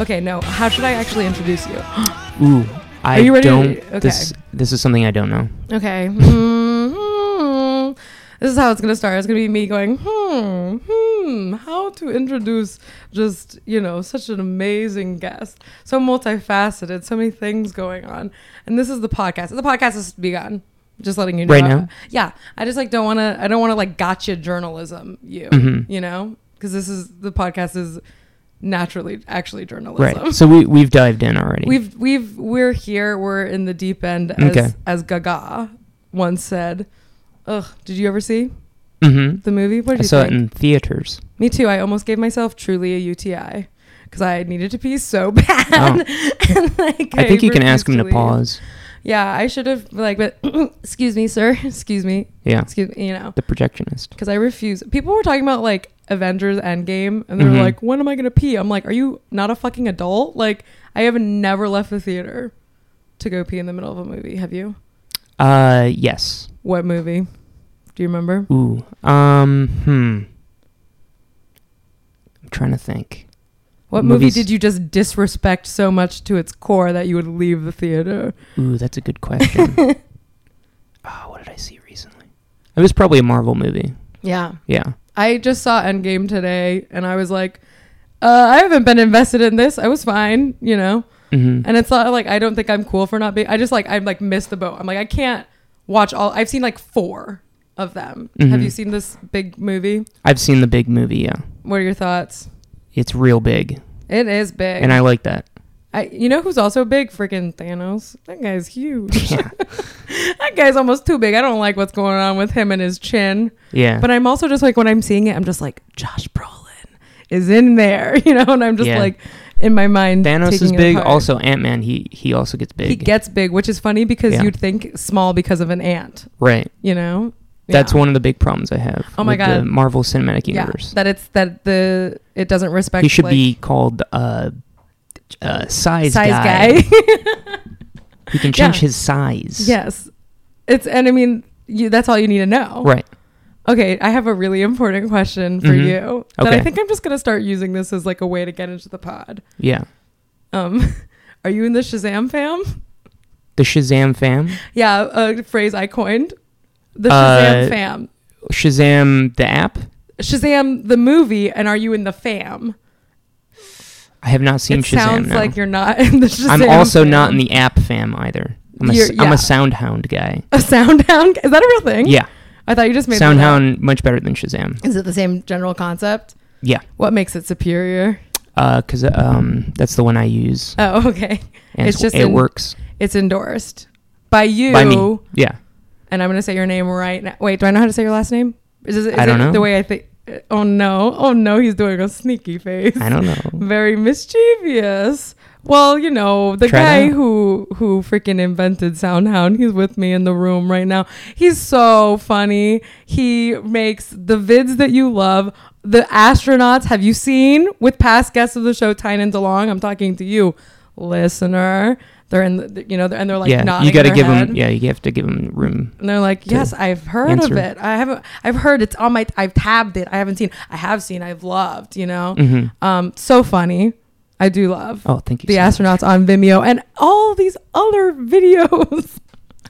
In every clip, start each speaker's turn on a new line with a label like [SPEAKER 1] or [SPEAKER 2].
[SPEAKER 1] Okay, no. How should I actually introduce you?
[SPEAKER 2] Ooh, I
[SPEAKER 1] you ready?
[SPEAKER 2] don't.
[SPEAKER 1] Okay.
[SPEAKER 2] This this is something I don't know.
[SPEAKER 1] Okay. hmm This is how it's gonna start. It's gonna be me going, hmm, hmm, how to introduce just, you know, such an amazing guest. So multifaceted, so many things going on. And this is the podcast. The podcast has begun. Just letting you know.
[SPEAKER 2] Right now?
[SPEAKER 1] Yeah. I just like don't wanna I don't wanna like gotcha journalism you.
[SPEAKER 2] Mhm.
[SPEAKER 1] You know? Because this is the podcast is naturally actually journalism.
[SPEAKER 2] Right. So we we've dived in already.
[SPEAKER 1] We've we've we're here. We're in the deep end, as
[SPEAKER 2] Okay.
[SPEAKER 1] as Gaga once said. Ugh, did you ever see
[SPEAKER 2] hmm
[SPEAKER 1] the movie? What did
[SPEAKER 2] I
[SPEAKER 1] you
[SPEAKER 2] saw
[SPEAKER 1] think?
[SPEAKER 2] it in theaters.
[SPEAKER 1] Me too. I almost gave myself truly a UTI because I needed to pee so bad. and, like,
[SPEAKER 2] Oh. I think you can ask him
[SPEAKER 1] refused
[SPEAKER 2] to
[SPEAKER 1] leave.
[SPEAKER 2] pause.
[SPEAKER 1] Yeah, I should have like, but excuse me, sir. Excuse me.
[SPEAKER 2] Yeah.
[SPEAKER 1] Excuse me. You know,
[SPEAKER 2] The projectionist.
[SPEAKER 1] because I refuse. People were talking about like Avengers Endgame, and they were
[SPEAKER 2] Mhm.
[SPEAKER 1] like, "When am I gonna pee?" I'm like, "Are you not a fucking adult?" Like, I have never left the theater to go pee in the middle of a movie. Have you?
[SPEAKER 2] Uh, yes.
[SPEAKER 1] What movie? Do you remember?
[SPEAKER 2] Ooh. Um. Hmm. I'm trying to think.
[SPEAKER 1] What movie
[SPEAKER 2] Movies-
[SPEAKER 1] did you just disrespect so much to its core that you would leave the theater?
[SPEAKER 2] Ooh, that's a good question. oh, what did I see recently? It was probably a Marvel movie.
[SPEAKER 1] Yeah.
[SPEAKER 2] Yeah.
[SPEAKER 1] I just saw Endgame today, and I was like, uh, I haven't been invested in this. I was fine, you know?
[SPEAKER 2] Mm-hmm.
[SPEAKER 1] And it's not like I don't think I'm cool for not being. I just like I'm like missed the boat. I'm like I can't watch all. I've seen like four of them. Have
[SPEAKER 2] Mhm.
[SPEAKER 1] you seen this big movie?
[SPEAKER 2] I've seen the big movie. Yeah.
[SPEAKER 1] What are your thoughts?
[SPEAKER 2] It's real big,
[SPEAKER 1] It is big.
[SPEAKER 2] and I like that.
[SPEAKER 1] I, you know who's also big? Freaking Thanos. That guy's huge.
[SPEAKER 2] Yeah.
[SPEAKER 1] that guy's almost too big. I don't like what's going on with him and his chin.
[SPEAKER 2] Yeah.
[SPEAKER 1] But I'm also just like when I'm seeing it, I'm just like Josh Brolin is in there, you know, and I'm just
[SPEAKER 2] Yeah.
[SPEAKER 1] like in my mind.
[SPEAKER 2] Thanos
[SPEAKER 1] taking
[SPEAKER 2] is
[SPEAKER 1] it
[SPEAKER 2] big.
[SPEAKER 1] apart.
[SPEAKER 2] Also, Ant Man. He he also gets big.
[SPEAKER 1] He gets big, which is funny because
[SPEAKER 2] Yeah.
[SPEAKER 1] you'd think small because of an ant,
[SPEAKER 2] right.
[SPEAKER 1] you know.
[SPEAKER 2] That's
[SPEAKER 1] Yeah.
[SPEAKER 2] one of the big problems I have.
[SPEAKER 1] Oh my
[SPEAKER 2] with The
[SPEAKER 1] God.
[SPEAKER 2] Marvel Cinematic
[SPEAKER 1] Yeah,
[SPEAKER 2] Universe.
[SPEAKER 1] that it's that the it doesn't respect.
[SPEAKER 2] he should
[SPEAKER 1] like,
[SPEAKER 2] be called uh, uh size,
[SPEAKER 1] size
[SPEAKER 2] guy.
[SPEAKER 1] guy.
[SPEAKER 2] He can change
[SPEAKER 1] Yeah.
[SPEAKER 2] his size.
[SPEAKER 1] yes, it's and I mean you, that's all you need to know.
[SPEAKER 2] Right.
[SPEAKER 1] Okay, I have a really important question for
[SPEAKER 2] Mhm.
[SPEAKER 1] you that I
[SPEAKER 2] Okay.
[SPEAKER 1] think I'm just gonna start using this as like a way to get into the pod.
[SPEAKER 2] Yeah.
[SPEAKER 1] Um, are you in the Shazam fam?
[SPEAKER 2] The Shazam fam.
[SPEAKER 1] Yeah, a phrase I coined. The Shazam
[SPEAKER 2] Uh,
[SPEAKER 1] fam.
[SPEAKER 2] Shazam the app.
[SPEAKER 1] Shazam the movie, and are you in the fam?
[SPEAKER 2] I have not seen
[SPEAKER 1] it
[SPEAKER 2] Shazam.
[SPEAKER 1] sounds
[SPEAKER 2] no.
[SPEAKER 1] like you're not in the Shazam.
[SPEAKER 2] I'm also not in
[SPEAKER 1] fam.
[SPEAKER 2] the app fam either. I'm a,
[SPEAKER 1] You're-
[SPEAKER 2] am
[SPEAKER 1] yeah.
[SPEAKER 2] a Soundhound guy.
[SPEAKER 1] a soundhound. Is that a real thing?
[SPEAKER 2] Yeah.
[SPEAKER 1] I thought you just made that up.
[SPEAKER 2] Soundhound much better than Shazam.
[SPEAKER 1] Is it the same general concept?
[SPEAKER 2] Yeah.
[SPEAKER 1] What makes it superior?
[SPEAKER 2] Uh, cause um that's the one I use.
[SPEAKER 1] Oh, okay.
[SPEAKER 2] And
[SPEAKER 1] it's
[SPEAKER 2] it's
[SPEAKER 1] just
[SPEAKER 2] it
[SPEAKER 1] in-
[SPEAKER 2] works
[SPEAKER 1] It's endorsed by you.
[SPEAKER 2] by me. Yeah.
[SPEAKER 1] And I'm gonna say your name right now. Wait, do I know how to say your last name? Is, this, is
[SPEAKER 2] I don't
[SPEAKER 1] it
[SPEAKER 2] know.
[SPEAKER 1] the way I think? Oh no! Oh no! He's doing a sneaky face.
[SPEAKER 2] I don't know.
[SPEAKER 1] very mischievous. Well, you know, the
[SPEAKER 2] Try it
[SPEAKER 1] guy
[SPEAKER 2] out.
[SPEAKER 1] who who freaking invented Soundhound, he's with me in the room right now. He's so funny. He makes the vids that you love. The astronauts, have you seen with past guests of the show, Tyne and DeLong? I'm talking to you, listener. They're in, the, you know, they're, and they're like
[SPEAKER 2] yeah.
[SPEAKER 1] nodding.
[SPEAKER 2] You got to
[SPEAKER 1] their
[SPEAKER 2] give
[SPEAKER 1] head.
[SPEAKER 2] him. Yeah. You have to give him room.
[SPEAKER 1] And they're like,
[SPEAKER 2] to
[SPEAKER 1] yes, I've heard of
[SPEAKER 2] answer.
[SPEAKER 1] it. I haven't. I've heard it's on my. I've tabbed it. I haven't seen. I have seen. I've loved. You know.
[SPEAKER 2] hmm
[SPEAKER 1] Um, so funny. I do love
[SPEAKER 2] Oh, thank you.
[SPEAKER 1] the
[SPEAKER 2] so much.
[SPEAKER 1] astronauts on Vimeo and all these other videos.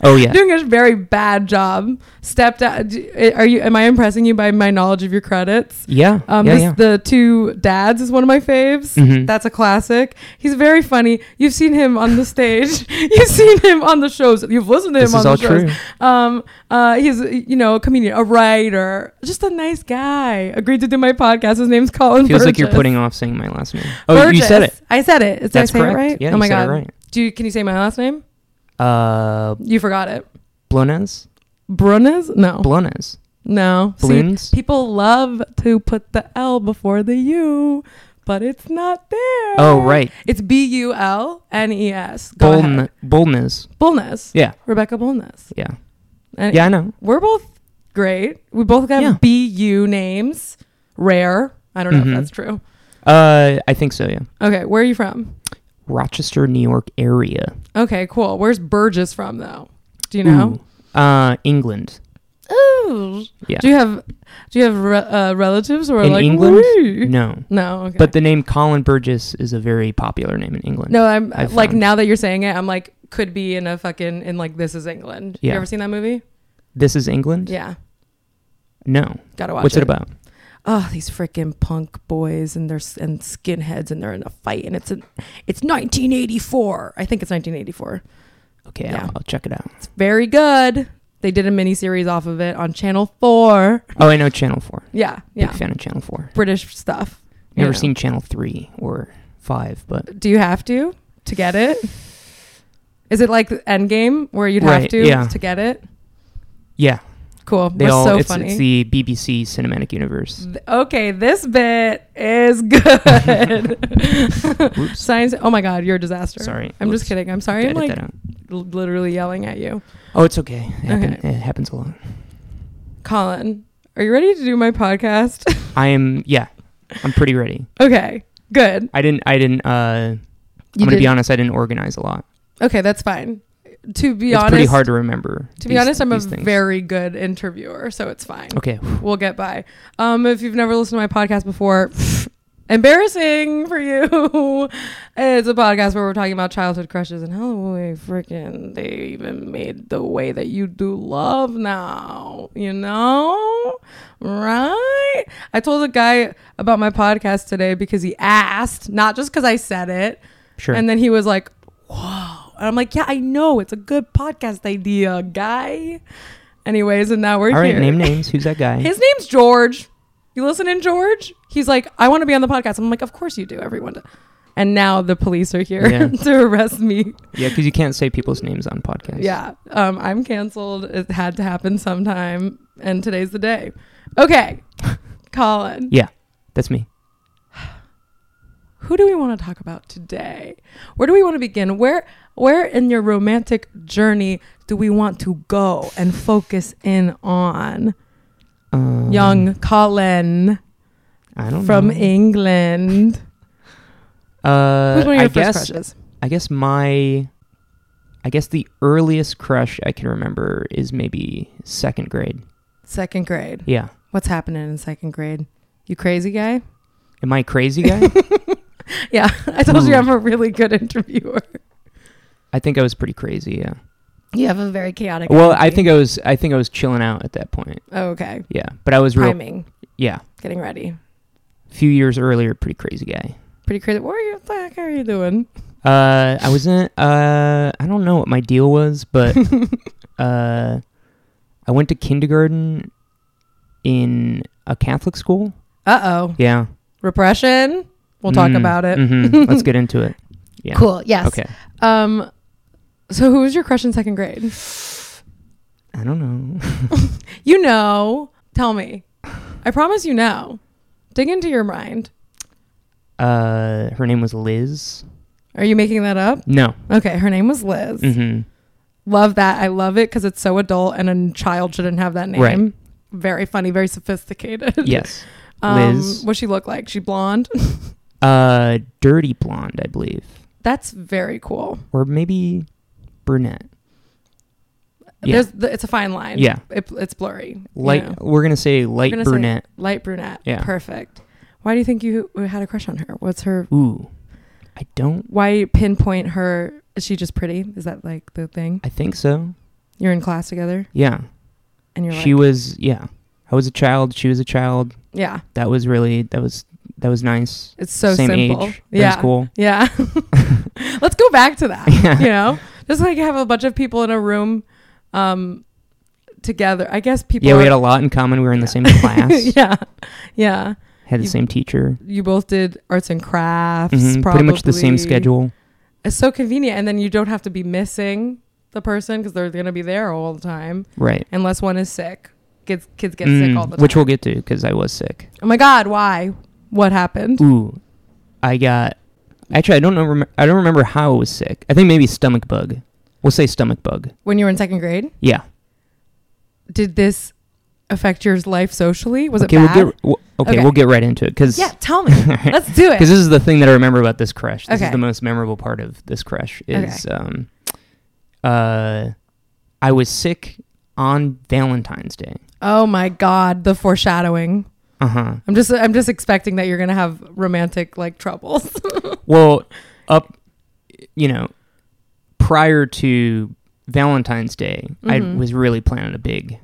[SPEAKER 2] Oh yeah.
[SPEAKER 1] Doing a very bad job. Stepped out. d- eh, Are you? Am I impressing you by my knowledge of your credits?
[SPEAKER 2] Yeah.
[SPEAKER 1] Um,
[SPEAKER 2] yeah,
[SPEAKER 1] this,
[SPEAKER 2] yeah.
[SPEAKER 1] the two dads is one of my faves.
[SPEAKER 2] Mhm.
[SPEAKER 1] That's a classic. He's very funny. You've seen him on the stage. You've seen him on the shows. You've listened to him
[SPEAKER 2] this
[SPEAKER 1] on
[SPEAKER 2] is
[SPEAKER 1] the
[SPEAKER 2] all
[SPEAKER 1] shows
[SPEAKER 2] true.
[SPEAKER 1] um uh he's you know a comedian a writer just a nice guy agreed to do my podcast his name's colin
[SPEAKER 2] Feels like you're
[SPEAKER 1] Burgess.
[SPEAKER 2] putting off saying my last name. Oh, you said it.
[SPEAKER 1] Burgess. i said it did
[SPEAKER 2] That's
[SPEAKER 1] i say
[SPEAKER 2] correct.
[SPEAKER 1] it right
[SPEAKER 2] Yeah,
[SPEAKER 1] oh
[SPEAKER 2] you
[SPEAKER 1] my
[SPEAKER 2] said
[SPEAKER 1] god
[SPEAKER 2] it right.
[SPEAKER 1] do you can you say my last name
[SPEAKER 2] Uh,
[SPEAKER 1] you forgot it
[SPEAKER 2] Blones,
[SPEAKER 1] brunas no
[SPEAKER 2] Blones,
[SPEAKER 1] no Oh. See,
[SPEAKER 2] Balloons.
[SPEAKER 1] people love to put the l before the u but it's not there
[SPEAKER 2] Oh right,
[SPEAKER 1] it's b-u-l-n-e-s E go
[SPEAKER 2] Boln,
[SPEAKER 1] ahead
[SPEAKER 2] Bolnes.
[SPEAKER 1] bullness
[SPEAKER 2] Yeah,
[SPEAKER 1] rebecca bullness
[SPEAKER 2] yeah,
[SPEAKER 1] And-
[SPEAKER 2] yeah. I know.
[SPEAKER 1] we're both great. We both have
[SPEAKER 2] Yeah.
[SPEAKER 1] BU names. Rare. I don't know
[SPEAKER 2] Mhm.
[SPEAKER 1] if that's true.
[SPEAKER 2] Uh, I think so. Yeah,
[SPEAKER 1] Okay, where are you from?
[SPEAKER 2] Rochester, New York area.
[SPEAKER 1] Okay, cool. Where's Burgess from though? Do you know?
[SPEAKER 2] Ooh. Uh, England.
[SPEAKER 1] Ooh, relatives.
[SPEAKER 2] Yeah.
[SPEAKER 1] Do you have do you have re- uh, relatives who are
[SPEAKER 2] in
[SPEAKER 1] like
[SPEAKER 2] England?
[SPEAKER 1] "Wee"?
[SPEAKER 2] No.
[SPEAKER 1] No, okay.
[SPEAKER 2] But the name Colin Burgess is a very popular name in England.
[SPEAKER 1] no, I'm uh,
[SPEAKER 2] I've
[SPEAKER 1] like
[SPEAKER 2] found-
[SPEAKER 1] now that you're saying it, I'm like could be in a fucking in like this is England.
[SPEAKER 2] Yeah.
[SPEAKER 1] You ever seen that movie?
[SPEAKER 2] This is England?
[SPEAKER 1] Yeah.
[SPEAKER 2] No.
[SPEAKER 1] Gotta watch
[SPEAKER 2] What's
[SPEAKER 1] it.
[SPEAKER 2] it about?
[SPEAKER 1] Oh, these freaking punk boys and they're s- and skinheads and they're in a fight and it's an it's 1984. I think it's 1984.
[SPEAKER 2] Okay,
[SPEAKER 1] Yeah.
[SPEAKER 2] I'll, I'll check it out.
[SPEAKER 1] It's very good. They did a mini series off of it on Channel 4.
[SPEAKER 2] Oh, I know Channel 4.
[SPEAKER 1] Yeah, yeah.
[SPEAKER 2] Big fan of Channel 4.
[SPEAKER 1] British stuff. you
[SPEAKER 2] Never
[SPEAKER 1] know.
[SPEAKER 2] seen Channel 3 or 5, but
[SPEAKER 1] Do you have to to get it? Is it like Endgame where you'd have
[SPEAKER 2] Right,
[SPEAKER 1] to
[SPEAKER 2] yeah.
[SPEAKER 1] to get it?
[SPEAKER 2] yeah,
[SPEAKER 1] Cool.
[SPEAKER 2] they
[SPEAKER 1] That's
[SPEAKER 2] all
[SPEAKER 1] so
[SPEAKER 2] it's,
[SPEAKER 1] funny. Mm,
[SPEAKER 2] it's the BBC cinematic universe.
[SPEAKER 1] Th- okay, this bit is good.
[SPEAKER 2] Oops.
[SPEAKER 1] Science. Oh my God, you're a disaster.
[SPEAKER 2] Sorry.
[SPEAKER 1] I'm just
[SPEAKER 2] Oops.
[SPEAKER 1] kidding. I'm
[SPEAKER 2] Have
[SPEAKER 1] sorry.
[SPEAKER 2] to
[SPEAKER 1] I'm
[SPEAKER 2] edit
[SPEAKER 1] like
[SPEAKER 2] that out.
[SPEAKER 1] l- literally yelling at you.
[SPEAKER 2] Oh, it's okay. It, happen-
[SPEAKER 1] Okay.
[SPEAKER 2] it happens a lot.
[SPEAKER 1] Colin, are you ready to do my podcast?
[SPEAKER 2] I am yeah. I'm pretty ready.
[SPEAKER 1] okay, good.
[SPEAKER 2] I didn't I didn't
[SPEAKER 1] You
[SPEAKER 2] uh I'm going to
[SPEAKER 1] did-
[SPEAKER 2] be honest, I didn't organize a lot.
[SPEAKER 1] Okay, that's fine. To be
[SPEAKER 2] it's
[SPEAKER 1] honest,
[SPEAKER 2] pretty hard to remember.
[SPEAKER 1] To be
[SPEAKER 2] these-
[SPEAKER 1] honest, I'm a
[SPEAKER 2] these things.
[SPEAKER 1] very good interviewer, so it's fine.
[SPEAKER 2] Okay.
[SPEAKER 1] We'll get by. Um, if you've never listened to my podcast before, embarrassing for you. it's a podcast where we're talking about childhood crushes and how we freaking they even made the way that you do love now. You know, right? I told a guy about my podcast today because he asked, not just because I said it.
[SPEAKER 2] Sure.
[SPEAKER 1] And then he was like, "Wow!" And I'm like, "Yeah, I know. It's a good podcast idea, guy." Anyways, and now we're
[SPEAKER 2] All right,
[SPEAKER 1] here.
[SPEAKER 2] name names. Who's that guy?
[SPEAKER 1] His name's George. You listening, George? He's like, "I want to be on the podcast." I'm like, "Of course you do. Everyone." does." And now the police are here
[SPEAKER 2] Yeah.
[SPEAKER 1] to arrest me.
[SPEAKER 2] yeah, because you can't say people's names on podcasts.
[SPEAKER 1] Yeah, um, I'm canceled. It had to happen sometime, and today's the day. Okay, Colin.
[SPEAKER 2] Yeah, that's me.
[SPEAKER 1] who do we want to talk about today? Where do we want to begin? Where where in your romantic journey do we want to go and focus in on?
[SPEAKER 2] Um,
[SPEAKER 1] Young Colin
[SPEAKER 2] I don't
[SPEAKER 1] from
[SPEAKER 2] know.
[SPEAKER 1] England.
[SPEAKER 2] Uh,
[SPEAKER 1] Who's one of your
[SPEAKER 2] I
[SPEAKER 1] first
[SPEAKER 2] guess
[SPEAKER 1] crushes?
[SPEAKER 2] I guess my I guess the earliest crush I can remember is maybe second grade.
[SPEAKER 1] Second grade.
[SPEAKER 2] Yeah.
[SPEAKER 1] What's happening in second grade? You crazy guy?
[SPEAKER 2] Am I a crazy guy?
[SPEAKER 1] Yeah, I told you
[SPEAKER 2] Hmm.
[SPEAKER 1] I'm a really good interviewer.
[SPEAKER 2] I think I was pretty crazy, yeah.
[SPEAKER 1] You have a very chaotic.
[SPEAKER 2] Well, I
[SPEAKER 1] energy.
[SPEAKER 2] think I was I think I was chilling out at that point.
[SPEAKER 1] Oh, okay.
[SPEAKER 2] Yeah. But I was real
[SPEAKER 1] Priming,
[SPEAKER 2] yeah.
[SPEAKER 1] getting ready.
[SPEAKER 2] Few years earlier, pretty crazy guy.
[SPEAKER 1] Pretty crazy. What are you? What the heck are you doing?
[SPEAKER 2] Uh I wasn't uh I don't know what my deal was, but uh I went to kindergarten in a Catholic school.
[SPEAKER 1] Uh oh.
[SPEAKER 2] Yeah.
[SPEAKER 1] Repression. We'll talk
[SPEAKER 2] Mm,
[SPEAKER 1] about it.
[SPEAKER 2] mhm. Let's get into it. Yeah.
[SPEAKER 1] Cool. Yes.
[SPEAKER 2] Okay.
[SPEAKER 1] Um, so who was your crush in second grade?
[SPEAKER 2] I don't know.
[SPEAKER 1] You know. Tell me. I promise you know. Dig into your mind.
[SPEAKER 2] Uh, her name was Liz.
[SPEAKER 1] Are you making that up?
[SPEAKER 2] No.
[SPEAKER 1] Okay. Her name was Liz.
[SPEAKER 2] Mm-hmm.
[SPEAKER 1] Love that. I love it because it's so adult and a child shouldn't have that name.
[SPEAKER 2] Right.
[SPEAKER 1] Very funny. Very sophisticated.
[SPEAKER 2] Yes.
[SPEAKER 1] Um,
[SPEAKER 2] Liz.
[SPEAKER 1] What she look like? She blonde.
[SPEAKER 2] Uh, dirty blonde, I believe,
[SPEAKER 1] That's very cool.
[SPEAKER 2] or maybe brunette. Yeah.
[SPEAKER 1] There's the, it's a fine line.
[SPEAKER 2] Yeah.
[SPEAKER 1] It, it's blurry. you
[SPEAKER 2] Light.
[SPEAKER 1] know.
[SPEAKER 2] We're gonna say light
[SPEAKER 1] gonna say-
[SPEAKER 2] brunette.
[SPEAKER 1] light brunette.
[SPEAKER 2] Yeah.
[SPEAKER 1] Perfect. Why do you think you had a crush on her? What's her
[SPEAKER 2] Ooh, I don't.
[SPEAKER 1] why pinpoint her? Is she just pretty? Is that like the thing?
[SPEAKER 2] I think so.
[SPEAKER 1] You're in class together
[SPEAKER 2] Yeah.
[SPEAKER 1] and you're
[SPEAKER 2] She
[SPEAKER 1] like,
[SPEAKER 2] was. Yeah. I was a child. She was a child.
[SPEAKER 1] yeah,
[SPEAKER 2] That was really. That was. That was nice.
[SPEAKER 1] it's so
[SPEAKER 2] Same
[SPEAKER 1] simple.
[SPEAKER 2] age. That
[SPEAKER 1] yeah.
[SPEAKER 2] was cool.
[SPEAKER 1] Yeah. Let's go back to that.
[SPEAKER 2] Yeah.
[SPEAKER 1] You know, just like have a bunch of people in a room um, together. I guess people.
[SPEAKER 2] Yeah, we
[SPEAKER 1] are-
[SPEAKER 2] had a lot in common. We were in the same class.
[SPEAKER 1] yeah. Yeah.
[SPEAKER 2] Had the
[SPEAKER 1] You-
[SPEAKER 2] same teacher.
[SPEAKER 1] You both did arts and crafts.
[SPEAKER 2] Mhm,
[SPEAKER 1] Probably.
[SPEAKER 2] Pretty much the same schedule.
[SPEAKER 1] It's so convenient. And then you don't have to be missing the person because they're going to be there all the time
[SPEAKER 2] Right.
[SPEAKER 1] unless one is sick. Kids, kids get sick
[SPEAKER 2] Mm,
[SPEAKER 1] all the time.
[SPEAKER 2] Which we'll get to because I was sick.
[SPEAKER 1] Oh my God, why? What happened?
[SPEAKER 2] Ooh, I got. Actually, I don't know. Rem- I don't remember how I was sick. I think maybe stomach bug. We'll say stomach bug.
[SPEAKER 1] When you were in second grade,
[SPEAKER 2] Yeah.
[SPEAKER 1] did this affect your life socially? Was
[SPEAKER 2] okay,
[SPEAKER 1] it bad?
[SPEAKER 2] we'll get. We'll, okay,
[SPEAKER 1] Okay.
[SPEAKER 2] we'll get right into it because
[SPEAKER 1] yeah, tell me. Let's do
[SPEAKER 2] because
[SPEAKER 1] it.
[SPEAKER 2] this is the thing that I remember about this crush. This
[SPEAKER 1] Okay.
[SPEAKER 2] is the most memorable part of this crush. Is um, uh, I was sick on Valentine's Day.
[SPEAKER 1] Oh my god, the foreshadowing.
[SPEAKER 2] Uh huh.
[SPEAKER 1] I'm just I'm just expecting that you're gonna have romantic like troubles.
[SPEAKER 2] Well, up, you know, prior to Valentine's Day,
[SPEAKER 1] Mm-hmm.
[SPEAKER 2] I was really planning a big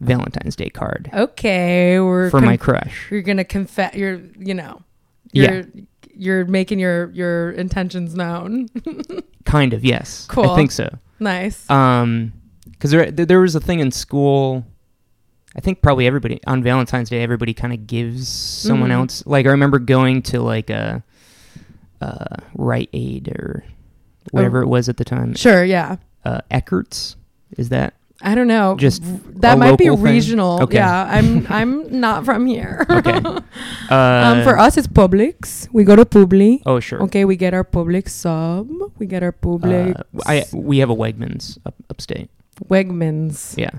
[SPEAKER 2] Valentine's Day card
[SPEAKER 1] okay, we're
[SPEAKER 2] for
[SPEAKER 1] Oh, con-
[SPEAKER 2] my crush.
[SPEAKER 1] you're gonna confess. You're you know,
[SPEAKER 2] Yeah.
[SPEAKER 1] you're you're making your your intentions known.
[SPEAKER 2] Kind of, yes.
[SPEAKER 1] Cool.
[SPEAKER 2] I think so.
[SPEAKER 1] nice.
[SPEAKER 2] Um, because there there there was a thing in school. I think probably everybody on Valentine's Day, everybody kind of gives someone
[SPEAKER 1] Mhm.
[SPEAKER 2] else. Like I remember going to like a, uh, Rite Aid or whatever it was at the time.
[SPEAKER 1] Oh. sure. Yeah.
[SPEAKER 2] Uh, Eckert's is that?
[SPEAKER 1] I don't know.
[SPEAKER 2] Just
[SPEAKER 1] that
[SPEAKER 2] a
[SPEAKER 1] might be
[SPEAKER 2] local thing?
[SPEAKER 1] regional.
[SPEAKER 2] Okay.
[SPEAKER 1] Yeah. I'm I'm not from here.
[SPEAKER 2] Okay. Uh,
[SPEAKER 1] um, for us, it's Publix. We go to Publi.
[SPEAKER 2] Oh sure.
[SPEAKER 1] Okay, we get our Publix sub. We get our Publix.
[SPEAKER 2] Uh, I we have a Wegmans up, upstate.
[SPEAKER 1] Wegmans.
[SPEAKER 2] Yeah.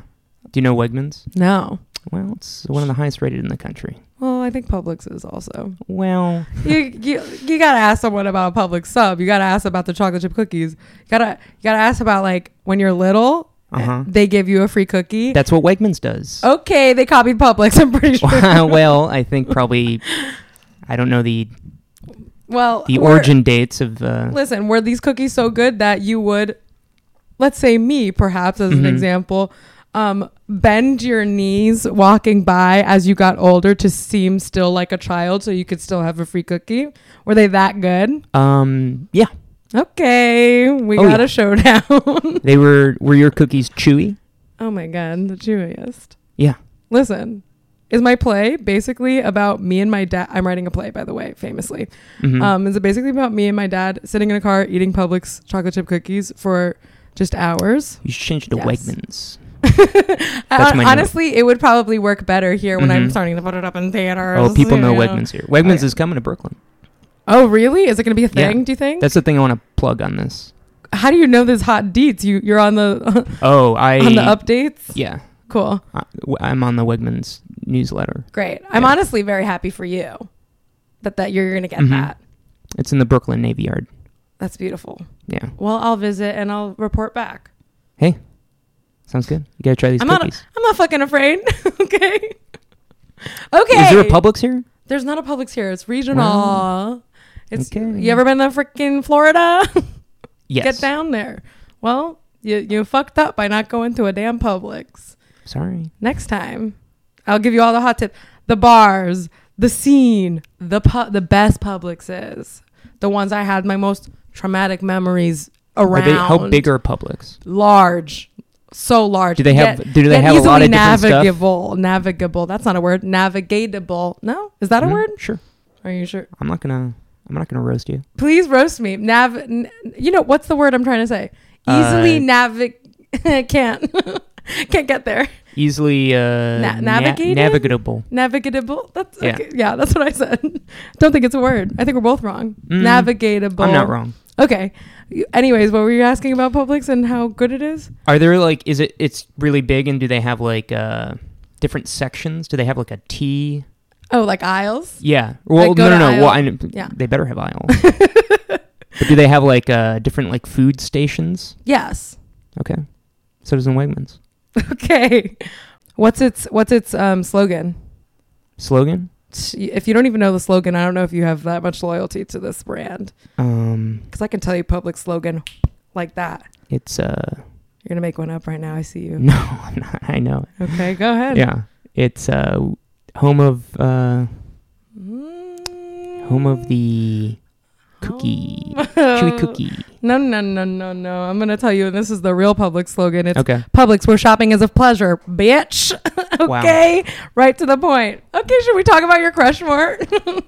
[SPEAKER 2] Do you know Wegmans?
[SPEAKER 1] No.
[SPEAKER 2] Well, it's one of the highest rated in the country.
[SPEAKER 1] Well, I think Publix is also.
[SPEAKER 2] Well,
[SPEAKER 1] you, you you gotta ask someone about a Publix sub. You gotta ask about the chocolate chip cookies. You gotta you gotta ask about like when you're little,
[SPEAKER 2] Uh-huh.
[SPEAKER 1] they give you a free cookie.
[SPEAKER 2] that's what Wegmans does.
[SPEAKER 1] okay, they copied Publix. I'm pretty Oh, sure.
[SPEAKER 2] well, I think probably I don't know the
[SPEAKER 1] Well,
[SPEAKER 2] the
[SPEAKER 1] we're-
[SPEAKER 2] origin dates of uh,
[SPEAKER 1] Listen, were these cookies so good that you would, let's say me, perhaps as an
[SPEAKER 2] Mhm.
[SPEAKER 1] example, um, bend your knees walking by as you got older to seem still like a child, so you could still have a free cookie? Were they that good?
[SPEAKER 2] um yeah
[SPEAKER 1] Okay, we
[SPEAKER 2] Oh,
[SPEAKER 1] got
[SPEAKER 2] yeah.
[SPEAKER 1] a showdown.
[SPEAKER 2] they were were your cookies chewy
[SPEAKER 1] oh my god, the chewiest.
[SPEAKER 2] yeah
[SPEAKER 1] Listen, is my play basically about me and my dad? I'm writing a play, by the way, famously.
[SPEAKER 2] Mhm.
[SPEAKER 1] Um, is it basically about me and my dad sitting in a car eating Publix chocolate chip cookies for just hours?
[SPEAKER 2] you should change it to
[SPEAKER 1] Yes.
[SPEAKER 2] Wegmans
[SPEAKER 1] I-
[SPEAKER 2] my note.
[SPEAKER 1] Uh, honestly, it would probably work better here when I'm
[SPEAKER 2] Mhm.
[SPEAKER 1] starting to put it up in theaters.
[SPEAKER 2] oh people
[SPEAKER 1] you
[SPEAKER 2] know Wegmans here Wegmans is coming to Brooklyn
[SPEAKER 1] Oh, really? Is it going to be a
[SPEAKER 2] Yeah.
[SPEAKER 1] thing? Do you think?
[SPEAKER 2] that's the thing I want to plug on this
[SPEAKER 1] How do you know this hot deets? You you're on the
[SPEAKER 2] oh I
[SPEAKER 1] on the updates.
[SPEAKER 2] yeah
[SPEAKER 1] Cool,
[SPEAKER 2] I, am on the Wegmans newsletter
[SPEAKER 1] great. I'm
[SPEAKER 2] Yeah.
[SPEAKER 1] honestly very happy for you that that you're going to get
[SPEAKER 2] Mhm.
[SPEAKER 1] that.
[SPEAKER 2] it's in the Brooklyn Navy Yard
[SPEAKER 1] That's beautiful.
[SPEAKER 2] yeah
[SPEAKER 1] Well, I'll visit and I'll report back.
[SPEAKER 2] hey sounds good you gotta try these
[SPEAKER 1] I'm not-
[SPEAKER 2] cookies
[SPEAKER 1] I'm not fucking afraid. okay. Okay.
[SPEAKER 2] is there a Publix here
[SPEAKER 1] There's not a Publix here. It's regional.
[SPEAKER 2] Wow.
[SPEAKER 1] It's
[SPEAKER 2] Okay.
[SPEAKER 1] you ever been to freaking Florida?
[SPEAKER 2] yes
[SPEAKER 1] Get down there. Well, you you fucked up by not going to a damn Publix.
[SPEAKER 2] sorry
[SPEAKER 1] Next time, I'll give you all the hot tips. The bars, the scene, the pu- the best Publixes, the ones I had my most traumatic memories
[SPEAKER 2] Are
[SPEAKER 1] around.
[SPEAKER 2] they, how big are Publix
[SPEAKER 1] large, so large.
[SPEAKER 2] Do they have- do they
[SPEAKER 1] get
[SPEAKER 2] have a lot
[SPEAKER 1] easily
[SPEAKER 2] of different stuff?
[SPEAKER 1] navigable? Navigable. That's not a word. Navigatable. No, is that a
[SPEAKER 2] Mhm,
[SPEAKER 1] word?
[SPEAKER 2] sure
[SPEAKER 1] Are you sure?
[SPEAKER 2] I'm not gonna I'm not gonna roast you
[SPEAKER 1] Please roast me. Nav. N- you know what's the word I'm trying to say? Easily
[SPEAKER 2] Uh,
[SPEAKER 1] navig. can't. can't get there.
[SPEAKER 2] easily uh, na-
[SPEAKER 1] navigated?
[SPEAKER 2] navigable.
[SPEAKER 1] Navigatable. That's
[SPEAKER 2] Yeah.
[SPEAKER 1] okay. yeah. That's what I said. Don't think it's a word. I think we're both wrong.
[SPEAKER 2] Mm.
[SPEAKER 1] Navigatable.
[SPEAKER 2] I'm not wrong.
[SPEAKER 1] Okay. Anyways, what were you asking about Publix and how good it is?
[SPEAKER 2] Are there like is it it's really big and do they have like uh different sections? Do they have like a T?
[SPEAKER 1] Oh, like aisles.
[SPEAKER 2] Yeah. Well,
[SPEAKER 1] Like, go
[SPEAKER 2] no, no,
[SPEAKER 1] to
[SPEAKER 2] no.
[SPEAKER 1] aisle.
[SPEAKER 2] Well, I, kn-
[SPEAKER 1] Yeah.
[SPEAKER 2] they better have aisles. but do they have like uh different like food stations?
[SPEAKER 1] Yes.
[SPEAKER 2] Okay. So does in Wegmans.
[SPEAKER 1] Okay. What's its What's its um, slogan?
[SPEAKER 2] Slogan?
[SPEAKER 1] If you don't even know the slogan, I don't know if you have that much loyalty to this brand.
[SPEAKER 2] Um
[SPEAKER 1] Because I can tell you public slogan like that.
[SPEAKER 2] it's uh
[SPEAKER 1] You're gonna make one up right now. I see you.
[SPEAKER 2] no, I'm not. I know.
[SPEAKER 1] Okay, go ahead.
[SPEAKER 2] Mm. Yeah. It's uh home of uh
[SPEAKER 1] Mm.
[SPEAKER 2] home of the cookie.
[SPEAKER 1] Home-
[SPEAKER 2] Chewy cookie.
[SPEAKER 1] Oh. No, no, no, no, no. I'm gonna tell you, and this is the real public slogan. It's
[SPEAKER 2] Okay.
[SPEAKER 1] Publix, where shopping is a pleasure, bitch. okay, right to the point. Okay, should we talk about your crush more?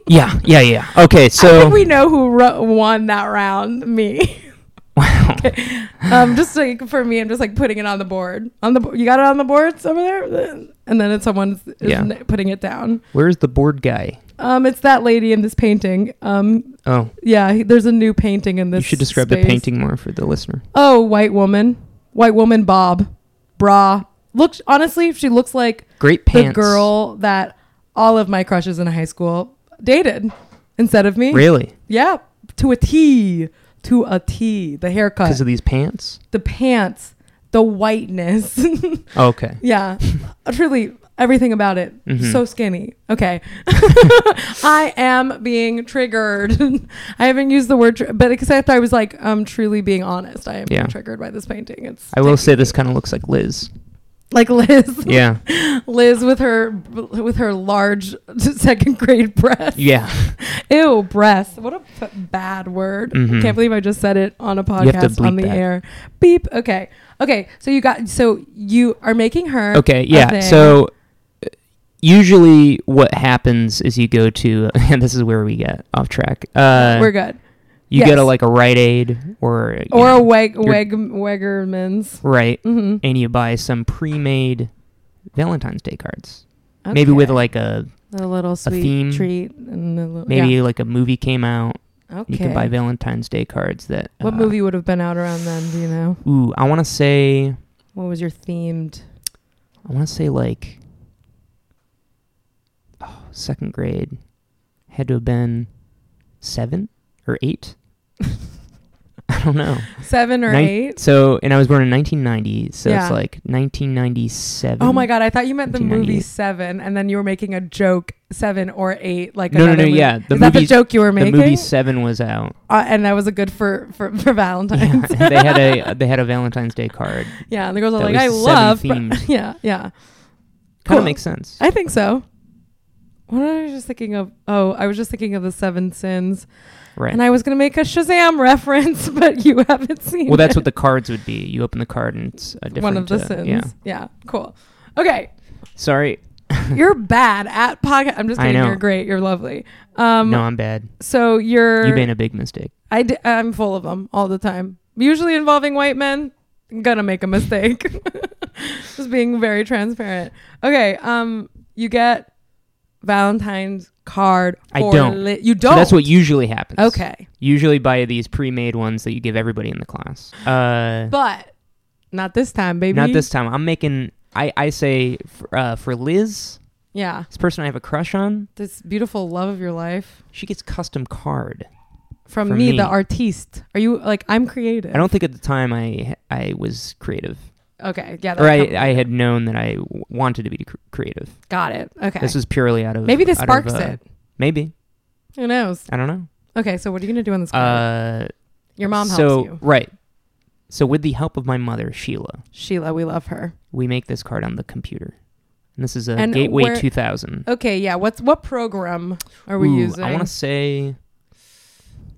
[SPEAKER 2] Yeah, yeah, yeah. Okay,
[SPEAKER 1] I
[SPEAKER 2] so
[SPEAKER 1] think we know who ro- won that round. Me.
[SPEAKER 2] wow.
[SPEAKER 1] um, just like for me, I'm just like putting it on the board. On the bo- you got it on the boards over there, and then it's someone's is
[SPEAKER 2] Yeah.
[SPEAKER 1] n- putting it down.
[SPEAKER 2] Where's the board guy?
[SPEAKER 1] Um, it's that lady in this painting. Um,
[SPEAKER 2] Oh,
[SPEAKER 1] yeah, he, there's a new painting in
[SPEAKER 2] you
[SPEAKER 1] this.
[SPEAKER 2] should describe the
[SPEAKER 1] space.
[SPEAKER 2] painting more for the listener.
[SPEAKER 1] Oh, white woman, white woman, Bob, bra. Look, honestly, she looks like
[SPEAKER 2] Great pants.
[SPEAKER 1] the girl that all of my crushes in high school dated instead of me.
[SPEAKER 2] Really?
[SPEAKER 1] Yeah, to a T, to a T. The haircut.
[SPEAKER 2] Because of these pants?
[SPEAKER 1] the pants, the whiteness.
[SPEAKER 2] Oh, Okay.
[SPEAKER 1] yeah, truly everything about it.
[SPEAKER 2] Mhm.
[SPEAKER 1] So skinny. Okay, I am being triggered. I haven't used the word, tr- but except I was like, I'm truly being honest. I am
[SPEAKER 2] Yeah.
[SPEAKER 1] being triggered by this painting. It's
[SPEAKER 2] I will say this kind of looks like Liz.
[SPEAKER 1] like Liz.
[SPEAKER 2] Yeah.
[SPEAKER 1] Liz with her with her large second grade breasts.
[SPEAKER 2] Yeah.
[SPEAKER 1] Ew, breasts. What a f- bad word.
[SPEAKER 2] Mhm.
[SPEAKER 1] Can't believe I just said it on a
[SPEAKER 2] have to
[SPEAKER 1] podcast on
[SPEAKER 2] bleep
[SPEAKER 1] the
[SPEAKER 2] that.
[SPEAKER 1] air. Beep. Okay. Okay. So you got so you are making her
[SPEAKER 2] Okay.
[SPEAKER 1] a
[SPEAKER 2] Yeah.
[SPEAKER 1] thing.
[SPEAKER 2] So uh, usually what happens is you go to, and this is where we get off track. Uh,
[SPEAKER 1] we're good.
[SPEAKER 2] you go to
[SPEAKER 1] yes.
[SPEAKER 2] like a Rite Aid or you
[SPEAKER 1] Or a
[SPEAKER 2] know,
[SPEAKER 1] Weg
[SPEAKER 2] you're-
[SPEAKER 1] Weg Wegerman's.
[SPEAKER 2] right,
[SPEAKER 1] Mm-hmm.
[SPEAKER 2] and you buy some pre-made Valentine's Day cards. Maybe with like a
[SPEAKER 1] a little sweet
[SPEAKER 2] theme.
[SPEAKER 1] treat and a little
[SPEAKER 2] maybe like a movie came out.
[SPEAKER 1] yeah. okay.
[SPEAKER 2] You can buy Valentine's Day cards that.
[SPEAKER 1] What
[SPEAKER 2] uh,
[SPEAKER 1] movie would have been out around then? Do you know?
[SPEAKER 2] Ooh, I want to say
[SPEAKER 1] What was your themed?
[SPEAKER 2] I want to say like oh, second grade had to have been seven or eight. I don't know.
[SPEAKER 1] Seven or
[SPEAKER 2] Nin-
[SPEAKER 1] eight?
[SPEAKER 2] So, and I was born in 1990, so
[SPEAKER 1] Yeah.
[SPEAKER 2] it's like 1997.
[SPEAKER 1] Oh my god, I thought you meant the movie
[SPEAKER 2] 1998.
[SPEAKER 1] Seven, and then you were making a joke seven or eight, like
[SPEAKER 2] No, no,
[SPEAKER 1] another
[SPEAKER 2] no,
[SPEAKER 1] movie.
[SPEAKER 2] yeah, the
[SPEAKER 1] Is that the
[SPEAKER 2] movie-
[SPEAKER 1] joke you were
[SPEAKER 2] The
[SPEAKER 1] making?
[SPEAKER 2] movie Seven was out.
[SPEAKER 1] uh, and that was a good for for, for
[SPEAKER 2] Yeah,
[SPEAKER 1] Valentine's. Yeah,
[SPEAKER 2] they had a they had a Valentine's Day card.
[SPEAKER 1] and the girls are
[SPEAKER 2] that
[SPEAKER 1] like,
[SPEAKER 2] was
[SPEAKER 1] I
[SPEAKER 2] seven
[SPEAKER 1] love. but-
[SPEAKER 2] themed.
[SPEAKER 1] yeah, yeah,
[SPEAKER 2] Kind
[SPEAKER 1] Cool.
[SPEAKER 2] of makes sense.
[SPEAKER 1] I think so. What was I just thinking of? Oh, I was just thinking of the Seven Sins,
[SPEAKER 2] right.
[SPEAKER 1] and I was gonna make a Shazam reference, but you haven't seen.
[SPEAKER 2] well, that's
[SPEAKER 1] it.
[SPEAKER 2] what the cards would be. You open the card and it's a different
[SPEAKER 1] one of the
[SPEAKER 2] uh,
[SPEAKER 1] sins.
[SPEAKER 2] Yeah.
[SPEAKER 1] yeah, cool. Okay,
[SPEAKER 2] Sorry.
[SPEAKER 1] you're bad at podcast. I'm just
[SPEAKER 2] I
[SPEAKER 1] kidding.
[SPEAKER 2] know.
[SPEAKER 1] You're great. You're lovely. Um,
[SPEAKER 2] no, I'm bad.
[SPEAKER 1] so you're
[SPEAKER 2] You made a big mistake.
[SPEAKER 1] I d- I'm full of them all the time. Usually involving white men, I'm gonna make a mistake. Just being very transparent. Okay, um, you get Valentine's card.
[SPEAKER 2] I
[SPEAKER 1] for
[SPEAKER 2] don't.
[SPEAKER 1] Li- you
[SPEAKER 2] So
[SPEAKER 1] don't.
[SPEAKER 2] that's what usually happens.
[SPEAKER 1] Okay,
[SPEAKER 2] Usually buy these pre-made ones that you give everybody in the class. Uh,
[SPEAKER 1] but not this time, baby.
[SPEAKER 2] not this time. I'm making. I I say for, uh, for Liz,
[SPEAKER 1] Yeah,
[SPEAKER 2] this person I have a crush on,
[SPEAKER 1] this beautiful love of your life
[SPEAKER 2] she gets custom card.
[SPEAKER 1] from
[SPEAKER 2] From
[SPEAKER 1] me,
[SPEAKER 2] me.
[SPEAKER 1] the artiste. Are you like I'm creative?
[SPEAKER 2] I don't think at the time I I was creative,
[SPEAKER 1] Okay, yeah, that
[SPEAKER 2] or I,
[SPEAKER 1] com-
[SPEAKER 2] I had known that I w- wanted to be cr- creative.
[SPEAKER 1] got it. Okay,
[SPEAKER 2] This was purely out of
[SPEAKER 1] maybe this
[SPEAKER 2] out of,
[SPEAKER 1] sparks
[SPEAKER 2] uh,
[SPEAKER 1] it.
[SPEAKER 2] Maybe
[SPEAKER 1] Who knows?
[SPEAKER 2] I don't know.
[SPEAKER 1] Okay, so what are you gonna do on this? card?
[SPEAKER 2] Uh,
[SPEAKER 1] your mom helps
[SPEAKER 2] so,
[SPEAKER 1] you,
[SPEAKER 2] Right. So with the help of my mother, Sheila,
[SPEAKER 1] Sheila. We love her.
[SPEAKER 2] we make this card on the computer. And this is a
[SPEAKER 1] And
[SPEAKER 2] Gateway
[SPEAKER 1] where-
[SPEAKER 2] 2000.
[SPEAKER 1] Okay, yeah. What's what program are we
[SPEAKER 2] Ooh,
[SPEAKER 1] using?
[SPEAKER 2] I want to say,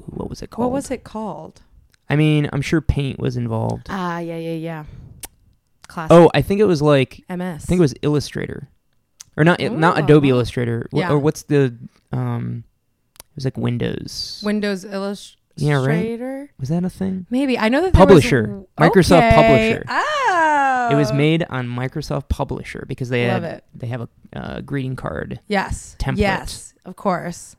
[SPEAKER 2] what was it called?
[SPEAKER 1] what was it called?
[SPEAKER 2] I mean, I'm sure paint was involved.
[SPEAKER 1] Ah, yeah, yeah, yeah. Classic
[SPEAKER 2] Oh, I think it was like
[SPEAKER 1] MS.
[SPEAKER 2] I think it was Illustrator, or not not
[SPEAKER 1] Oh.
[SPEAKER 2] Adobe Illustrator. Wh-
[SPEAKER 1] Yeah.
[SPEAKER 2] Or what's the um? It was like Windows.
[SPEAKER 1] Windows Illustrator.
[SPEAKER 2] Yeah, right. was that a thing?
[SPEAKER 1] Maybe I know that there
[SPEAKER 2] Publisher.
[SPEAKER 1] was,
[SPEAKER 2] Microsoft
[SPEAKER 1] Okay.
[SPEAKER 2] Publisher.
[SPEAKER 1] Oh,
[SPEAKER 2] It was made on Microsoft Publisher because they
[SPEAKER 1] Love
[SPEAKER 2] had
[SPEAKER 1] it.
[SPEAKER 2] they have a uh, greeting card.
[SPEAKER 1] Yes.
[SPEAKER 2] Template.
[SPEAKER 1] Yes, of course.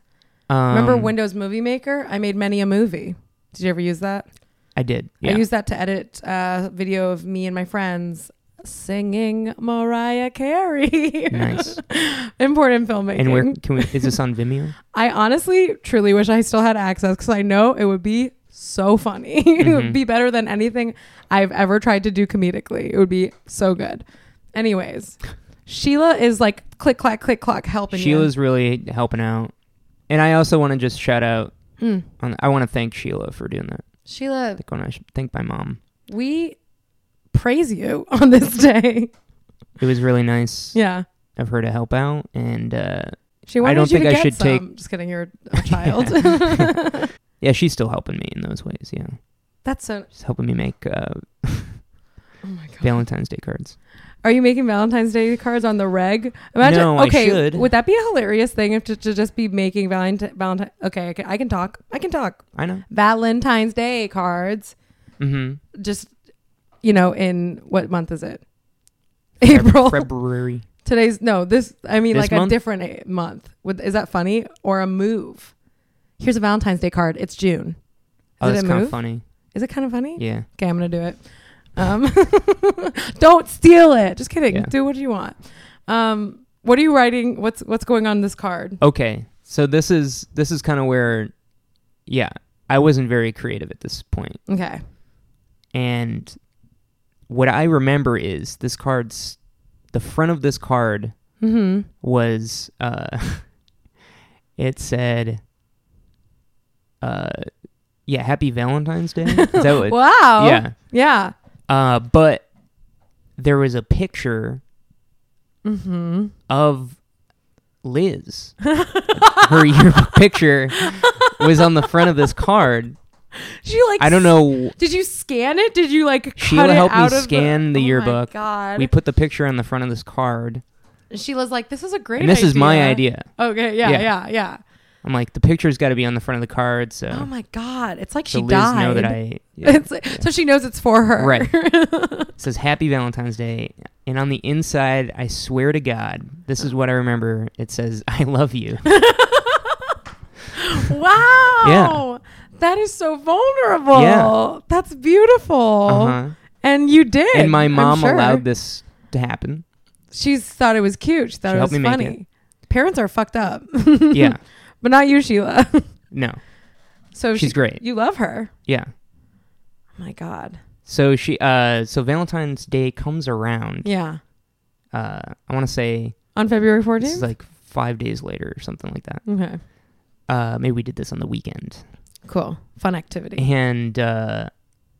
[SPEAKER 2] Um,
[SPEAKER 1] Remember Windows Movie Maker? I made many a movie. Did you ever use that?
[SPEAKER 2] I did. Yeah.
[SPEAKER 1] I used that to edit a video of me and my friends singing Mariah Carey.
[SPEAKER 2] nice.
[SPEAKER 1] Important filmmaking.
[SPEAKER 2] and where can we? Is this on Vimeo?
[SPEAKER 1] I honestly, truly wish I still had access because I know it would be so funny. it would
[SPEAKER 2] Mhm.
[SPEAKER 1] be better than anything I've ever tried to do comedically. It would be so good. Anyways, Sheila is like click clack click clack helping
[SPEAKER 2] Sheila's really helping out, and I also want to just shout out.
[SPEAKER 1] you. Mm.
[SPEAKER 2] On, I want to thank Sheila for doing that. I
[SPEAKER 1] Sheila,
[SPEAKER 2] think when I should thank my mom.
[SPEAKER 1] we praise you on this day.
[SPEAKER 2] It was really nice
[SPEAKER 1] yeah,
[SPEAKER 2] of her to help out, and uh,
[SPEAKER 1] she wanted
[SPEAKER 2] I don't
[SPEAKER 1] you to
[SPEAKER 2] think I
[SPEAKER 1] get
[SPEAKER 2] should
[SPEAKER 1] some.
[SPEAKER 2] take-
[SPEAKER 1] Just kidding, you're a child.
[SPEAKER 2] yeah, she's still helping me in those ways. Yeah,
[SPEAKER 1] That's so.
[SPEAKER 2] she's helping me make uh,
[SPEAKER 1] Oh my god.
[SPEAKER 2] Valentine's Day cards.
[SPEAKER 1] Are you making Valentine's Day cards on the reg?
[SPEAKER 2] No, I
[SPEAKER 1] okay,
[SPEAKER 2] should.
[SPEAKER 1] would that be a hilarious thing if to, to just be making Valentine? Valentine. Okay, I can, I can talk. I can talk.
[SPEAKER 2] I know.
[SPEAKER 1] Valentine's Day cards.
[SPEAKER 2] Mm-hmm.
[SPEAKER 1] Just you know, in what month is it? April.
[SPEAKER 2] February.
[SPEAKER 1] Today's no. This I mean,
[SPEAKER 2] This
[SPEAKER 1] like a
[SPEAKER 2] month?
[SPEAKER 1] different a- month. Would, is that funny or a move? Here's a Valentine's Day card. It's June.
[SPEAKER 2] Oh,
[SPEAKER 1] Did
[SPEAKER 2] that's
[SPEAKER 1] it
[SPEAKER 2] kind
[SPEAKER 1] move?
[SPEAKER 2] of funny.
[SPEAKER 1] Is it kind of funny?
[SPEAKER 2] Yeah.
[SPEAKER 1] Okay, I'm gonna do it. Um, don't steal it. Just kidding.
[SPEAKER 2] Yeah.
[SPEAKER 1] Do what you want. Um, what are you writing? What's what's going on this card?
[SPEAKER 2] Okay, so this is this is kind of where, yeah, I wasn't very creative at this point,
[SPEAKER 1] Okay.
[SPEAKER 2] and what I remember is this card's the front of this card
[SPEAKER 1] Mm-hmm.
[SPEAKER 2] was uh, it said uh, yeah Happy Valentine's Day. Is that what?
[SPEAKER 1] Wow.
[SPEAKER 2] Yeah.
[SPEAKER 1] Yeah.
[SPEAKER 2] Uh, but there was a picture
[SPEAKER 1] Mm-hmm.
[SPEAKER 2] of Liz. Her yearbook picture was on the front of this card.
[SPEAKER 1] Did you like?
[SPEAKER 2] I don't know.
[SPEAKER 1] Did you scan it? Did you like?
[SPEAKER 2] Sheila
[SPEAKER 1] cut it
[SPEAKER 2] helped me
[SPEAKER 1] out of
[SPEAKER 2] scan the
[SPEAKER 1] Oh my
[SPEAKER 2] yearbook.
[SPEAKER 1] God.
[SPEAKER 2] We put the picture on the front of this card,
[SPEAKER 1] Sheila's like, this is a great.
[SPEAKER 2] and this is my idea.
[SPEAKER 1] Okay. Yeah.
[SPEAKER 2] Yeah.
[SPEAKER 1] Yeah. Yeah.
[SPEAKER 2] I'm like, the picture's got to be on the front of the card, so,
[SPEAKER 1] Oh my God! It's like
[SPEAKER 2] so
[SPEAKER 1] she
[SPEAKER 2] Liz
[SPEAKER 1] died.
[SPEAKER 2] know that I yeah.
[SPEAKER 1] It's- So she knows it's for her.
[SPEAKER 2] Right. It says Happy Valentine's Day, and on the inside, I swear to God, this is what I remember. It says, "I love you."
[SPEAKER 1] wow. That is so vulnerable.
[SPEAKER 2] Yeah.
[SPEAKER 1] That's beautiful.
[SPEAKER 2] Uh-huh.
[SPEAKER 1] And you did.
[SPEAKER 2] And
[SPEAKER 1] Oh,
[SPEAKER 2] my
[SPEAKER 1] I'm
[SPEAKER 2] mom
[SPEAKER 1] sure.
[SPEAKER 2] allowed this to happen.
[SPEAKER 1] She thought it was cute. She thought
[SPEAKER 2] She
[SPEAKER 1] it was
[SPEAKER 2] helped me make
[SPEAKER 1] funny. Parents are fucked up.
[SPEAKER 2] Yeah,
[SPEAKER 1] but not you, Sheila.
[SPEAKER 2] no,
[SPEAKER 1] so
[SPEAKER 2] she's
[SPEAKER 1] she-
[SPEAKER 2] great.
[SPEAKER 1] You love her.
[SPEAKER 2] Yeah.
[SPEAKER 1] Oh my God.
[SPEAKER 2] So she, uh, so Valentine's Day comes around.
[SPEAKER 1] Yeah.
[SPEAKER 2] Uh, I want to say
[SPEAKER 1] On February
[SPEAKER 2] this is
[SPEAKER 1] 14th?
[SPEAKER 2] like five days later or something like that.
[SPEAKER 1] okay.
[SPEAKER 2] Uh, maybe we did this on the weekend,
[SPEAKER 1] Cool. Fun
[SPEAKER 2] Eh.
[SPEAKER 1] activity.
[SPEAKER 2] and uh,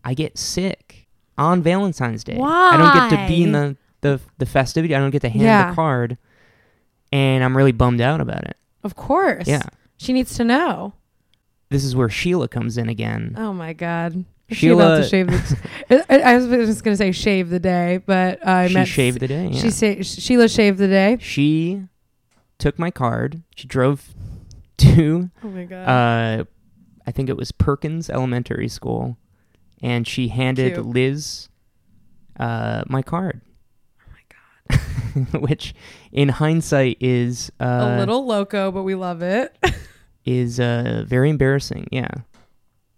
[SPEAKER 2] I get sick on Valentine's Day. I don't get to be in
[SPEAKER 1] Why?
[SPEAKER 2] the the, the festivity. I don't get to hand
[SPEAKER 1] Yeah.
[SPEAKER 2] the card, and I'm really bummed out about it.
[SPEAKER 1] Of course.
[SPEAKER 2] Yeah,
[SPEAKER 1] She needs to know.
[SPEAKER 2] this is where Sheila comes in again.
[SPEAKER 1] Oh my God. Is she about to
[SPEAKER 2] Mm. Sheila-
[SPEAKER 1] shave the I I was just going to say shave the day, but I
[SPEAKER 2] she
[SPEAKER 1] meant.
[SPEAKER 2] shaved the day. yeah.
[SPEAKER 1] She sa- Sheila shaved the day.
[SPEAKER 2] she took my card. She drove to
[SPEAKER 1] Oh my God.
[SPEAKER 2] uh, I think it was Perkins Elementary School, and she handed
[SPEAKER 1] Cute.
[SPEAKER 2] Liz uh, my card. Oh my god! Which, in hindsight, is uh,
[SPEAKER 1] a little loco, but we love it.
[SPEAKER 2] is uh, very embarrassing. Yeah,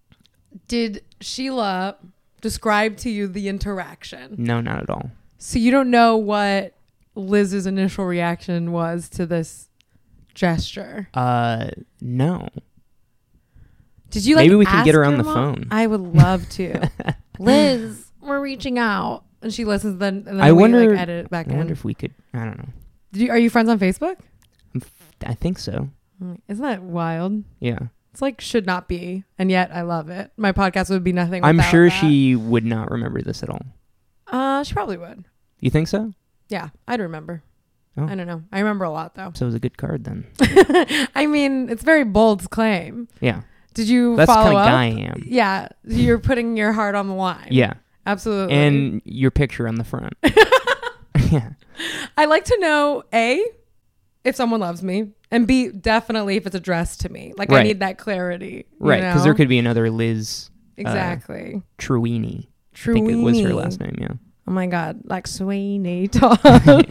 [SPEAKER 1] Did Sheila describe to you the interaction?
[SPEAKER 2] no, not at all.
[SPEAKER 1] So you don't know what Liz's initial reaction was to this gesture.
[SPEAKER 2] Uh, no,
[SPEAKER 1] Did you like
[SPEAKER 2] Maybe we can get
[SPEAKER 1] ask
[SPEAKER 2] her on
[SPEAKER 1] your
[SPEAKER 2] the
[SPEAKER 1] mom?
[SPEAKER 2] phone.
[SPEAKER 1] I would love to. Liz, we're reaching out. And she listens then, and then
[SPEAKER 2] I
[SPEAKER 1] we,
[SPEAKER 2] wonder-
[SPEAKER 1] like, edit it back
[SPEAKER 2] I wonder
[SPEAKER 1] in.
[SPEAKER 2] if we could. I don't know.
[SPEAKER 1] Do you, are you friends on Facebook?
[SPEAKER 2] I'm f- I think so.
[SPEAKER 1] Isn't that wild?
[SPEAKER 2] Yeah,
[SPEAKER 1] It's like should not be, and yet I love it. My podcast would be nothing.
[SPEAKER 2] I'm
[SPEAKER 1] without
[SPEAKER 2] sure
[SPEAKER 1] that.
[SPEAKER 2] she would not remember this at all.
[SPEAKER 1] Uh, she probably would.
[SPEAKER 2] You think so?
[SPEAKER 1] Yeah, I'd remember.
[SPEAKER 2] Oh.
[SPEAKER 1] I don't know. I remember a lot though.
[SPEAKER 2] So it was a good card then.
[SPEAKER 1] I mean, it's a very bold claim.
[SPEAKER 2] Yeah,
[SPEAKER 1] Did you
[SPEAKER 2] that's the
[SPEAKER 1] follow
[SPEAKER 2] kind of
[SPEAKER 1] up?
[SPEAKER 2] guy I am.
[SPEAKER 1] Yeah, you're putting your heart on the line.
[SPEAKER 2] Yeah,
[SPEAKER 1] absolutely.
[SPEAKER 2] and your picture on the front. yeah.
[SPEAKER 1] I like to know a if someone loves me, and b definitely if it's addressed to me. Like I
[SPEAKER 2] Right.
[SPEAKER 1] need that clarity. you
[SPEAKER 2] Right, because
[SPEAKER 1] know?
[SPEAKER 2] there could be another Liz
[SPEAKER 1] exactly.
[SPEAKER 2] Truini. I
[SPEAKER 1] True.
[SPEAKER 2] think it was her last name,
[SPEAKER 1] Oh my god, like Sweeney Todd.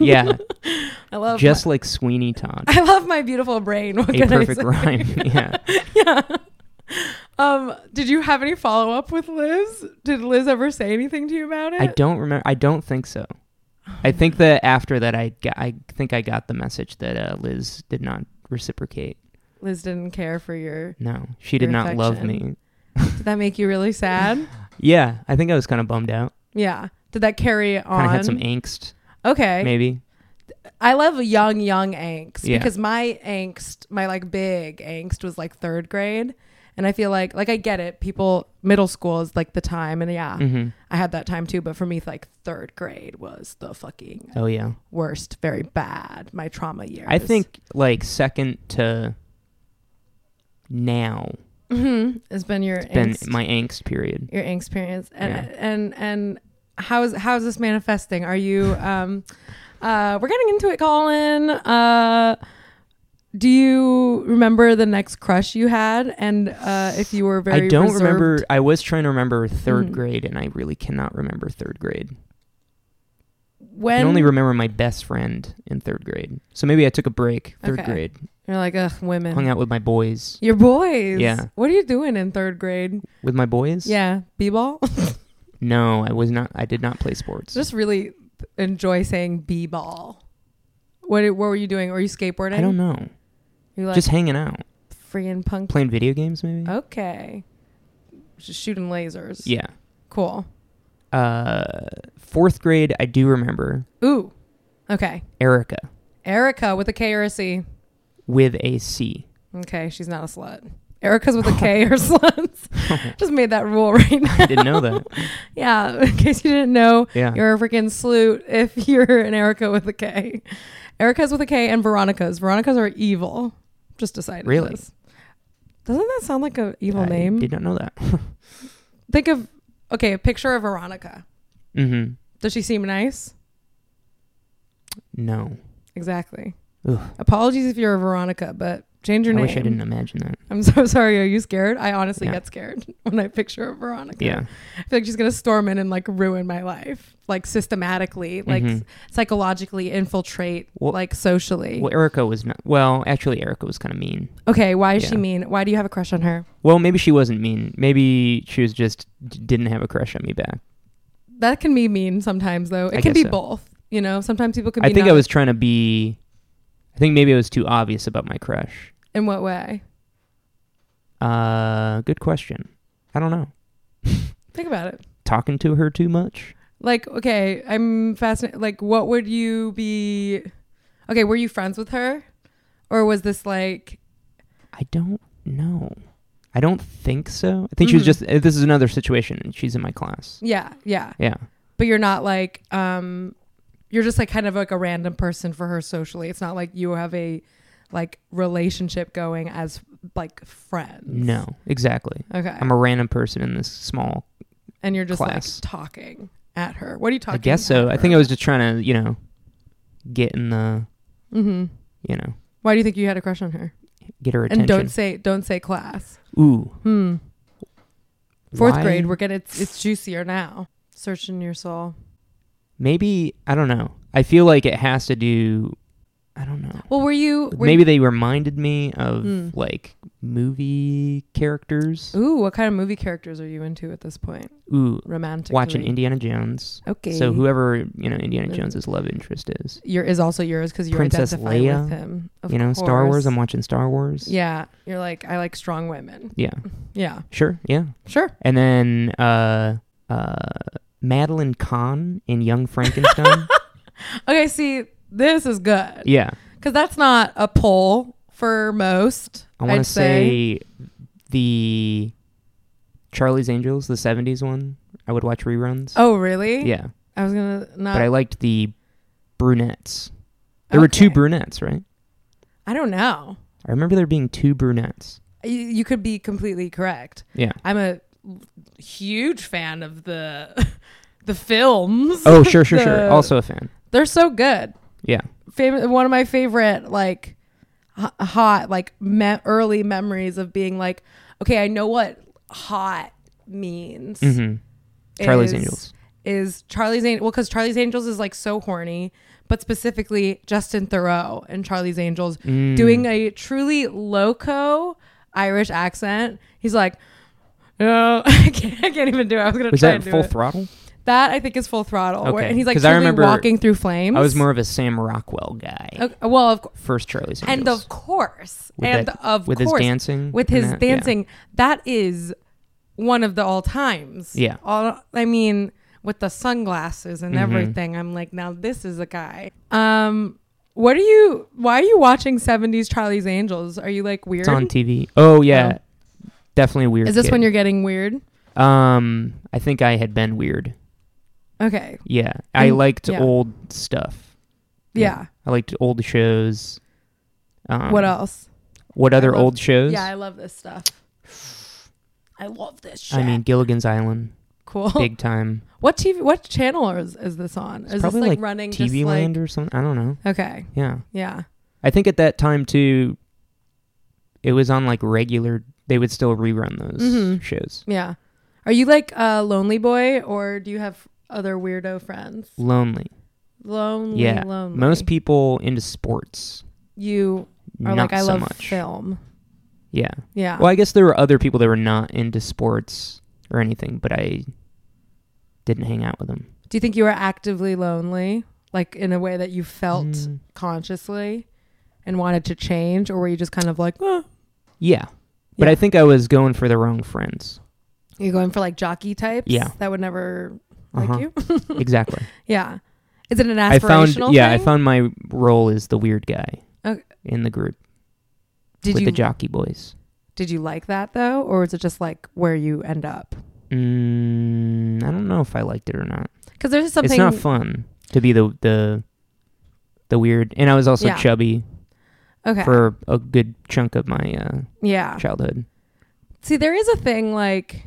[SPEAKER 2] yeah. yeah,
[SPEAKER 1] I love
[SPEAKER 2] just like Sweeney Todd.
[SPEAKER 1] my, I love my beautiful brain. What
[SPEAKER 2] A
[SPEAKER 1] can
[SPEAKER 2] perfect
[SPEAKER 1] I say?
[SPEAKER 2] rhyme. yeah.
[SPEAKER 1] yeah. Um, did you have any follow up with Liz? Did Liz ever say anything to you about it?
[SPEAKER 2] I don't remember. I don't think so. I think that after that, I got, I think I got the message that uh, Liz did not reciprocate.
[SPEAKER 1] Liz didn't care for your.
[SPEAKER 2] No, she did
[SPEAKER 1] Your
[SPEAKER 2] not love
[SPEAKER 1] affection.
[SPEAKER 2] me.
[SPEAKER 1] Did that make you really sad?
[SPEAKER 2] Yeah, I think I was kind of bummed out.
[SPEAKER 1] Yeah. Did that carry on?
[SPEAKER 2] Kind of had some angst,
[SPEAKER 1] okay.
[SPEAKER 2] maybe.
[SPEAKER 1] I love young, young angst
[SPEAKER 2] Yeah.
[SPEAKER 1] because my angst, my like big angst was like third grade. And I feel like, like I get it. People, middle school is like the time. And yeah,
[SPEAKER 2] hmm
[SPEAKER 1] I had that time too. But for me, like third grade was the fucking
[SPEAKER 2] Oh yeah,
[SPEAKER 1] worst, very bad, my trauma years.
[SPEAKER 2] I think like second to now
[SPEAKER 1] Mhm. it's been your
[SPEAKER 2] been
[SPEAKER 1] angst.
[SPEAKER 2] my angst period.
[SPEAKER 1] your angst experience and
[SPEAKER 2] Yeah.
[SPEAKER 1] and and how is how is this manifesting are you um uh we're getting into it colin uh do you remember the next crush you had and uh if you were very
[SPEAKER 2] I don't
[SPEAKER 1] reserved-
[SPEAKER 2] remember. I was trying to remember 3rd
[SPEAKER 1] Mhm.
[SPEAKER 2] grade, and I really cannot remember third grade. I
[SPEAKER 1] when
[SPEAKER 2] can only remember my best friend in third grade. So maybe I took a break third
[SPEAKER 1] Okay.
[SPEAKER 2] grade,
[SPEAKER 1] you're like ugh women
[SPEAKER 2] hung out with my boys.
[SPEAKER 1] your boys
[SPEAKER 2] Yeah.
[SPEAKER 1] what are you doing in third grade
[SPEAKER 2] With my boys?
[SPEAKER 1] yeah b-ball
[SPEAKER 2] No, I was not. I did not play sports.
[SPEAKER 1] just really enjoy saying b-ball what, what were you doing were you skateboarding
[SPEAKER 2] I don't know.
[SPEAKER 1] you like
[SPEAKER 2] just hanging out,
[SPEAKER 1] freaking punk
[SPEAKER 2] playing video games, maybe.
[SPEAKER 1] Okay. Just shooting lasers.
[SPEAKER 2] Yeah.
[SPEAKER 1] Cool.
[SPEAKER 2] uh, fourth grade, I do remember
[SPEAKER 1] Ooh. Okay.
[SPEAKER 2] Erica
[SPEAKER 1] Erica with a K or a C.
[SPEAKER 2] with a C.
[SPEAKER 1] Okay, she's not a slut. Erica's with a K or sluts. Just made that rule right now.
[SPEAKER 2] I didn't know that.
[SPEAKER 1] Yeah, in case you didn't know,
[SPEAKER 2] Yeah.
[SPEAKER 1] you're a freaking slut if you're an Erica with a K. Erica's with a K and Veronica's. Veronica's are evil. Just decided.
[SPEAKER 2] Really?
[SPEAKER 1] this. Doesn't that sound like an evil
[SPEAKER 2] I
[SPEAKER 1] name?
[SPEAKER 2] Did not know that.
[SPEAKER 1] Think of okay, a picture of Veronica.
[SPEAKER 2] mm-hmm.
[SPEAKER 1] Does she seem nice?
[SPEAKER 2] No.
[SPEAKER 1] Exactly.
[SPEAKER 2] Ugh.
[SPEAKER 1] Apologies if you're a Veronica, but change your
[SPEAKER 2] I
[SPEAKER 1] name.
[SPEAKER 2] wish I didn't imagine that.
[SPEAKER 1] I'm so sorry. Are you scared? I honestly
[SPEAKER 2] Yeah.
[SPEAKER 1] get scared when I picture a Veronica.
[SPEAKER 2] Yeah.
[SPEAKER 1] I feel like she's gonna storm in and like ruin my life, like systematically, like
[SPEAKER 2] Mhm.
[SPEAKER 1] psychologically infiltrate,
[SPEAKER 2] Well-
[SPEAKER 1] like socially.
[SPEAKER 2] Well, Erica was not. Well, actually, Erica was kind of mean.
[SPEAKER 1] okay, why is she
[SPEAKER 2] Yeah.
[SPEAKER 1] mean? Why do you have a crush on her?
[SPEAKER 2] Well, maybe she wasn't mean. Maybe she was just d- didn't have a crush on me back.
[SPEAKER 1] That can be mean sometimes, though. It
[SPEAKER 2] I
[SPEAKER 1] can be
[SPEAKER 2] guess so.
[SPEAKER 1] both. You know, sometimes people can be.
[SPEAKER 2] I think I
[SPEAKER 1] not-
[SPEAKER 2] was trying to be. I think maybe I was too obvious about my crush.
[SPEAKER 1] In what way?
[SPEAKER 2] Uh, good question. I don't know.
[SPEAKER 1] Think about it.
[SPEAKER 2] Talking to her too much.
[SPEAKER 1] Like, okay, I'm fascinated. Like, what would you be? Okay, were you friends with her, or was this like?
[SPEAKER 2] I don't know. I don't think so. I think she was
[SPEAKER 1] Mhm.
[SPEAKER 2] just. uh, This is another situation. and She's in my class.
[SPEAKER 1] Yeah, yeah.
[SPEAKER 2] Yeah.
[SPEAKER 1] but you're not like um you're just like kind of like a random person for her socially it's not like you have a like relationship going as like friends
[SPEAKER 2] No. Exactly.
[SPEAKER 1] okay
[SPEAKER 2] I'm a random person in this small.
[SPEAKER 1] and you're just
[SPEAKER 2] class.
[SPEAKER 1] like talking at her what are you talking
[SPEAKER 2] I guess so. I think I was just trying to, you know, get in the,
[SPEAKER 1] mm-hmm.
[SPEAKER 2] you know,
[SPEAKER 1] why do you think you had a crush on her
[SPEAKER 2] get her
[SPEAKER 1] and
[SPEAKER 2] attention.
[SPEAKER 1] don't say don't say class
[SPEAKER 2] Ooh.
[SPEAKER 1] hmm fourth
[SPEAKER 2] why-
[SPEAKER 1] grade we're gonna it's, it's juicier now searching your soul
[SPEAKER 2] maybe I don't know. I feel like it has to do. I don't know.
[SPEAKER 1] well were you were
[SPEAKER 2] maybe they reminded me of
[SPEAKER 1] Mm.
[SPEAKER 2] like movie characters.
[SPEAKER 1] you, ooh what kind of movie characters are you into at this point
[SPEAKER 2] Ooh,
[SPEAKER 1] romantic
[SPEAKER 2] watching Indiana Jones.
[SPEAKER 1] okay
[SPEAKER 2] So whoever you know Indiana
[SPEAKER 1] Mm.
[SPEAKER 2] Jones's love interest is.
[SPEAKER 1] your is also yours because you're
[SPEAKER 2] Princess
[SPEAKER 1] identifying
[SPEAKER 2] Leia,
[SPEAKER 1] with him. Of
[SPEAKER 2] you know, Star Wars.
[SPEAKER 1] course.
[SPEAKER 2] I'm watching Star Wars.
[SPEAKER 1] yeah, you're like I like strong women.
[SPEAKER 2] Yeah.
[SPEAKER 1] Yeah,
[SPEAKER 2] Sure. Yeah.
[SPEAKER 1] sure.
[SPEAKER 2] And then uh, uh, Madeline Kahn in Young Frankenstein.
[SPEAKER 1] Okay, see, this is good
[SPEAKER 2] yeah.
[SPEAKER 1] because that's not a poll for most.
[SPEAKER 2] I want
[SPEAKER 1] I'd
[SPEAKER 2] to say the Charlie's Angels, the 70s one. I would watch reruns.
[SPEAKER 1] Oh, really?
[SPEAKER 2] Yeah.
[SPEAKER 1] I was gonna not.
[SPEAKER 2] but I liked the brunettes. There were two
[SPEAKER 1] Okay.
[SPEAKER 2] brunettes, right?
[SPEAKER 1] I don't know.
[SPEAKER 2] I remember there being two brunettes.
[SPEAKER 1] You, you could be completely correct.
[SPEAKER 2] Yeah.
[SPEAKER 1] I'm a huge fan of the the films.
[SPEAKER 2] Oh, sure, sure, sure.
[SPEAKER 1] The-
[SPEAKER 2] Also a fan.
[SPEAKER 1] They're so good.
[SPEAKER 2] Yeah.
[SPEAKER 1] Fam- one of my favorite like h- hot like me- early memories of being like okay i know what hot means
[SPEAKER 2] hmm Charlie's
[SPEAKER 1] is-
[SPEAKER 2] Angels.
[SPEAKER 1] is charlie's angels well because charlie's angels is like so horny but specifically justin thoreau and charlie's angels
[SPEAKER 2] Mm.
[SPEAKER 1] doing a truly loco irish accent he's like no I can't, I can't even do it i was gonna
[SPEAKER 2] was
[SPEAKER 1] try
[SPEAKER 2] that
[SPEAKER 1] and do
[SPEAKER 2] full
[SPEAKER 1] it.
[SPEAKER 2] throttle?
[SPEAKER 1] that i think is full throttle where-
[SPEAKER 2] Okay.
[SPEAKER 1] and he's like
[SPEAKER 2] 'Cause I
[SPEAKER 1] truly
[SPEAKER 2] remember-
[SPEAKER 1] walking through flames
[SPEAKER 2] I was more of a Sam Rockwell guy.
[SPEAKER 1] Okay, well of course
[SPEAKER 2] First Charlie's Angels.
[SPEAKER 1] and of course,
[SPEAKER 2] With
[SPEAKER 1] and
[SPEAKER 2] that-
[SPEAKER 1] of
[SPEAKER 2] with his
[SPEAKER 1] course,
[SPEAKER 2] dancing
[SPEAKER 1] with
[SPEAKER 2] and
[SPEAKER 1] his
[SPEAKER 2] that, yeah.
[SPEAKER 1] dancing, that is one of the all times.
[SPEAKER 2] Yeah.
[SPEAKER 1] all I mean, with the sunglasses and
[SPEAKER 2] Mhm.
[SPEAKER 1] everything, I'm like, now this is a guy. Um, what are you? Why are you watching '70s Charlie's Angels? Are you like weird?
[SPEAKER 2] It's on TV. Oh yeah, definitely a weird.
[SPEAKER 1] Is this
[SPEAKER 2] kid.
[SPEAKER 1] when you're getting weird?
[SPEAKER 2] Um, I think I had been weird.
[SPEAKER 1] Okay,
[SPEAKER 2] Yeah, I
[SPEAKER 1] And-
[SPEAKER 2] liked
[SPEAKER 1] Mm, yeah.
[SPEAKER 2] old stuff.
[SPEAKER 1] yeah.
[SPEAKER 2] I liked old shows. Um,
[SPEAKER 1] what else?
[SPEAKER 2] What other
[SPEAKER 1] love-
[SPEAKER 2] old shows?
[SPEAKER 1] Yeah, I love this stuff. I love this. Shit.
[SPEAKER 2] I mean, Gilligan's Island,
[SPEAKER 1] cool.
[SPEAKER 2] big time.
[SPEAKER 1] What TV? What channel is, is this on? is
[SPEAKER 2] It's
[SPEAKER 1] this
[SPEAKER 2] probably,
[SPEAKER 1] like,
[SPEAKER 2] like,
[SPEAKER 1] running just
[SPEAKER 2] TV
[SPEAKER 1] like?
[SPEAKER 2] Land or something. I don't know.
[SPEAKER 1] Okay,
[SPEAKER 2] Yeah,
[SPEAKER 1] yeah.
[SPEAKER 2] I think at that time too, it was on like regular. They would still rerun those
[SPEAKER 1] Mhm.
[SPEAKER 2] shows.
[SPEAKER 1] Yeah. Are you like a lonely boy or do you have other weirdo friends?
[SPEAKER 2] Lonely.
[SPEAKER 1] Lonely,
[SPEAKER 2] Yeah.
[SPEAKER 1] lonely.
[SPEAKER 2] Most people into sports.
[SPEAKER 1] you are
[SPEAKER 2] not
[SPEAKER 1] like I
[SPEAKER 2] so
[SPEAKER 1] love
[SPEAKER 2] much.
[SPEAKER 1] film.
[SPEAKER 2] Yeah.
[SPEAKER 1] Yeah.
[SPEAKER 2] Well, I guess there were other people that were not into sports or anything, but I didn't hang out with them.
[SPEAKER 1] Do you think you were actively lonely, like in a way that you felt
[SPEAKER 2] Mm,
[SPEAKER 1] consciously and wanted to change, or were you just kind of like, oh,
[SPEAKER 2] yeah. But
[SPEAKER 1] Yeah.
[SPEAKER 2] I think I was going for the wrong friends.
[SPEAKER 1] you're going for like jockey types?
[SPEAKER 2] Yeah.
[SPEAKER 1] That would never.
[SPEAKER 2] Uh-huh.
[SPEAKER 1] like you.
[SPEAKER 2] exactly.
[SPEAKER 1] Yeah. Is it an aspirational
[SPEAKER 2] I found yeah, I
[SPEAKER 1] thing?
[SPEAKER 2] found my role is the weird guy
[SPEAKER 1] Okay.
[SPEAKER 2] in the group
[SPEAKER 1] Did
[SPEAKER 2] with
[SPEAKER 1] you
[SPEAKER 2] the jockey boys.
[SPEAKER 1] did you like that though, or is it just like where you end up?
[SPEAKER 2] Mm, I don't know if I liked it or not.
[SPEAKER 1] Because there's something.
[SPEAKER 2] It's not fun to be the the the weird, and I was also
[SPEAKER 1] Yeah.
[SPEAKER 2] chubby
[SPEAKER 1] okay.
[SPEAKER 2] for a good chunk of my uh,
[SPEAKER 1] yeah.
[SPEAKER 2] childhood.
[SPEAKER 1] See, there is a thing like.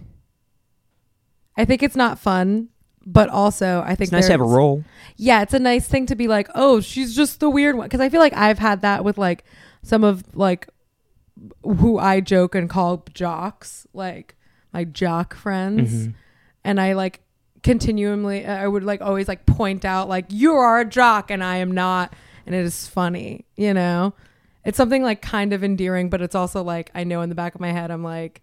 [SPEAKER 1] I think it's not fun, but also I think
[SPEAKER 2] It's nice to have a
[SPEAKER 1] there's-
[SPEAKER 2] role.
[SPEAKER 1] yeah, it's a nice thing to be like, oh, she's just the weird one. Because I feel like I've had that with like some of like who I joke and call jocks, like my jock friends,
[SPEAKER 2] Mhm.
[SPEAKER 1] and I like continually, I would like always like point out like you are a jock and I am not, and it is funny, you know. It's something like kind of endearing, but it's also like I know in the back of my head I'm like,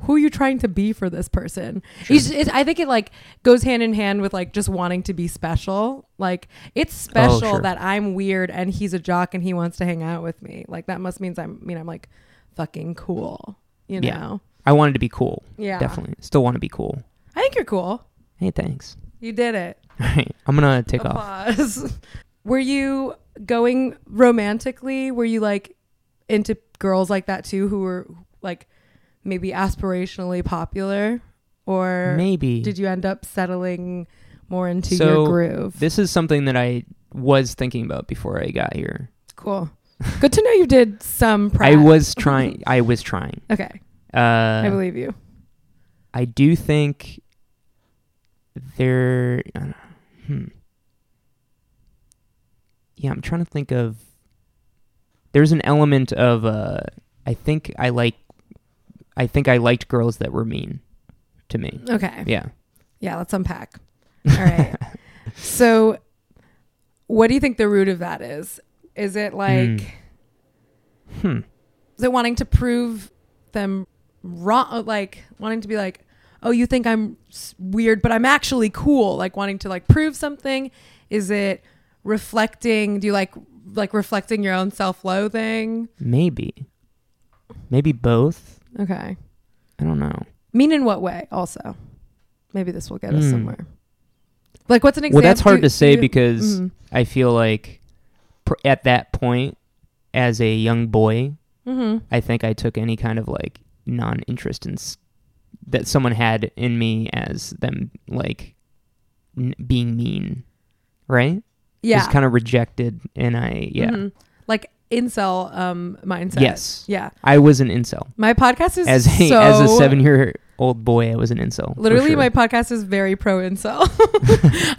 [SPEAKER 1] who are you trying to be for this person? You s- it, I think it like goes hand in hand with like just wanting to be special. Like it's special
[SPEAKER 2] Oh, sure.
[SPEAKER 1] that I'm weird and he's a jock and he wants to hang out with me. Like that must means I'm I mean I'm like fucking cool. You
[SPEAKER 2] Yeah.
[SPEAKER 1] know?
[SPEAKER 2] I wanted to be cool.
[SPEAKER 1] Yeah.
[SPEAKER 2] Definitely, still want to be cool.
[SPEAKER 1] I think you're cool.
[SPEAKER 2] Hey, thanks.
[SPEAKER 1] You did it.
[SPEAKER 2] All right, I'm gonna take off.
[SPEAKER 1] Applause. Were you going romantically? Were you like into girls like that too who were like maybe aspirationally popular? Or
[SPEAKER 2] Maybe
[SPEAKER 1] did you end up settling more into
[SPEAKER 2] So,
[SPEAKER 1] your groove?
[SPEAKER 2] this is something that I was thinking about before I got here.
[SPEAKER 1] cool. Good to know you did some prep.
[SPEAKER 2] I was trying. I was trying.
[SPEAKER 1] Okay,
[SPEAKER 2] Uh,
[SPEAKER 1] I believe you.
[SPEAKER 2] I do think there. I don't know. Hmm. Yeah, I'm trying to think of. There's an element of. Uh, I think I like. I think I liked girls that were mean to me.
[SPEAKER 1] Okay.
[SPEAKER 2] Yeah.
[SPEAKER 1] Yeah, let's unpack. All right. so, what do you think the root of that is? Is it like
[SPEAKER 2] Hmm. Hmm.
[SPEAKER 1] is it wanting to prove them wrong, like wanting to be like, oh, you think I'm s- weird, but I'm actually cool, like wanting to like prove something? Is it reflecting? Do you like like reflecting your own self-loathing?
[SPEAKER 2] Maybe. Maybe both.
[SPEAKER 1] Okay.
[SPEAKER 2] I don't know.
[SPEAKER 1] Mean in what way? Also, maybe this will get us
[SPEAKER 2] Hmm.
[SPEAKER 1] somewhere. Like, what's an example?
[SPEAKER 2] Well, that's hard to say because
[SPEAKER 1] Mm.
[SPEAKER 2] I feel like pr- at that point, as a young boy,
[SPEAKER 1] hmm
[SPEAKER 2] I think I took any kind of like non interest in s- that someone had in me as them like n- being mean, right?
[SPEAKER 1] Yeah.
[SPEAKER 2] Just kind of rejected, and I yeah,
[SPEAKER 1] Mhm. Like incel um mindset.
[SPEAKER 2] Yes.
[SPEAKER 1] Yeah.
[SPEAKER 2] I was an incel
[SPEAKER 1] My podcast is
[SPEAKER 2] as a
[SPEAKER 1] so
[SPEAKER 2] as a seven year old boy. I was an incel. for
[SPEAKER 1] Literally,
[SPEAKER 2] sure.
[SPEAKER 1] my podcast is very pro incel.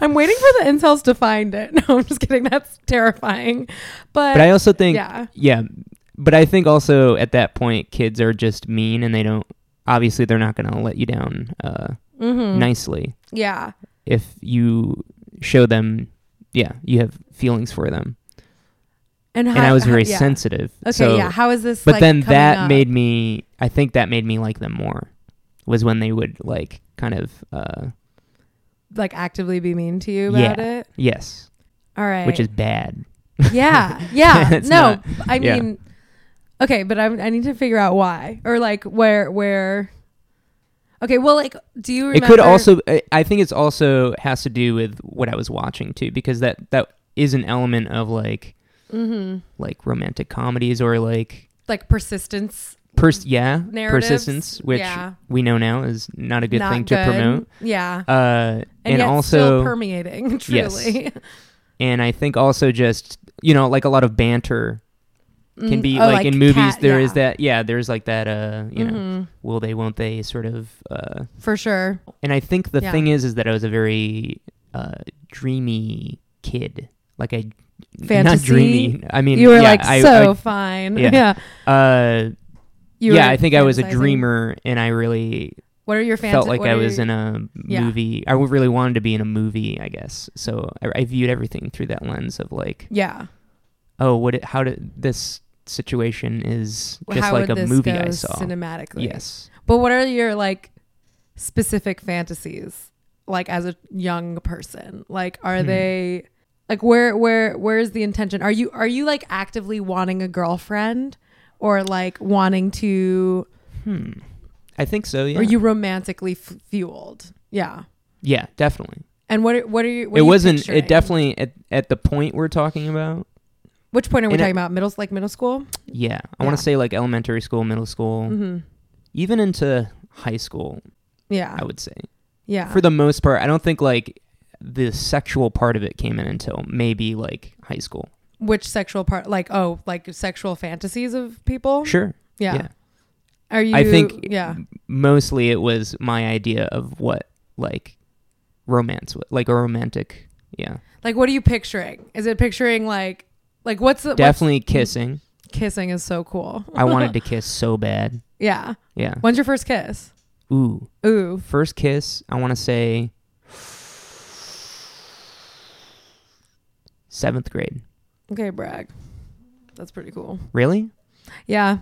[SPEAKER 1] I'm waiting for the incels to find it. No, I'm just kidding. That's terrifying. But,
[SPEAKER 2] But I also think
[SPEAKER 1] yeah,
[SPEAKER 2] yeah, but I think also at that point, kids are just mean, and they don't. Obviously, they're not going to let you down uh,
[SPEAKER 1] mm-hmm.
[SPEAKER 2] nicely
[SPEAKER 1] Yeah,
[SPEAKER 2] if you show them. Yeah, you have feelings for them. and I was very
[SPEAKER 1] yeah.
[SPEAKER 2] sensitive.
[SPEAKER 1] Okay,
[SPEAKER 2] so,
[SPEAKER 1] yeah. How is this?
[SPEAKER 2] But
[SPEAKER 1] like,
[SPEAKER 2] then
[SPEAKER 1] coming
[SPEAKER 2] that
[SPEAKER 1] up?
[SPEAKER 2] made me. I think that made me like them more. Was when they would like kind of uh,
[SPEAKER 1] like actively be mean to you about
[SPEAKER 2] Yeah.
[SPEAKER 1] it.
[SPEAKER 2] yes,
[SPEAKER 1] All right,
[SPEAKER 2] which is bad.
[SPEAKER 1] yeah, yeah.
[SPEAKER 2] It's
[SPEAKER 1] no,
[SPEAKER 2] not-
[SPEAKER 1] I
[SPEAKER 2] yeah.
[SPEAKER 1] mean, okay, but I, I need to figure out why or like where where. Okay, well, like, do you remember?
[SPEAKER 2] It could also. I- I think it's also has to do with what I was watching too, because that that is an element of like
[SPEAKER 1] Mhm.
[SPEAKER 2] like romantic comedies or like
[SPEAKER 1] like persistence
[SPEAKER 2] pers- yeah
[SPEAKER 1] Mm. Narratives,
[SPEAKER 2] persistence, which
[SPEAKER 1] yeah.
[SPEAKER 2] we know now is not a good
[SPEAKER 1] not
[SPEAKER 2] thing
[SPEAKER 1] good.
[SPEAKER 2] to promote.
[SPEAKER 1] Yeah,
[SPEAKER 2] Uh,
[SPEAKER 1] and,
[SPEAKER 2] and
[SPEAKER 1] yet
[SPEAKER 2] also
[SPEAKER 1] still permeating. Truly,
[SPEAKER 2] and I think also just you know like a lot of banter can
[SPEAKER 1] Mm,
[SPEAKER 2] be
[SPEAKER 1] oh,
[SPEAKER 2] like, in movies
[SPEAKER 1] cat-
[SPEAKER 2] there
[SPEAKER 1] yeah.
[SPEAKER 2] is that yeah there's like that uh you know
[SPEAKER 1] Mhm.
[SPEAKER 2] will they won't they sort of uh
[SPEAKER 1] for sure.
[SPEAKER 2] and I think the
[SPEAKER 1] Yeah.
[SPEAKER 2] thing is is that I was a very uh dreamy kid like I not
[SPEAKER 1] Fantasy?
[SPEAKER 2] dreamy I mean
[SPEAKER 1] you were
[SPEAKER 2] yeah,
[SPEAKER 1] like
[SPEAKER 2] I,
[SPEAKER 1] so fine. Yeah, yeah.
[SPEAKER 2] yeah. I, uh
[SPEAKER 1] You
[SPEAKER 2] yeah
[SPEAKER 1] were
[SPEAKER 2] I think I was a
[SPEAKER 1] fantasizing.
[SPEAKER 2] dreamer and I really
[SPEAKER 1] What are your fantasies?
[SPEAKER 2] felt like I was in a
[SPEAKER 1] Yeah.
[SPEAKER 2] movie I really wanted to be in a movie I guess so I, I viewed everything through that lens of like
[SPEAKER 1] Yeah,
[SPEAKER 2] oh what it, how did this situation is just
[SPEAKER 1] How
[SPEAKER 2] like
[SPEAKER 1] would
[SPEAKER 2] a
[SPEAKER 1] this
[SPEAKER 2] movie
[SPEAKER 1] go
[SPEAKER 2] I saw
[SPEAKER 1] cinematically.
[SPEAKER 2] yes
[SPEAKER 1] but what are your like specific fantasies? Like as a young person, like are
[SPEAKER 2] Hmm.
[SPEAKER 1] they? Like where where where is the intention? Are you are you like actively wanting a girlfriend, or like wanting to?
[SPEAKER 2] hmm I think so yeah
[SPEAKER 1] Are you romantically f- fueled? Yeah.
[SPEAKER 2] yeah definitely
[SPEAKER 1] And what are, what are you? What
[SPEAKER 2] it
[SPEAKER 1] are you
[SPEAKER 2] wasn't.
[SPEAKER 1] picturing?
[SPEAKER 2] It definitely at at the point we're talking about.
[SPEAKER 1] Which point are we
[SPEAKER 2] and it-
[SPEAKER 1] talking about? Middle like middle school.
[SPEAKER 2] Yeah, I
[SPEAKER 1] Yeah.
[SPEAKER 2] want to say like elementary school, middle school,
[SPEAKER 1] Mm-hmm.
[SPEAKER 2] even into high school.
[SPEAKER 1] Yeah.
[SPEAKER 2] I would say
[SPEAKER 1] yeah.
[SPEAKER 2] for the most part, I don't think like the sexual part of it came in until maybe like high school.
[SPEAKER 1] Which sexual part? Like oh, like sexual fantasies of people.
[SPEAKER 2] Sure.
[SPEAKER 1] Yeah.
[SPEAKER 2] yeah.
[SPEAKER 1] Are you?
[SPEAKER 2] I think
[SPEAKER 1] Yeah.
[SPEAKER 2] mostly it was my idea of what like romance was like a romantic yeah
[SPEAKER 1] Like what are you picturing? Is it picturing like like what's the what's-
[SPEAKER 2] definitely kissing
[SPEAKER 1] kissing is so cool.
[SPEAKER 2] i wanted to kiss so bad
[SPEAKER 1] Yeah.
[SPEAKER 2] yeah
[SPEAKER 1] When's your first kiss?
[SPEAKER 2] ooh
[SPEAKER 1] Ooh.
[SPEAKER 2] first kiss i want to say seventh grade
[SPEAKER 1] Okay, brag. That's pretty cool.
[SPEAKER 2] really
[SPEAKER 1] Yeah.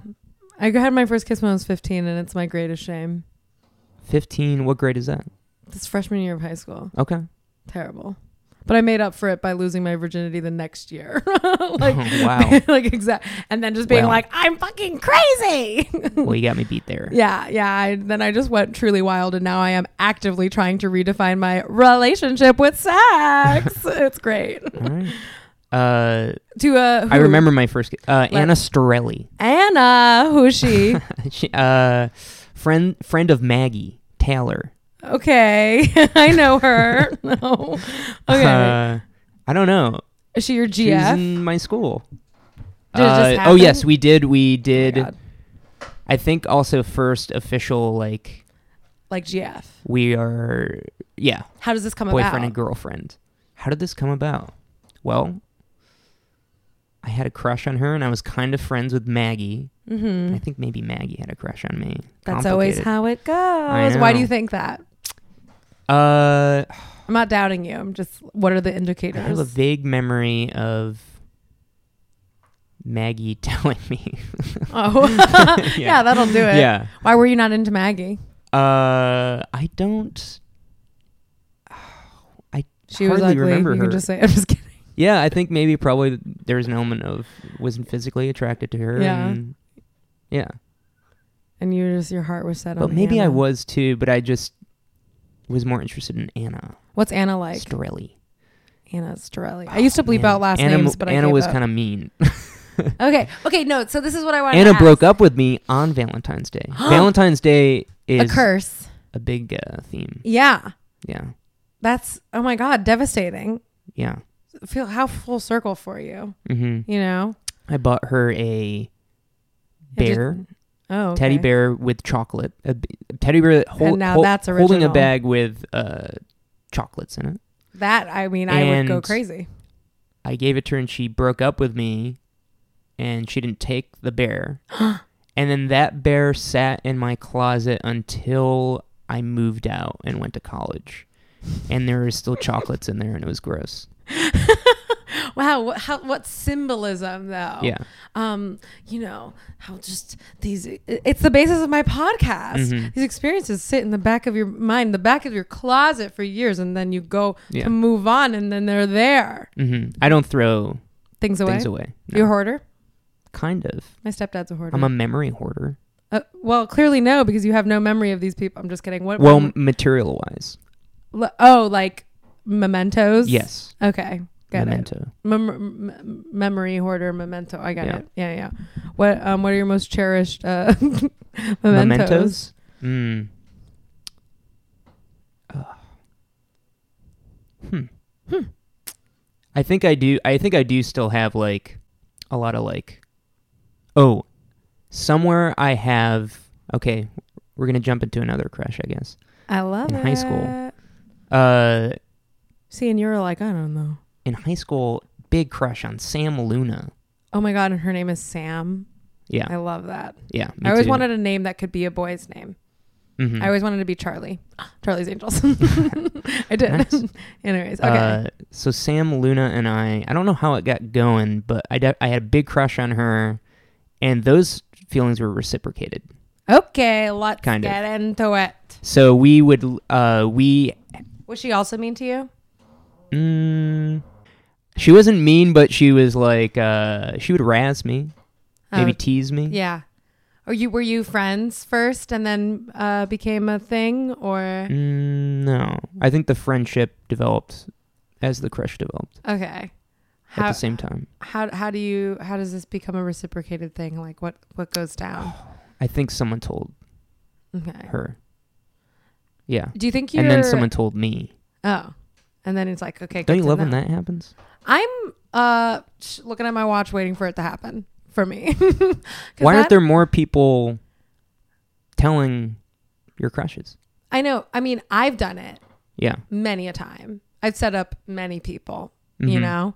[SPEAKER 1] I had my first kiss when I was 15 and it's my greatest shame.
[SPEAKER 2] 15 what grade is that
[SPEAKER 1] This freshman year of high school.
[SPEAKER 2] okay
[SPEAKER 1] Terrible. But I made up for it by losing my virginity the next year. like
[SPEAKER 2] Oh, wow
[SPEAKER 1] like exact and then just being
[SPEAKER 2] Wow.
[SPEAKER 1] like I'm fucking crazy.
[SPEAKER 2] well you got me beat there
[SPEAKER 1] Yeah, yeah. I, then I just went truly wild, and now I am actively trying to redefine my relationship with sex. it's great.
[SPEAKER 2] all right uh
[SPEAKER 1] To uh,
[SPEAKER 2] i
[SPEAKER 1] who?
[SPEAKER 2] remember my first ki- uh anna
[SPEAKER 1] Let's-
[SPEAKER 2] storelli
[SPEAKER 1] Anna. Who's she?
[SPEAKER 2] she, uh, friend friend of Maggie Taylor.
[SPEAKER 1] okay, I know her. No. Okay,
[SPEAKER 2] Uh, I don't know.
[SPEAKER 1] is she your
[SPEAKER 2] She was
[SPEAKER 1] GF?
[SPEAKER 2] in my school.
[SPEAKER 1] Did it just
[SPEAKER 2] oh
[SPEAKER 1] happen?
[SPEAKER 2] yes, we did. We
[SPEAKER 1] Oh my
[SPEAKER 2] did.
[SPEAKER 1] God.
[SPEAKER 2] I think also first official like
[SPEAKER 1] like GF?
[SPEAKER 2] we are yeah
[SPEAKER 1] How does this come
[SPEAKER 2] boyfriend
[SPEAKER 1] about?
[SPEAKER 2] and girlfriend. How did this come about? Well, I had a crush on her, and I was kind of friends with Maggie.
[SPEAKER 1] hmm
[SPEAKER 2] I think maybe Maggie had a crush on me.
[SPEAKER 1] That's always
[SPEAKER 2] Complicated.
[SPEAKER 1] how it goes. Why do
[SPEAKER 2] know.
[SPEAKER 1] you think that?
[SPEAKER 2] uh
[SPEAKER 1] I'm not doubting you. I'm just. What are the
[SPEAKER 2] I have a
[SPEAKER 1] indicators?
[SPEAKER 2] vague memory of Maggie telling me.
[SPEAKER 1] Oh, yeah.
[SPEAKER 2] Yeah.
[SPEAKER 1] that'll do it.
[SPEAKER 2] yeah.
[SPEAKER 1] Why were you not into Maggie?
[SPEAKER 2] Uh, I don't.
[SPEAKER 1] She was
[SPEAKER 2] Hardly
[SPEAKER 1] ugly.
[SPEAKER 2] remember
[SPEAKER 1] you
[SPEAKER 2] her.
[SPEAKER 1] can just say. I'm just kidding.
[SPEAKER 2] Yeah, I think maybe probably there's an element of wasn't physically attracted to her.
[SPEAKER 1] Yeah.
[SPEAKER 2] and- yeah.
[SPEAKER 1] And you were just your heart was set on.
[SPEAKER 2] But maybe I
[SPEAKER 1] Anna.
[SPEAKER 2] was too, but I just was more interested in Anna
[SPEAKER 1] What's Anna like?
[SPEAKER 2] Storelli.
[SPEAKER 1] Anna Storelli. I used to bleep
[SPEAKER 2] Oh, Man.
[SPEAKER 1] out last
[SPEAKER 2] Anna,
[SPEAKER 1] names, but
[SPEAKER 2] Anna
[SPEAKER 1] I gave
[SPEAKER 2] was
[SPEAKER 1] up.
[SPEAKER 2] kind of mean.
[SPEAKER 1] okay. Okay. No. So this is what I wanted.
[SPEAKER 2] Anna
[SPEAKER 1] to
[SPEAKER 2] broke up with me on Valentine's Day. Valentine's Day
[SPEAKER 1] A
[SPEAKER 2] is
[SPEAKER 1] curse.
[SPEAKER 2] a big uh, theme.
[SPEAKER 1] Yeah.
[SPEAKER 2] Yeah.
[SPEAKER 1] That's oh my god, devastating.
[SPEAKER 2] Yeah.
[SPEAKER 1] Feel how full circle for you.
[SPEAKER 2] Mm-hmm.
[SPEAKER 1] You know.
[SPEAKER 2] I bought her a
[SPEAKER 1] It just-
[SPEAKER 2] bear,
[SPEAKER 1] Oh. okay.
[SPEAKER 2] teddy bear with chocolate, a b- teddy bear that hol-
[SPEAKER 1] And now
[SPEAKER 2] hol-
[SPEAKER 1] that's
[SPEAKER 2] holding a
[SPEAKER 1] original.
[SPEAKER 2] bag with uh, chocolates in it.
[SPEAKER 1] That I mean, I would go
[SPEAKER 2] And-
[SPEAKER 1] crazy.
[SPEAKER 2] I gave it to her, and she broke up with me, and she didn't take the bear. and then that bear sat in my closet until I moved out and went to college. And there were still chocolates in there, and it was gross.
[SPEAKER 1] Wow. What, how, what symbolism though?
[SPEAKER 2] Yeah,
[SPEAKER 1] um, you know, how just these it's the basis of my podcast.
[SPEAKER 2] Mhm.
[SPEAKER 1] These experiences sit in the back of your mind, the back of your closet for years, and then you go
[SPEAKER 2] yeah.
[SPEAKER 1] to move on and then they're there.
[SPEAKER 2] hmm I don't throw
[SPEAKER 1] Things away.
[SPEAKER 2] things away. No.
[SPEAKER 1] You're a hoarder?
[SPEAKER 2] kind of.
[SPEAKER 1] My stepdad's a hoarder.
[SPEAKER 2] I'm a memory hoarder.
[SPEAKER 1] uh, well, clearly no, because you have no memory of these people. I'm just kidding. What
[SPEAKER 2] Well, material wise,
[SPEAKER 1] l- oh, like mementos?
[SPEAKER 2] yes.
[SPEAKER 1] Okay. Got it.
[SPEAKER 2] Memento.
[SPEAKER 1] Mem- m- memory hoarder memento. I got
[SPEAKER 2] Yeah.
[SPEAKER 1] it. Yeah, yeah. What um what are your most cherished uh mementos?
[SPEAKER 2] Mementos. Mm. Ugh. Hmm. I think I do. I think I do still have like a lot of like. Oh, somewhere I have. Okay, we're gonna jump into another crush, I guess.
[SPEAKER 1] I love
[SPEAKER 2] In
[SPEAKER 1] it.
[SPEAKER 2] high school. Uh,
[SPEAKER 1] See, and you were like, I don't know.
[SPEAKER 2] in high school, big crush on Sam Luna.
[SPEAKER 1] Oh my god, and her name is Sam.
[SPEAKER 2] Yeah,
[SPEAKER 1] I love that.
[SPEAKER 2] yeah. me
[SPEAKER 1] I always
[SPEAKER 2] too.
[SPEAKER 1] wanted a name that could be a boy's name.
[SPEAKER 2] Mhm.
[SPEAKER 1] I always wanted to be Charlie. Charlie's Angels. I did.
[SPEAKER 2] Nice.
[SPEAKER 1] Anyways, okay.
[SPEAKER 2] Uh, so Sam Luna and I, I don't know how it got going, but I, de- I had a big crush on her, and those feelings were reciprocated.
[SPEAKER 1] okay, let's
[SPEAKER 2] kind of.
[SPEAKER 1] get into it.
[SPEAKER 2] So we would, uh, we,
[SPEAKER 1] Was she also mean to you?
[SPEAKER 2] mm, she wasn't mean, but she was like, uh, she would razz me, maybe
[SPEAKER 1] Oh,
[SPEAKER 2] tease me.
[SPEAKER 1] yeah. Or you were you friends first and then uh, became a thing, or
[SPEAKER 2] Mm, no, I think the friendship developed as the crush developed
[SPEAKER 1] okay?
[SPEAKER 2] at
[SPEAKER 1] How
[SPEAKER 2] the same time.
[SPEAKER 1] how how do you how does this become a reciprocated thing? Like what what goes down?
[SPEAKER 2] I think someone told
[SPEAKER 1] Okay.
[SPEAKER 2] her. Yeah,
[SPEAKER 1] Do you think you
[SPEAKER 2] and then someone told me.
[SPEAKER 1] oh, and then it's like okay.
[SPEAKER 2] Don't
[SPEAKER 1] good
[SPEAKER 2] you
[SPEAKER 1] to
[SPEAKER 2] love when
[SPEAKER 1] know.
[SPEAKER 2] that happens?
[SPEAKER 1] I'm uh sh- looking at my watch, waiting for it to happen for me. 'Cause
[SPEAKER 2] Why aren't
[SPEAKER 1] that-
[SPEAKER 2] there more people telling your crushes?
[SPEAKER 1] I know. I mean, I've done it
[SPEAKER 2] Yeah,
[SPEAKER 1] many a time. I've set up many people. You
[SPEAKER 2] Mhm.
[SPEAKER 1] know,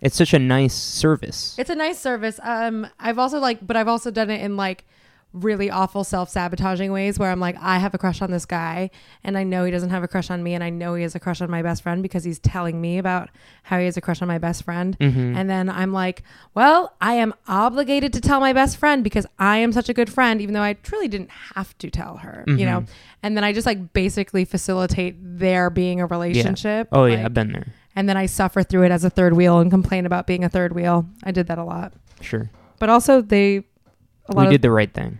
[SPEAKER 2] it's such a nice service.
[SPEAKER 1] It's a nice service. Um, I've also like, but I've also done it in like really awful self sabotaging ways where I'm like, I have a crush on this guy, and I know he doesn't have a crush on me, and I know he has a crush on my best friend because he's telling me about how he has a crush on my best friend.
[SPEAKER 2] Mhm.
[SPEAKER 1] And then I'm like, well, I am obligated to tell my best friend because I am such a good friend, even though I truly didn't have to tell her,
[SPEAKER 2] Mm-hmm.
[SPEAKER 1] you know? And then I just like basically facilitate there being a relationship.
[SPEAKER 2] Oh yeah,
[SPEAKER 1] like-
[SPEAKER 2] I've been there.
[SPEAKER 1] and then I suffer through it as a third wheel and complain about being a third wheel. I did that a lot,
[SPEAKER 2] Sure,
[SPEAKER 1] but also they a
[SPEAKER 2] we
[SPEAKER 1] lot
[SPEAKER 2] did the right thing.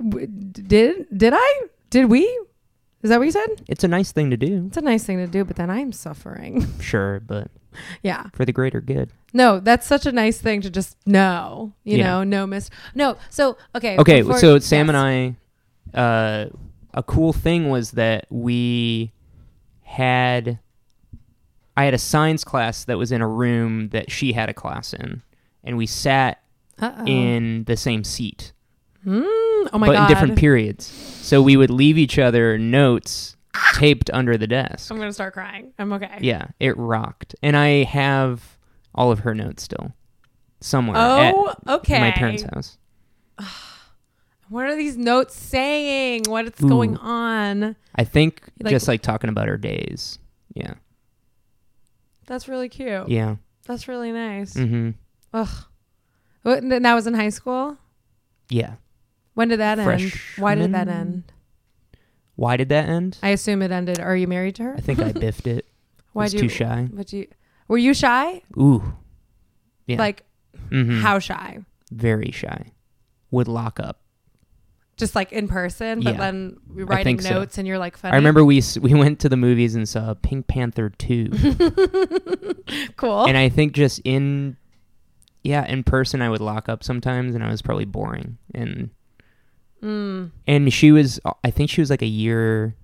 [SPEAKER 1] of w- did did I did we? Is that what you said?
[SPEAKER 2] It's a nice thing to do.
[SPEAKER 1] It's a nice thing to do, but then I'm suffering.
[SPEAKER 2] Sure, but
[SPEAKER 1] yeah,
[SPEAKER 2] for the greater good.
[SPEAKER 1] no, that's such a nice thing to just know, you
[SPEAKER 2] Yeah.
[SPEAKER 1] know, no miss, no. So okay,
[SPEAKER 2] Okay,
[SPEAKER 1] before-
[SPEAKER 2] so Sam
[SPEAKER 1] yes.
[SPEAKER 2] and I, uh, a cool thing was that we had, I had a science class that was in a room that she had a class in, and we sat
[SPEAKER 1] Uh-oh.
[SPEAKER 2] in the same seat,
[SPEAKER 1] Mm, oh my
[SPEAKER 2] but
[SPEAKER 1] god,
[SPEAKER 2] in different periods. So we would leave each other notes taped under the desk.
[SPEAKER 1] I'm gonna start crying. I'm okay.
[SPEAKER 2] Yeah, it rocked, and I have all of her notes still somewhere at
[SPEAKER 1] Oh, okay.
[SPEAKER 2] my parents' house.
[SPEAKER 1] What are these notes saying? What is
[SPEAKER 2] Ooh.
[SPEAKER 1] going on?
[SPEAKER 2] I think
[SPEAKER 1] Like-
[SPEAKER 2] just like talking about her days. Yeah,
[SPEAKER 1] That's really cute.
[SPEAKER 2] yeah.
[SPEAKER 1] That's really nice.
[SPEAKER 2] Mm-hmm.
[SPEAKER 1] Ugh. What- And that was in high school.
[SPEAKER 2] Yeah.
[SPEAKER 1] When did that end? Why did that
[SPEAKER 2] Freshman?
[SPEAKER 1] end?
[SPEAKER 2] Why did that end?
[SPEAKER 1] I assume it ended. Are you married to her?
[SPEAKER 2] I think I biffed it. I
[SPEAKER 1] Why
[SPEAKER 2] was
[SPEAKER 1] do
[SPEAKER 2] too shy.
[SPEAKER 1] But you were you shy?
[SPEAKER 2] Ooh. Yeah.
[SPEAKER 1] Like
[SPEAKER 2] Mhm.
[SPEAKER 1] how shy?
[SPEAKER 2] Very shy. Would lock up.
[SPEAKER 1] Just like in person, but
[SPEAKER 2] Yeah.
[SPEAKER 1] then we are writing
[SPEAKER 2] think so.
[SPEAKER 1] notes and you're like funny.
[SPEAKER 2] I remember we s- we went to the movies and saw Pink Panther two,
[SPEAKER 1] cool.
[SPEAKER 2] and I think just in, yeah, in person I would lock up sometimes, and I was probably boring. And
[SPEAKER 1] mm.
[SPEAKER 2] and she was, I think she was like a year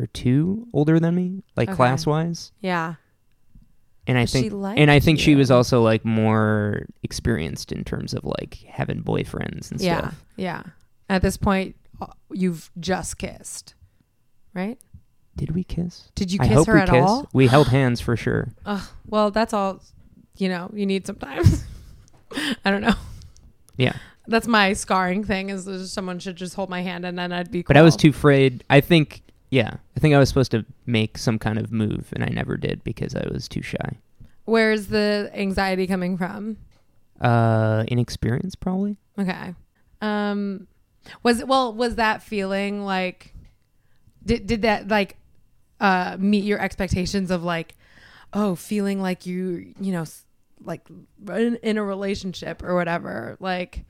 [SPEAKER 2] or two older than me, like
[SPEAKER 1] Okay.
[SPEAKER 2] class wise.
[SPEAKER 1] Yeah.
[SPEAKER 2] And I
[SPEAKER 1] But she
[SPEAKER 2] think
[SPEAKER 1] liked
[SPEAKER 2] and I think she
[SPEAKER 1] you.
[SPEAKER 2] was also like more experienced in terms of like having boyfriends and
[SPEAKER 1] Yeah.
[SPEAKER 2] stuff.
[SPEAKER 1] Yeah. At this point, uh, you've just kissed, right?
[SPEAKER 2] Did we kiss?
[SPEAKER 1] Did you
[SPEAKER 2] I
[SPEAKER 1] kiss
[SPEAKER 2] hope
[SPEAKER 1] her
[SPEAKER 2] we
[SPEAKER 1] at
[SPEAKER 2] kissed.
[SPEAKER 1] all?
[SPEAKER 2] We held hands for sure.
[SPEAKER 1] Ugh. Well, that's all. You know, you need sometimes. I don't know.
[SPEAKER 2] Yeah.
[SPEAKER 1] That's my scarring thing is that someone should just hold my hand and then I'd be cool.
[SPEAKER 2] But I was too afraid. I think yeah, I think I was supposed to make some kind of move and I never did because I was too shy.
[SPEAKER 1] Where's the anxiety coming from?
[SPEAKER 2] Uh inexperience probably.
[SPEAKER 1] Okay. Um was well, was that feeling like did did that like uh meet your expectations of like oh, feeling like you, you know, s- like in, in a relationship or whatever? Like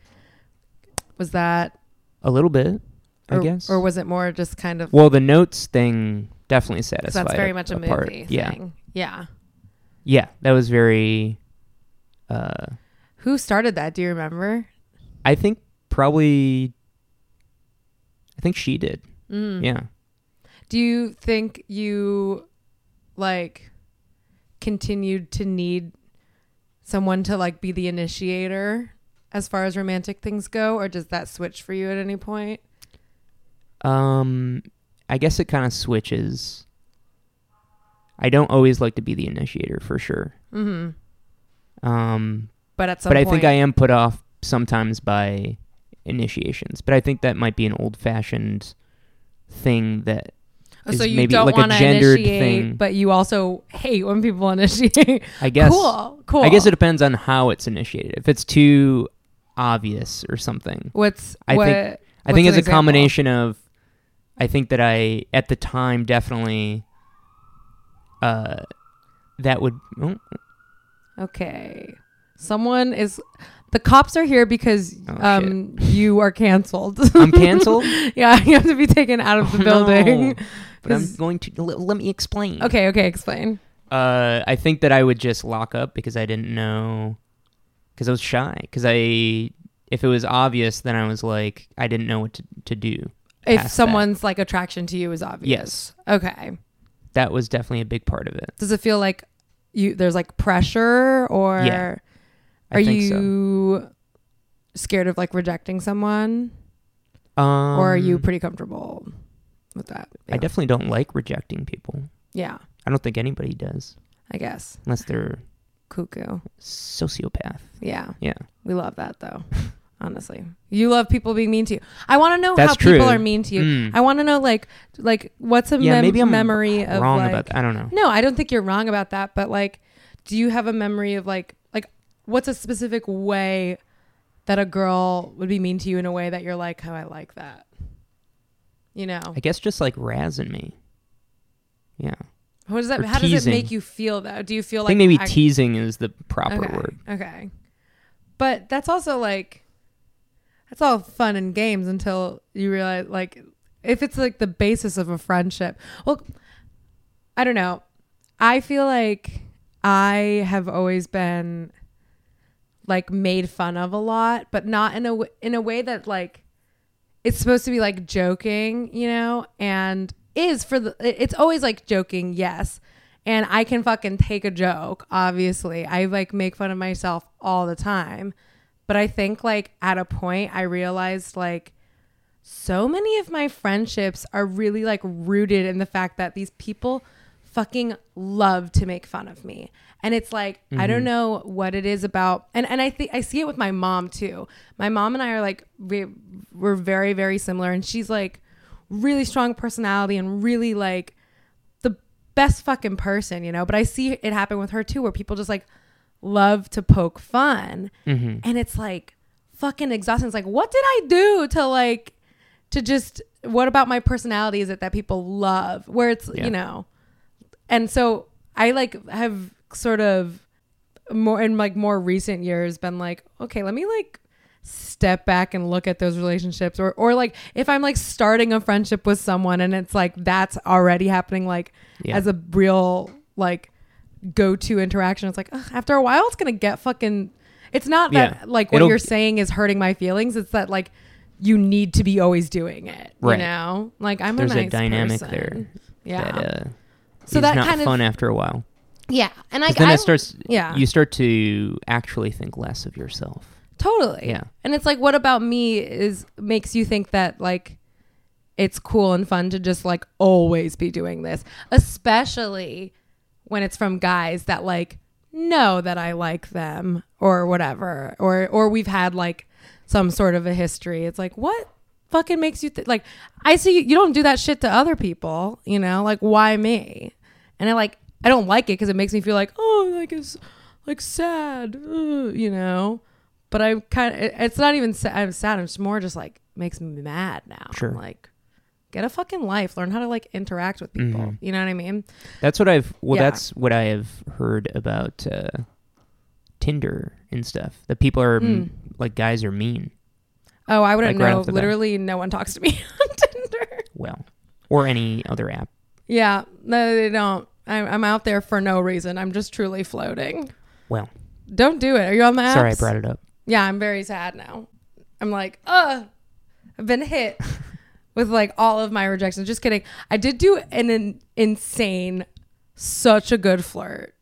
[SPEAKER 1] was that
[SPEAKER 2] A little bit,
[SPEAKER 1] or,
[SPEAKER 2] I guess.
[SPEAKER 1] or was it more just kind of
[SPEAKER 2] well, the notes thing definitely satisfied.
[SPEAKER 1] that's very much a, movie
[SPEAKER 2] part. Yeah.
[SPEAKER 1] thing. Yeah.
[SPEAKER 2] Yeah, that was very uh
[SPEAKER 1] Who started that? Do you remember?
[SPEAKER 2] I think probably I think she did.
[SPEAKER 1] Mm.
[SPEAKER 2] Yeah.
[SPEAKER 1] Do you think you like continued to need someone to like be the initiator as far as romantic things go or does that switch for you at any point?
[SPEAKER 2] Um, I guess it kind of switches. I don't always like to be the initiator for sure.
[SPEAKER 1] Mhm.
[SPEAKER 2] Um,
[SPEAKER 1] But at some
[SPEAKER 2] Mm-hmm. but I
[SPEAKER 1] point
[SPEAKER 2] think I am put off sometimes by initiations. But I think that might be an old-fashioned thing that
[SPEAKER 1] Oh, so
[SPEAKER 2] is
[SPEAKER 1] you
[SPEAKER 2] maybe
[SPEAKER 1] don't
[SPEAKER 2] like a
[SPEAKER 1] want to
[SPEAKER 2] gendered
[SPEAKER 1] initiate,
[SPEAKER 2] thing.
[SPEAKER 1] but you also hate when people initiate.
[SPEAKER 2] I guess
[SPEAKER 1] cool, cool.
[SPEAKER 2] I guess it depends on how it's initiated. If it's too obvious or something,
[SPEAKER 1] What's
[SPEAKER 2] I
[SPEAKER 1] what?
[SPEAKER 2] think- I
[SPEAKER 1] what's
[SPEAKER 2] think
[SPEAKER 1] an
[SPEAKER 2] it's a
[SPEAKER 1] example?
[SPEAKER 2] combination of I think that I at the time definitely uh that would oh,
[SPEAKER 1] Okay, someone is. The cops are here because
[SPEAKER 2] Oh,
[SPEAKER 1] um, you are canceled.
[SPEAKER 2] I'm canceled.
[SPEAKER 1] yeah, you have to be taken out of the
[SPEAKER 2] No.
[SPEAKER 1] building.
[SPEAKER 2] But I'm
[SPEAKER 1] 'Cause-
[SPEAKER 2] going to l- let me explain.
[SPEAKER 1] Okay, okay, explain.
[SPEAKER 2] Uh, I think that I would just lock up because I didn't know, because I was shy. Because I, if it was obvious, then I was like, I didn't know what to, to do. Past
[SPEAKER 1] If
[SPEAKER 2] that.
[SPEAKER 1] someone's like attraction to you is obvious. Yes. Okay.
[SPEAKER 2] That was definitely a big part of it.
[SPEAKER 1] Does it feel like you there's like pressure or
[SPEAKER 2] Yeah, I
[SPEAKER 1] are
[SPEAKER 2] think
[SPEAKER 1] you scared of like rejecting someone
[SPEAKER 2] so. Um,
[SPEAKER 1] or are you pretty comfortable with that?
[SPEAKER 2] I definitely don't like rejecting people.
[SPEAKER 1] yeah,
[SPEAKER 2] I don't think anybody does,
[SPEAKER 1] I guess.
[SPEAKER 2] unless they're
[SPEAKER 1] Cuckoo.
[SPEAKER 2] sociopath.
[SPEAKER 1] Yeah.
[SPEAKER 2] Yeah.
[SPEAKER 1] We love that though. Honestly. You love people being mean to you. I want to know
[SPEAKER 2] That's
[SPEAKER 1] how
[SPEAKER 2] true.
[SPEAKER 1] people are mean to you.
[SPEAKER 2] Mm.
[SPEAKER 1] I want to know like like what's a
[SPEAKER 2] Yeah,
[SPEAKER 1] mem-
[SPEAKER 2] maybe I'm
[SPEAKER 1] memory of
[SPEAKER 2] Wrong
[SPEAKER 1] like,
[SPEAKER 2] about that. I don't know.
[SPEAKER 1] No, I don't think you're wrong about that, but like do you have a memory of like like what's a specific way that a girl would be mean to you in a way that you're like, "Oh, I like that." You know.
[SPEAKER 2] I guess just like razzing me. Yeah.
[SPEAKER 1] What does that
[SPEAKER 2] or
[SPEAKER 1] how does it
[SPEAKER 2] teasing.
[SPEAKER 1] make you feel though? Do you feel
[SPEAKER 2] I
[SPEAKER 1] like
[SPEAKER 2] think maybe
[SPEAKER 1] act-
[SPEAKER 2] teasing is the proper
[SPEAKER 1] okay.
[SPEAKER 2] word.
[SPEAKER 1] Okay. But that's also like that's all fun and games until you realize like if it's like the basis of a friendship. Well, I don't know. I feel like I have always been like made fun of a lot, but not in a w- in a way that like it's supposed to be like joking, you know, and is for the it- it's always like joking, yes. And I can fucking take a joke, obviously. I like make fun of myself all the time. But I think like at a point I realized like so many of my friendships are really like rooted in the fact that these people fucking love to make fun of me. And it's like I don't know what it is about. And and I think I see it with my mom too. My mom and I are like we, we're very very similar and she's like really strong personality and really like the best fucking person, you know. But I see it happen with her too, where people just like love to poke fun, and it's like fucking exhausting. It's like, what did I do to like to just? What about my personality? Is it that people love where it's
[SPEAKER 2] Yeah.
[SPEAKER 1] you know? And so I like have sort of more in like more recent years been like, okay, let me like step back and look at those relationships or or like if I'm like starting a friendship with someone and it's like that's already happening like
[SPEAKER 2] Yeah.
[SPEAKER 1] as a real like go-to interaction it's like ugh, after a while it's going to get fucking it's not that
[SPEAKER 2] Yeah.
[SPEAKER 1] like what
[SPEAKER 2] It'll-
[SPEAKER 1] you're saying is hurting my feelings it's that like you need to be always doing it
[SPEAKER 2] Right.
[SPEAKER 1] you know like I'm
[SPEAKER 2] There's
[SPEAKER 1] a,
[SPEAKER 2] a,
[SPEAKER 1] nice
[SPEAKER 2] dynamic
[SPEAKER 1] person.
[SPEAKER 2] there
[SPEAKER 1] yeah
[SPEAKER 2] that uh,
[SPEAKER 1] So
[SPEAKER 2] is
[SPEAKER 1] that
[SPEAKER 2] not
[SPEAKER 1] kind of-
[SPEAKER 2] fun after a while.
[SPEAKER 1] yeah and I,
[SPEAKER 2] 'Cause then
[SPEAKER 1] I
[SPEAKER 2] it starts.
[SPEAKER 1] yeah.
[SPEAKER 2] You start to actually think less of yourself.
[SPEAKER 1] Totally.
[SPEAKER 2] Yeah.
[SPEAKER 1] And it's like, what about me is makes you think that like it's cool and fun to just like always be doing this, especially when it's from guys that like know that I like them or whatever, or or we've had like some sort of a history. It's like what fucking makes you th- like I see you don't do that shit to other people, you know? Like why me? And I like I don't like it because it makes me feel like oh like it's like sad, uh, you know. But I'm kind of it's not even sa- I'm sad. I'm just more just like makes me mad now.
[SPEAKER 2] Sure.
[SPEAKER 1] I'm like get a fucking life. Learn how to like interact with people.
[SPEAKER 2] Mhm.
[SPEAKER 1] You know what I mean?
[SPEAKER 2] That's what I've. Well,
[SPEAKER 1] Yeah.
[SPEAKER 2] that's what I have heard about uh, Tinder and stuff. That people are m
[SPEAKER 1] Hmm.
[SPEAKER 2] like guys are mean.
[SPEAKER 1] Oh, I wouldn't
[SPEAKER 2] Like, right
[SPEAKER 1] know.
[SPEAKER 2] off the bat.
[SPEAKER 1] Literally, no one talks to me on Tinder.
[SPEAKER 2] Well, or any other app.
[SPEAKER 1] Yeah, no, they don't. I'm, I'm out there for no reason. I'm just truly floating.
[SPEAKER 2] Well,
[SPEAKER 1] Don't do it. Are you on the apps?
[SPEAKER 2] sorry I brought it up.
[SPEAKER 1] Yeah, I'm very sad now. I'm like, ugh, I've been hit with like all of my rejections. Just kidding. I did do an, an insane, such a good flirt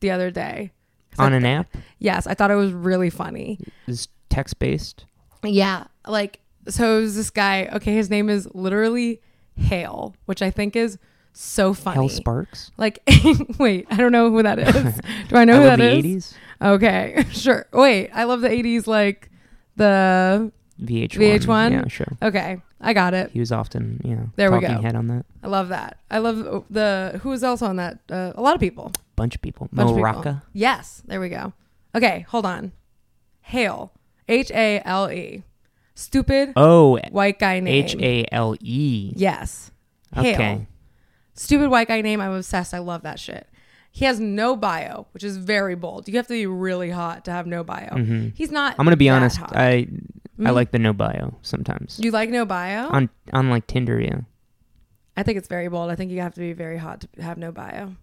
[SPEAKER 1] the other day. 'Cause I
[SPEAKER 2] On an
[SPEAKER 1] th-
[SPEAKER 2] app
[SPEAKER 1] Yes, I thought it was really funny.
[SPEAKER 2] is text based.
[SPEAKER 1] Yeah. Like, so it was this guy. Okay, his name is literally Hale, which I think is so funny.
[SPEAKER 2] Hell Sparks.
[SPEAKER 1] Like, wait, I don't know who that is. Do I know
[SPEAKER 2] I
[SPEAKER 1] who
[SPEAKER 2] love
[SPEAKER 1] that
[SPEAKER 2] the
[SPEAKER 1] is?
[SPEAKER 2] eighties.
[SPEAKER 1] Okay, sure. Wait, I love the 80s, like the.
[SPEAKER 2] VH1.
[SPEAKER 1] VH1?
[SPEAKER 2] Yeah, sure.
[SPEAKER 1] Okay, I got it.
[SPEAKER 2] He was often, yeah.
[SPEAKER 1] There we
[SPEAKER 2] talking
[SPEAKER 1] go.
[SPEAKER 2] head on that.
[SPEAKER 1] I love that. I love the. Who was else on that? Uh, a lot of people.
[SPEAKER 2] Bunch of people.
[SPEAKER 1] Bunch of
[SPEAKER 2] Mo
[SPEAKER 1] people.
[SPEAKER 2] Rocca.
[SPEAKER 1] Yes, there we go. Okay, hold on. Hale. H A L E. Stupid
[SPEAKER 2] Oh,
[SPEAKER 1] white guy name.
[SPEAKER 2] H A L E.
[SPEAKER 1] Yes. Hale.
[SPEAKER 2] Okay.
[SPEAKER 1] Stupid white guy name. I'm obsessed. I love that shit. He has no bio, which is very bold. You have to be really hot to have no bio.
[SPEAKER 2] Mhm.
[SPEAKER 1] He's not.
[SPEAKER 2] I'm gonna be
[SPEAKER 1] that
[SPEAKER 2] honest.
[SPEAKER 1] hot.
[SPEAKER 2] I I
[SPEAKER 1] Mhm.
[SPEAKER 2] like the no bio sometimes
[SPEAKER 1] You like no bio?
[SPEAKER 2] on on like Tinder. Yeah,
[SPEAKER 1] I think it's very bold. I think you have to be very hot to have no bio.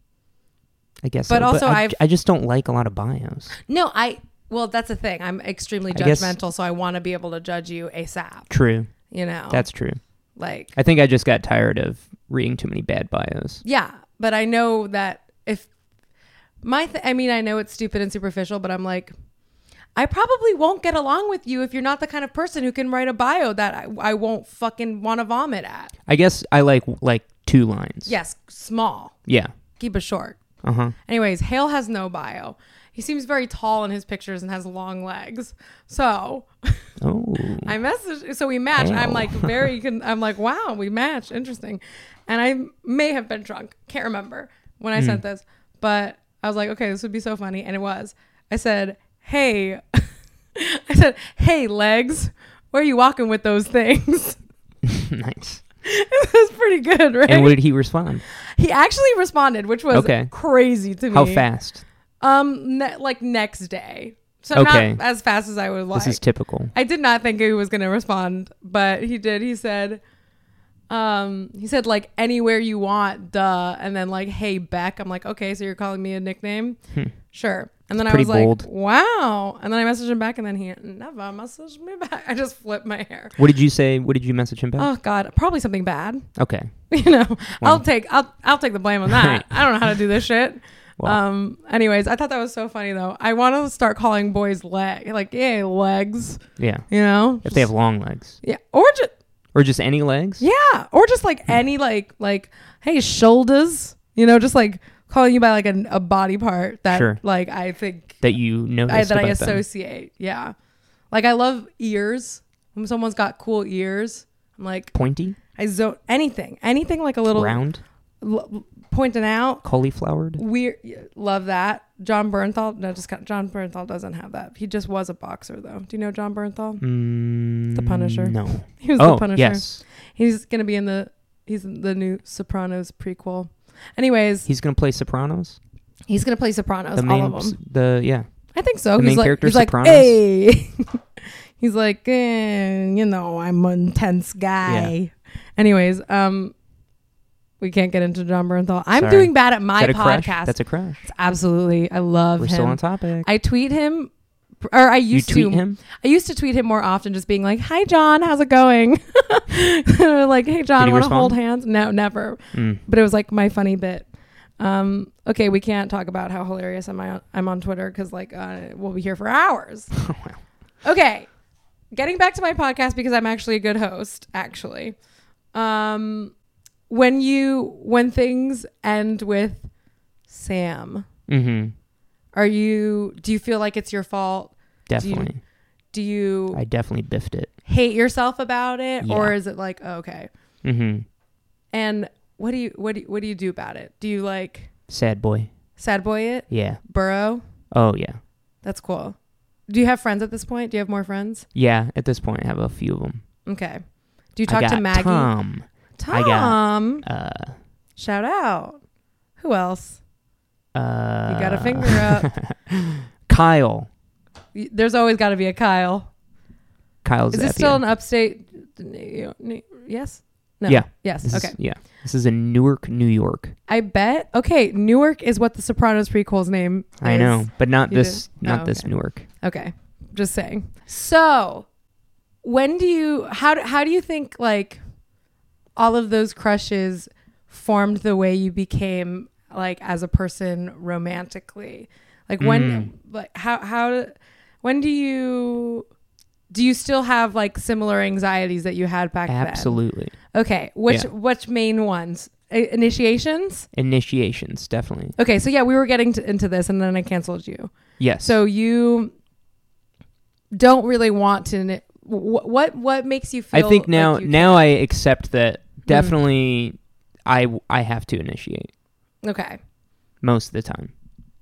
[SPEAKER 2] I guess.
[SPEAKER 1] But
[SPEAKER 2] so.
[SPEAKER 1] also
[SPEAKER 2] I,
[SPEAKER 1] I've-
[SPEAKER 2] I just don't like a lot of bios.
[SPEAKER 1] No, I. Well, that's the thing. I'm extremely
[SPEAKER 2] I guess-
[SPEAKER 1] judgmental, so I want to be able to judge you asap.
[SPEAKER 2] True,
[SPEAKER 1] You know,
[SPEAKER 2] that's true.
[SPEAKER 1] like
[SPEAKER 2] I think I just got tired of reading too many bad bios.
[SPEAKER 1] yeah. But I know that if my, th- I mean, I know it's stupid and superficial, but I'm like, I probably won't get along with you if you're not the kind of person who can write a bio that I, I won't fucking want to vomit at.
[SPEAKER 2] I guess I like like two lines.
[SPEAKER 1] Yes, small.
[SPEAKER 2] Yeah.
[SPEAKER 1] Keep it short.
[SPEAKER 2] Uh huh.
[SPEAKER 1] Anyways, Hale has no bio. He seems very tall in his pictures and has long legs. So
[SPEAKER 2] Oh.
[SPEAKER 1] I messaged, so we matched. I'm
[SPEAKER 2] Wow.
[SPEAKER 1] like very, con- I'm like, wow, we matched. Interesting. And I may have been drunk. Can't remember when
[SPEAKER 2] Hmm.
[SPEAKER 1] I sent this, but I was like, okay, this would be so funny. And it was. I said, hey, I said, hey, legs, where are you walking with those things?
[SPEAKER 2] nice.
[SPEAKER 1] it was pretty good, right?
[SPEAKER 2] And what did he respond?
[SPEAKER 1] he actually responded, which was
[SPEAKER 2] Okay.
[SPEAKER 1] crazy to me.
[SPEAKER 2] How fast?
[SPEAKER 1] Um, ne- like next day. So
[SPEAKER 2] Okay.
[SPEAKER 1] not as fast as I would like.
[SPEAKER 2] This is typical.
[SPEAKER 1] I did not think he was going to respond, but he did. He said, um, he said like anywhere you want, duh, and then like, hey Beck. I'm like, okay, so you're calling me a nickname? Sure. And then I
[SPEAKER 2] Hmm. Pretty
[SPEAKER 1] was
[SPEAKER 2] bold.
[SPEAKER 1] like, wow. And then I messaged him back, and then he never messaged me back. I just flipped my hair.
[SPEAKER 2] What did you say? What did you message him back?
[SPEAKER 1] Oh God, probably something bad.
[SPEAKER 2] okay.
[SPEAKER 1] You know, I'll take I'll I'll take the blame on that. I don't know how to do this shit.
[SPEAKER 2] Well.
[SPEAKER 1] Um. Anyways, I thought that was so funny though. I want to start calling boys leg like yeah legs.
[SPEAKER 2] Yeah.
[SPEAKER 1] You know,
[SPEAKER 2] If they have long legs
[SPEAKER 1] yeah, or just
[SPEAKER 2] or just any legs.
[SPEAKER 1] yeah, or just like
[SPEAKER 2] Hmm.
[SPEAKER 1] any like like hey shoulders. You know, just like calling you by like a, a body part that
[SPEAKER 2] Sure.
[SPEAKER 1] like I think
[SPEAKER 2] That you noticed
[SPEAKER 1] I, that I
[SPEAKER 2] about them.
[SPEAKER 1] associate. Yeah, like I love ears. When someone's got cool ears, I'm like
[SPEAKER 2] Pointy,
[SPEAKER 1] I zone anything, anything like a little
[SPEAKER 2] round,
[SPEAKER 1] l- pointing out.
[SPEAKER 2] cauliflowered.
[SPEAKER 1] Weird, yeah, love that. John Bernthal. No, just cut- John Bernthal doesn't have that. He just was a boxer though. Do you know John Bernthal?
[SPEAKER 2] Mm,
[SPEAKER 1] The Punisher.
[SPEAKER 2] No.
[SPEAKER 1] He was
[SPEAKER 2] oh
[SPEAKER 1] the Punisher.
[SPEAKER 2] yes.
[SPEAKER 1] He's gonna be in the he's in the new Sopranos prequel. Anyways,
[SPEAKER 2] He's gonna play Sopranos.
[SPEAKER 1] he's gonna play Sopranos,
[SPEAKER 2] The
[SPEAKER 1] all
[SPEAKER 2] main.
[SPEAKER 1] of them.
[SPEAKER 2] The yeah.
[SPEAKER 1] I think so.
[SPEAKER 2] the
[SPEAKER 1] he's
[SPEAKER 2] main
[SPEAKER 1] like,
[SPEAKER 2] character
[SPEAKER 1] he's like,
[SPEAKER 2] Sopranos?
[SPEAKER 1] hey. he's like, eh, you know, I'm an intense guy. Anyways, um, we can't get into John Bernthal. I'm
[SPEAKER 2] Sorry.
[SPEAKER 1] doing bad at my
[SPEAKER 2] Is that a crash?
[SPEAKER 1] podcast.
[SPEAKER 2] That's a crash.
[SPEAKER 1] It's absolutely, I love
[SPEAKER 2] We're
[SPEAKER 1] him.
[SPEAKER 2] still on topic.
[SPEAKER 1] I tweet him, or I
[SPEAKER 2] you
[SPEAKER 1] used
[SPEAKER 2] tweet
[SPEAKER 1] to.
[SPEAKER 2] him.
[SPEAKER 1] I used to tweet him more often, just being like, "Hi, John, how's it going?" like, "Hey, John,
[SPEAKER 2] he
[SPEAKER 1] want to
[SPEAKER 2] respond?
[SPEAKER 1] hold hands?" No, never.
[SPEAKER 2] Mm.
[SPEAKER 1] But it was like my funny bit. Um, okay, we can't talk about how hilarious am I? I'm on Twitter because like uh, we'll be here for hours.
[SPEAKER 2] Oh, wow.
[SPEAKER 1] Okay, getting back to my podcast because I'm actually a good host. Actually, um, when you when things end with Sam,
[SPEAKER 2] Mm-hmm.
[SPEAKER 1] are you? Do you feel like it's your fault?
[SPEAKER 2] Definitely.
[SPEAKER 1] Do you?
[SPEAKER 2] I definitely biffed it.
[SPEAKER 1] hate yourself about it
[SPEAKER 2] Yeah.
[SPEAKER 1] or is it like oh, okay
[SPEAKER 2] Mm-hmm.
[SPEAKER 1] and what do you what do you, what do you do about it do you like
[SPEAKER 2] Sad boy.
[SPEAKER 1] sad boy it
[SPEAKER 2] Yeah.
[SPEAKER 1] burrow
[SPEAKER 2] Oh yeah.
[SPEAKER 1] that's cool do you have friends at this point do you have more friends
[SPEAKER 2] Yeah. At this point, I have a few of them.
[SPEAKER 1] okay do you talk
[SPEAKER 2] I got
[SPEAKER 1] to maggie
[SPEAKER 2] Tom. I got-
[SPEAKER 1] Tom,
[SPEAKER 2] Uh.
[SPEAKER 1] shout out who else
[SPEAKER 2] Uh.
[SPEAKER 1] you got a finger up
[SPEAKER 2] Kyle.
[SPEAKER 1] Y- there's always got to be a kyle
[SPEAKER 2] Kyle's.
[SPEAKER 1] is this
[SPEAKER 2] at the
[SPEAKER 1] still
[SPEAKER 2] end.
[SPEAKER 1] an upstate New- New- yes no
[SPEAKER 2] Yeah.
[SPEAKER 1] yes
[SPEAKER 2] This
[SPEAKER 1] okay
[SPEAKER 2] Is, yeah. This is in Newark, New York.
[SPEAKER 1] i bet okay newark is what the sopranos prequel's name
[SPEAKER 2] I
[SPEAKER 1] is.
[SPEAKER 2] know, but not
[SPEAKER 1] You
[SPEAKER 2] this.
[SPEAKER 1] did-
[SPEAKER 2] Not
[SPEAKER 1] oh,
[SPEAKER 2] this
[SPEAKER 1] okay.
[SPEAKER 2] Newark.
[SPEAKER 1] Okay, just saying. So, when do you how do- how do you think like all of those crushes formed the way you became like as a person romantically? Like when like how how do- when do you do you still have like similar anxieties that you had back
[SPEAKER 2] Absolutely.
[SPEAKER 1] then? Okay, which
[SPEAKER 2] Yeah.
[SPEAKER 1] which main ones? I- initiations?
[SPEAKER 2] Initiations, definitely.
[SPEAKER 1] Okay, so yeah, we were getting to, into this and then I canceled you.
[SPEAKER 2] Yes.
[SPEAKER 1] So you don't really want to. What what, what makes you
[SPEAKER 2] I
[SPEAKER 1] feel?
[SPEAKER 2] think now
[SPEAKER 1] like you- Hmm.
[SPEAKER 2] now I accept that definitely I I have to initiate
[SPEAKER 1] Okay.
[SPEAKER 2] most of the time.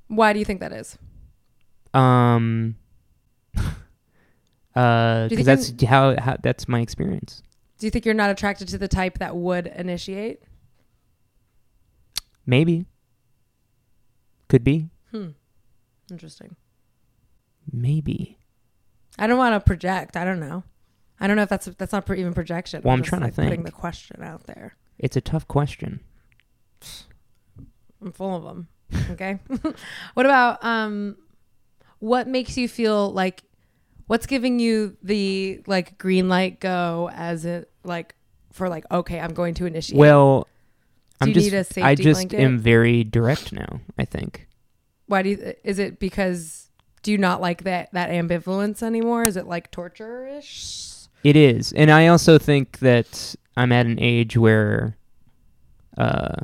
[SPEAKER 1] Why do you think that is?
[SPEAKER 2] Um uh
[SPEAKER 1] Do you think
[SPEAKER 2] cuz that's how, how that's my experience.
[SPEAKER 1] Do you think you're not attracted to the type that would initiate?
[SPEAKER 2] Maybe Could be.
[SPEAKER 1] Hmm. Interesting.
[SPEAKER 2] Maybe.
[SPEAKER 1] I don't want to project. I don't know. I don't know if that's that's not even projection.
[SPEAKER 2] Well, I'm
[SPEAKER 1] just,
[SPEAKER 2] trying to
[SPEAKER 1] like, Putting
[SPEAKER 2] think.
[SPEAKER 1] the question out there.
[SPEAKER 2] It's a tough question.
[SPEAKER 1] I'm full of them. Okay. what about um, what makes you feel like? What's giving you the like green light go as it like for like okay I'm going to initiate.
[SPEAKER 2] Well,
[SPEAKER 1] Do
[SPEAKER 2] I'm
[SPEAKER 1] you
[SPEAKER 2] just
[SPEAKER 1] need a
[SPEAKER 2] I
[SPEAKER 1] safety
[SPEAKER 2] just
[SPEAKER 1] blanket?
[SPEAKER 2] am very direct now, I think.
[SPEAKER 1] Why do you, is it because do you not like that that ambivalence anymore? Is it like torture ish?
[SPEAKER 2] It is. And I also think that I'm at an age where uh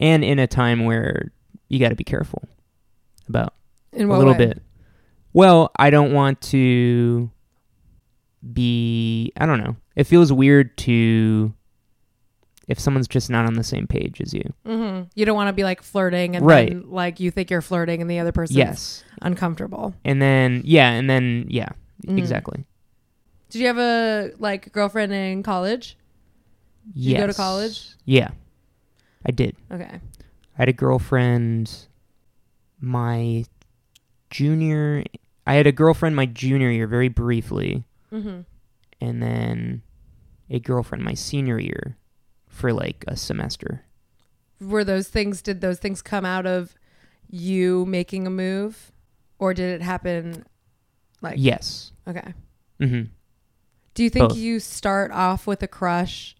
[SPEAKER 2] and in a time where you got to be careful about
[SPEAKER 1] In
[SPEAKER 2] a
[SPEAKER 1] what
[SPEAKER 2] little
[SPEAKER 1] way?
[SPEAKER 2] bit. Well, I don't want to be. I don't know. It feels weird to if someone's just not on the same page as you.
[SPEAKER 1] hmm You don't want to be like flirting and
[SPEAKER 2] Right.
[SPEAKER 1] then, like you think you're flirting and the other person's
[SPEAKER 2] yes,
[SPEAKER 1] uncomfortable.
[SPEAKER 2] and then yeah, and then yeah,
[SPEAKER 1] Mhm.
[SPEAKER 2] exactly.
[SPEAKER 1] Did you have a like girlfriend in college? you
[SPEAKER 2] yes.
[SPEAKER 1] go to college?
[SPEAKER 2] Yeah, I did.
[SPEAKER 1] Okay.
[SPEAKER 2] I had a girlfriend. My junior, I had a girlfriend my junior year, very briefly.
[SPEAKER 1] Mm-hmm.
[SPEAKER 2] and then a girlfriend my senior year for like a semester.
[SPEAKER 1] Were those things did those things come out of you making a move or did it happen like
[SPEAKER 2] yes.
[SPEAKER 1] okay.
[SPEAKER 2] hmm
[SPEAKER 1] Do you think
[SPEAKER 2] Both.
[SPEAKER 1] you start off with a crush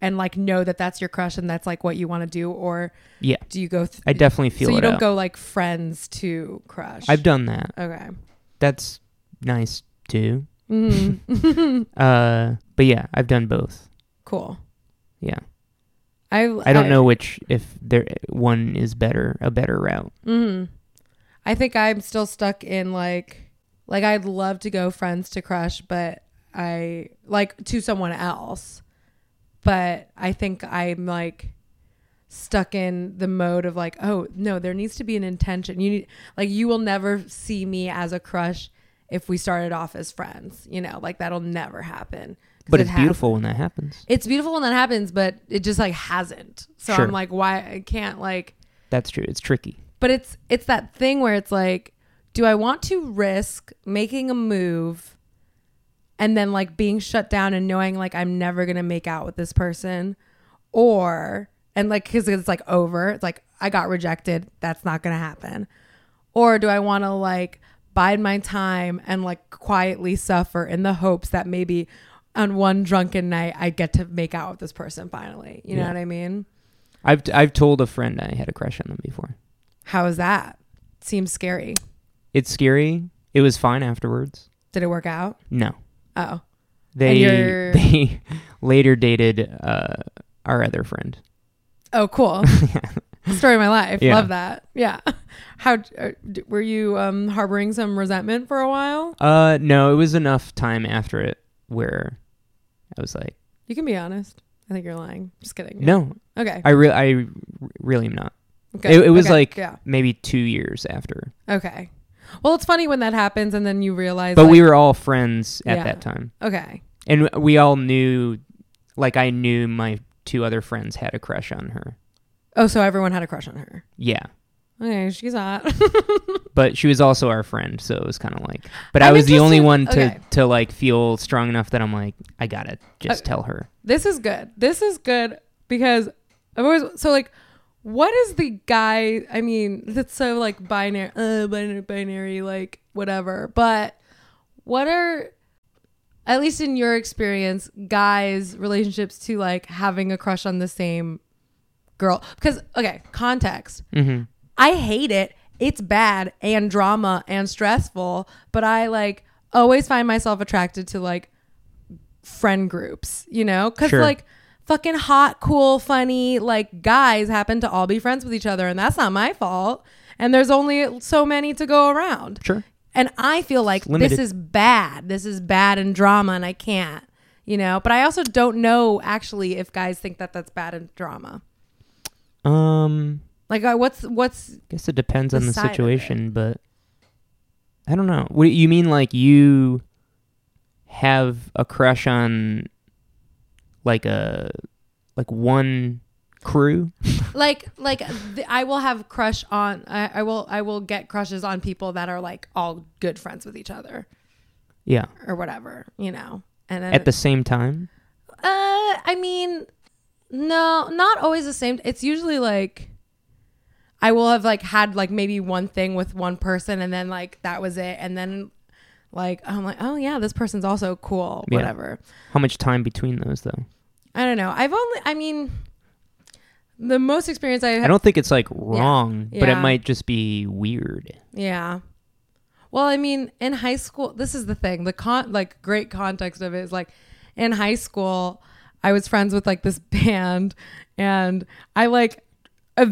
[SPEAKER 1] and like know that that's your crush and that's like what you want to do or
[SPEAKER 2] Yeah.
[SPEAKER 1] do you go th-
[SPEAKER 2] I definitely feel
[SPEAKER 1] so you
[SPEAKER 2] it
[SPEAKER 1] don't
[SPEAKER 2] out.
[SPEAKER 1] go like friends to crush?
[SPEAKER 2] I've done that.
[SPEAKER 1] okay.
[SPEAKER 2] That's nice too.
[SPEAKER 1] Mhm.
[SPEAKER 2] Uh, but yeah, I've done both.
[SPEAKER 1] cool.
[SPEAKER 2] Yeah.
[SPEAKER 1] I
[SPEAKER 2] I don't know which if there one is better, a better route.
[SPEAKER 1] Mm. I think I'm still stuck in like like I'd love to go friends to crush, but I like to someone else. But I think I'm like stuck in the mode of like, oh no, there needs to be an intention. You need like you will never see me as a crush if we started off as friends. You know, like that'll never happen. 'Cause
[SPEAKER 2] But
[SPEAKER 1] it
[SPEAKER 2] it's
[SPEAKER 1] has-
[SPEAKER 2] beautiful when that happens.
[SPEAKER 1] It's beautiful when that happens, but it just like hasn't. So
[SPEAKER 2] Sure.
[SPEAKER 1] I'm like, why I can't like
[SPEAKER 2] That's true. It's tricky.
[SPEAKER 1] but it's it's that thing where it's like do i want to risk making a move and then like being shut down and knowing like i'm never gonna make out with this person or and like because it's like over it's like i got rejected that's not gonna happen or do i want to like bide my time and like quietly suffer in the hopes that maybe on one drunken night i get to make out with this person finally you know
[SPEAKER 2] Yeah.
[SPEAKER 1] what i mean
[SPEAKER 2] I've I've told a friend I had a crush on them before.
[SPEAKER 1] how is that seems scary
[SPEAKER 2] It's scary. It was fine afterwards.
[SPEAKER 1] did it work out
[SPEAKER 2] No.
[SPEAKER 1] Oh,
[SPEAKER 2] They
[SPEAKER 1] you're-
[SPEAKER 2] they later dated uh, our other friend.
[SPEAKER 1] oh, cool. Story of my life.
[SPEAKER 2] Yeah.
[SPEAKER 1] Love that. Yeah. How uh, d- were you um, harboring some resentment for a while?
[SPEAKER 2] Uh, no, it was enough time after it where I was like,
[SPEAKER 1] You can be honest. I think you're lying. Just kidding.
[SPEAKER 2] no,
[SPEAKER 1] Okay.
[SPEAKER 2] I really, I re- really am not.
[SPEAKER 1] Good.
[SPEAKER 2] It, it was
[SPEAKER 1] Okay.
[SPEAKER 2] like
[SPEAKER 1] yeah.
[SPEAKER 2] maybe two years after,
[SPEAKER 1] Okay. Well, it's funny when that happens, and then you realize.
[SPEAKER 2] but
[SPEAKER 1] like,
[SPEAKER 2] we were all friends at
[SPEAKER 1] Yeah.
[SPEAKER 2] that time,
[SPEAKER 1] okay.
[SPEAKER 2] and we all knew, like, I knew my two other friends had a crush on her.
[SPEAKER 1] Oh, so everyone had a crush on her.
[SPEAKER 2] Yeah,
[SPEAKER 1] Okay, she's hot.
[SPEAKER 2] but she was also our friend, so it was kind of like. But i
[SPEAKER 1] I'm
[SPEAKER 2] was the only
[SPEAKER 1] interested-
[SPEAKER 2] one to
[SPEAKER 1] okay.
[SPEAKER 2] to like feel strong enough that I'm like, I gotta just
[SPEAKER 1] Uh,
[SPEAKER 2] tell her.
[SPEAKER 1] this is good. This is good because I've always so like what is the guy I mean, that's so like binary uh binary, binary like whatever. But what are at least in your experience, guys' relationships to like having a crush on the same girl? Because okay, context.
[SPEAKER 2] Mm-hmm.
[SPEAKER 1] I hate it. It's bad and drama and stressful, but I like always find myself attracted to like friend groups, you know? Cuz
[SPEAKER 2] Sure.
[SPEAKER 1] like fucking hot, cool, funny like guys happen to all be friends with each other and that's not my fault. And there's only so many to go around.
[SPEAKER 2] Sure.
[SPEAKER 1] And I feel like this
[SPEAKER 2] limited.
[SPEAKER 1] is bad. This is bad and drama and I can't, you know? But I also don't know actually if guys think that that's bad and drama.
[SPEAKER 2] Um.
[SPEAKER 1] Like I- what's what's
[SPEAKER 2] guess it depends on
[SPEAKER 1] the
[SPEAKER 2] the
[SPEAKER 1] side of it.
[SPEAKER 2] situation, but I don't know. What you mean like you have a crush on like a like one crew.
[SPEAKER 1] like like th- I will have crush on I, I will I will get crushes on people that are like all good friends with each other
[SPEAKER 2] Yeah.
[SPEAKER 1] or whatever, you know. And then
[SPEAKER 2] At the same time.
[SPEAKER 1] uh I mean no, not always the same. It's usually like I will have like had like maybe one thing with one person and then like that was it and then like I'm like, "Oh yeah, this person's also cool,
[SPEAKER 2] Yeah.
[SPEAKER 1] whatever."
[SPEAKER 2] How much time between those though?
[SPEAKER 1] I don't know. I've only I mean the most experience I
[SPEAKER 2] I don't think it's like wrong, but it
[SPEAKER 1] Yeah.
[SPEAKER 2] might just be weird.
[SPEAKER 1] Yeah. Well, I mean, in high school, this is the thing. The con like great context of it is like in high school, I was friends with like this band and I like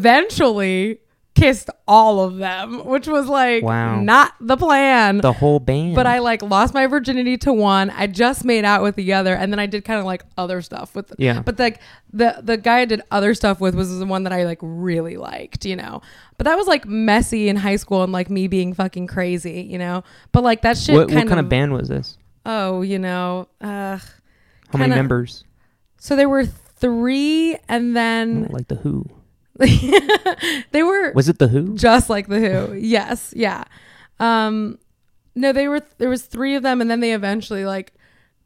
[SPEAKER 1] eventually kissed all of them, which was like
[SPEAKER 2] Wow.
[SPEAKER 1] not the plan.
[SPEAKER 2] The whole band.
[SPEAKER 1] but I like lost my virginity to one. I just made out with the other, and then I did kind of like other stuff with.
[SPEAKER 2] Yeah.
[SPEAKER 1] But like the the guy I did other stuff with was the one that I like really liked, you know. But that was like messy in high school and like me being fucking crazy, you know. But like that shit
[SPEAKER 2] what,
[SPEAKER 1] kind,
[SPEAKER 2] what
[SPEAKER 1] of,
[SPEAKER 2] kind of band was this?
[SPEAKER 1] oh, you know. Uh,
[SPEAKER 2] How many
[SPEAKER 1] Kinda-
[SPEAKER 2] members?
[SPEAKER 1] so there were three, and
[SPEAKER 2] Oh,
[SPEAKER 1] then
[SPEAKER 2] Like the Who? Mm.
[SPEAKER 1] they were
[SPEAKER 2] Was it the Who?
[SPEAKER 1] just like the Who. yes, yeah. Um, no, they were there was three of them, and then they eventually like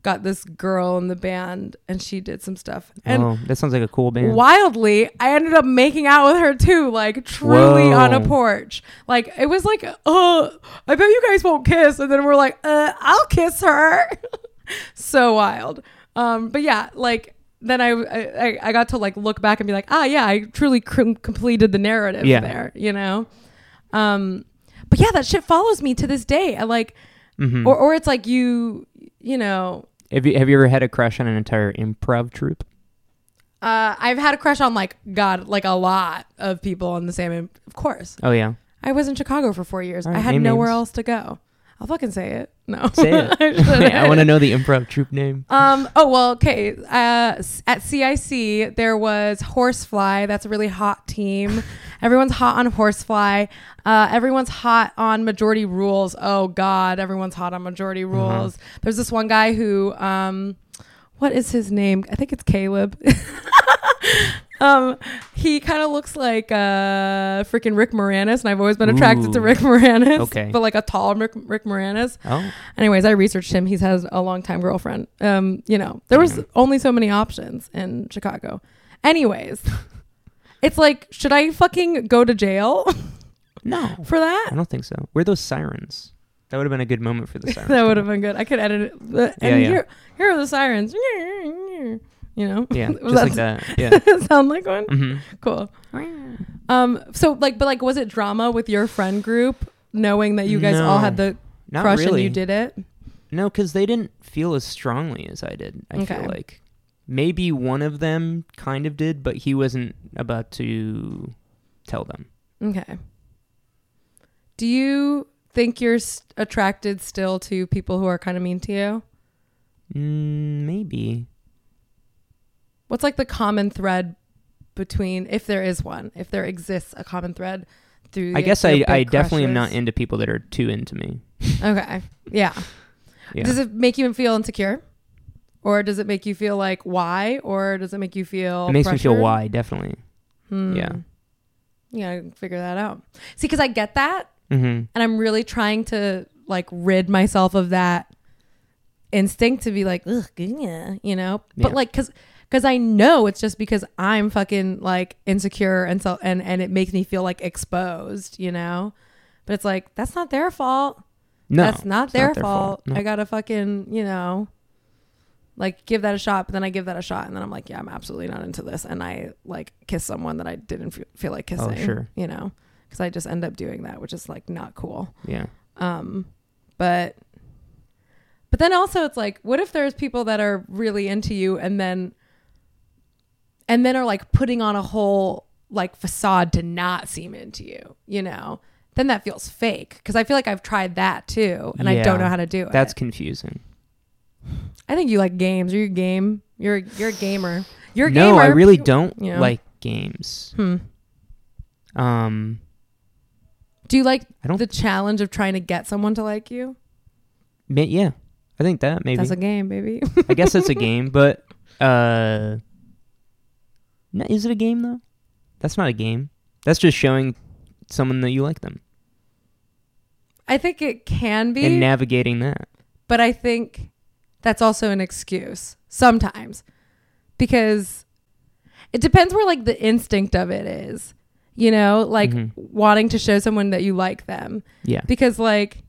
[SPEAKER 1] got this girl in the band, and she did some stuff. And
[SPEAKER 2] oh, that sounds like a cool band.
[SPEAKER 1] wildly, I ended up making out with her too, like truly on a
[SPEAKER 2] Whoa.
[SPEAKER 1] porch. Like it was like, oh, I bet you guys won't kiss, and then we're like, uh, I'll kiss her. so wild. Um, but yeah, like. Then I, I I got to like look back and be like, ah, yeah, I truly com- completed the narrative
[SPEAKER 2] Yeah.
[SPEAKER 1] there, you know. Um, but yeah, that shit follows me to this day. I like,
[SPEAKER 2] Mhm.
[SPEAKER 1] or or it's like you, you know,
[SPEAKER 2] Have you have you ever had a crush on an entire improv troupe?
[SPEAKER 1] uh, I've had a crush on like God, like a lot of people on the same. Of course,
[SPEAKER 2] Oh yeah.
[SPEAKER 1] I was in Chicago for four years.
[SPEAKER 2] All right,
[SPEAKER 1] I had
[SPEAKER 2] name
[SPEAKER 1] nowhere
[SPEAKER 2] names.
[SPEAKER 1] else to go. I'll fucking say it. No,
[SPEAKER 2] Say it.
[SPEAKER 1] shouldn't.
[SPEAKER 2] I want to know the improv troupe name.
[SPEAKER 1] Um. Oh well. Okay. Uh. s- At CIC, there was Horsefly. That's a really hot team. Everyone's hot on Horsefly. Uh. Everyone's hot on Majority Rules. Oh God. Everyone's hot on Majority
[SPEAKER 2] Uh-huh.
[SPEAKER 1] Rules. There's this one guy who. Um. What is his name? I think it's Caleb. um. He kind of looks like uh freaking Rick Moranis, and I've always been attracted to
[SPEAKER 2] Ooh.
[SPEAKER 1] Rick Moranis.
[SPEAKER 2] Okay.
[SPEAKER 1] But like a tall Rick, Rick Moranis.
[SPEAKER 2] Oh,
[SPEAKER 1] Anyways, I researched him. He's has a longtime girlfriend. Um, you know, there was only so many options in Chicago. Anyways, it's like, should I fucking go to jail
[SPEAKER 2] no.
[SPEAKER 1] for
[SPEAKER 2] I
[SPEAKER 1] that?
[SPEAKER 2] don't think so. Where are those sirens? That would have been a good moment for the sirens.
[SPEAKER 1] That would have been good. I could edit it. The-
[SPEAKER 2] Yeah,
[SPEAKER 1] and
[SPEAKER 2] yeah.
[SPEAKER 1] Here, here are the sirens. You know,
[SPEAKER 2] Yeah,
[SPEAKER 1] Was
[SPEAKER 2] just like that. Yeah.
[SPEAKER 1] sound like one.
[SPEAKER 2] hmm
[SPEAKER 1] Cool. Um, so like, but like, was it drama with your friend group, knowing that you guys all
[SPEAKER 2] No,
[SPEAKER 1] had the
[SPEAKER 2] Not
[SPEAKER 1] crush
[SPEAKER 2] really.
[SPEAKER 1] and you did it?
[SPEAKER 2] No, because they didn't feel as strongly as I did. I
[SPEAKER 1] Okay.
[SPEAKER 2] feel like maybe one of them kind of did, but he wasn't about to tell them.
[SPEAKER 1] Okay. Do you think you're s- attracted still to people who are kind of mean to you?
[SPEAKER 2] Mm, maybe.
[SPEAKER 1] What's like the common thread between, if there is one, if there exists a common thread through?
[SPEAKER 2] I
[SPEAKER 1] the-
[SPEAKER 2] guess
[SPEAKER 1] your
[SPEAKER 2] I,
[SPEAKER 1] big
[SPEAKER 2] I definitely am not
[SPEAKER 1] crushes?
[SPEAKER 2] into people that are too into me.
[SPEAKER 1] Okay. Yeah.
[SPEAKER 2] Yeah.
[SPEAKER 1] Does it make you feel insecure? Or does it make you feel like why? Or does it make you feel
[SPEAKER 2] it makes me feel
[SPEAKER 1] pressured?
[SPEAKER 2] why, definitely.
[SPEAKER 1] Hmm.
[SPEAKER 2] Yeah.
[SPEAKER 1] You gotta figure that out. See, because I get that.
[SPEAKER 2] hmm
[SPEAKER 1] and I'm really trying to like rid myself of that instinct to be like, Ugh, yeah, you know, but
[SPEAKER 2] Yeah.
[SPEAKER 1] like, cause, cause I know it's just because I'm fucking like insecure and so, and, and it makes me feel like exposed, you know, but it's like, that's not their fault.
[SPEAKER 2] No,
[SPEAKER 1] that's not
[SPEAKER 2] it's
[SPEAKER 1] their fault.
[SPEAKER 2] No.
[SPEAKER 1] I gotta fucking, you know, like give that a shot, but then I give that a shot and then I'm like, yeah, I'm absolutely not into this. And I like kiss someone that I didn't fe- feel like kissing,
[SPEAKER 2] Oh, sure.
[SPEAKER 1] you know, cause I just end up doing that, which is like not cool
[SPEAKER 2] yeah.
[SPEAKER 1] um but but then also it's like what if there's people that are really into you and then and then are like putting on a whole like facade to not seem into you you know then that feels fake because i feel like i've tried that too and i don't
[SPEAKER 2] Yeah.
[SPEAKER 1] know how to do it
[SPEAKER 2] That's confusing.
[SPEAKER 1] i think you like games are you a game you're you're a gamer you're a
[SPEAKER 2] no,
[SPEAKER 1] gamer
[SPEAKER 2] I really don't
[SPEAKER 1] Yeah.
[SPEAKER 2] like games.
[SPEAKER 1] hmm.
[SPEAKER 2] Um,
[SPEAKER 1] do you like
[SPEAKER 2] I don't-
[SPEAKER 1] the challenge of trying to get someone to like you
[SPEAKER 2] ma- yeah, I think that maybe.
[SPEAKER 1] that's a game baby
[SPEAKER 2] I guess it's a game, but uh, No, is it a game though? That's not a game. That's just showing someone that you like them
[SPEAKER 1] I think it can be,
[SPEAKER 2] and navigating that.
[SPEAKER 1] but I think that's also an excuse sometimes because it depends where like the instinct of it is, you know, like
[SPEAKER 2] Mhm.
[SPEAKER 1] wanting to show someone that you like them
[SPEAKER 2] Yeah.
[SPEAKER 1] because like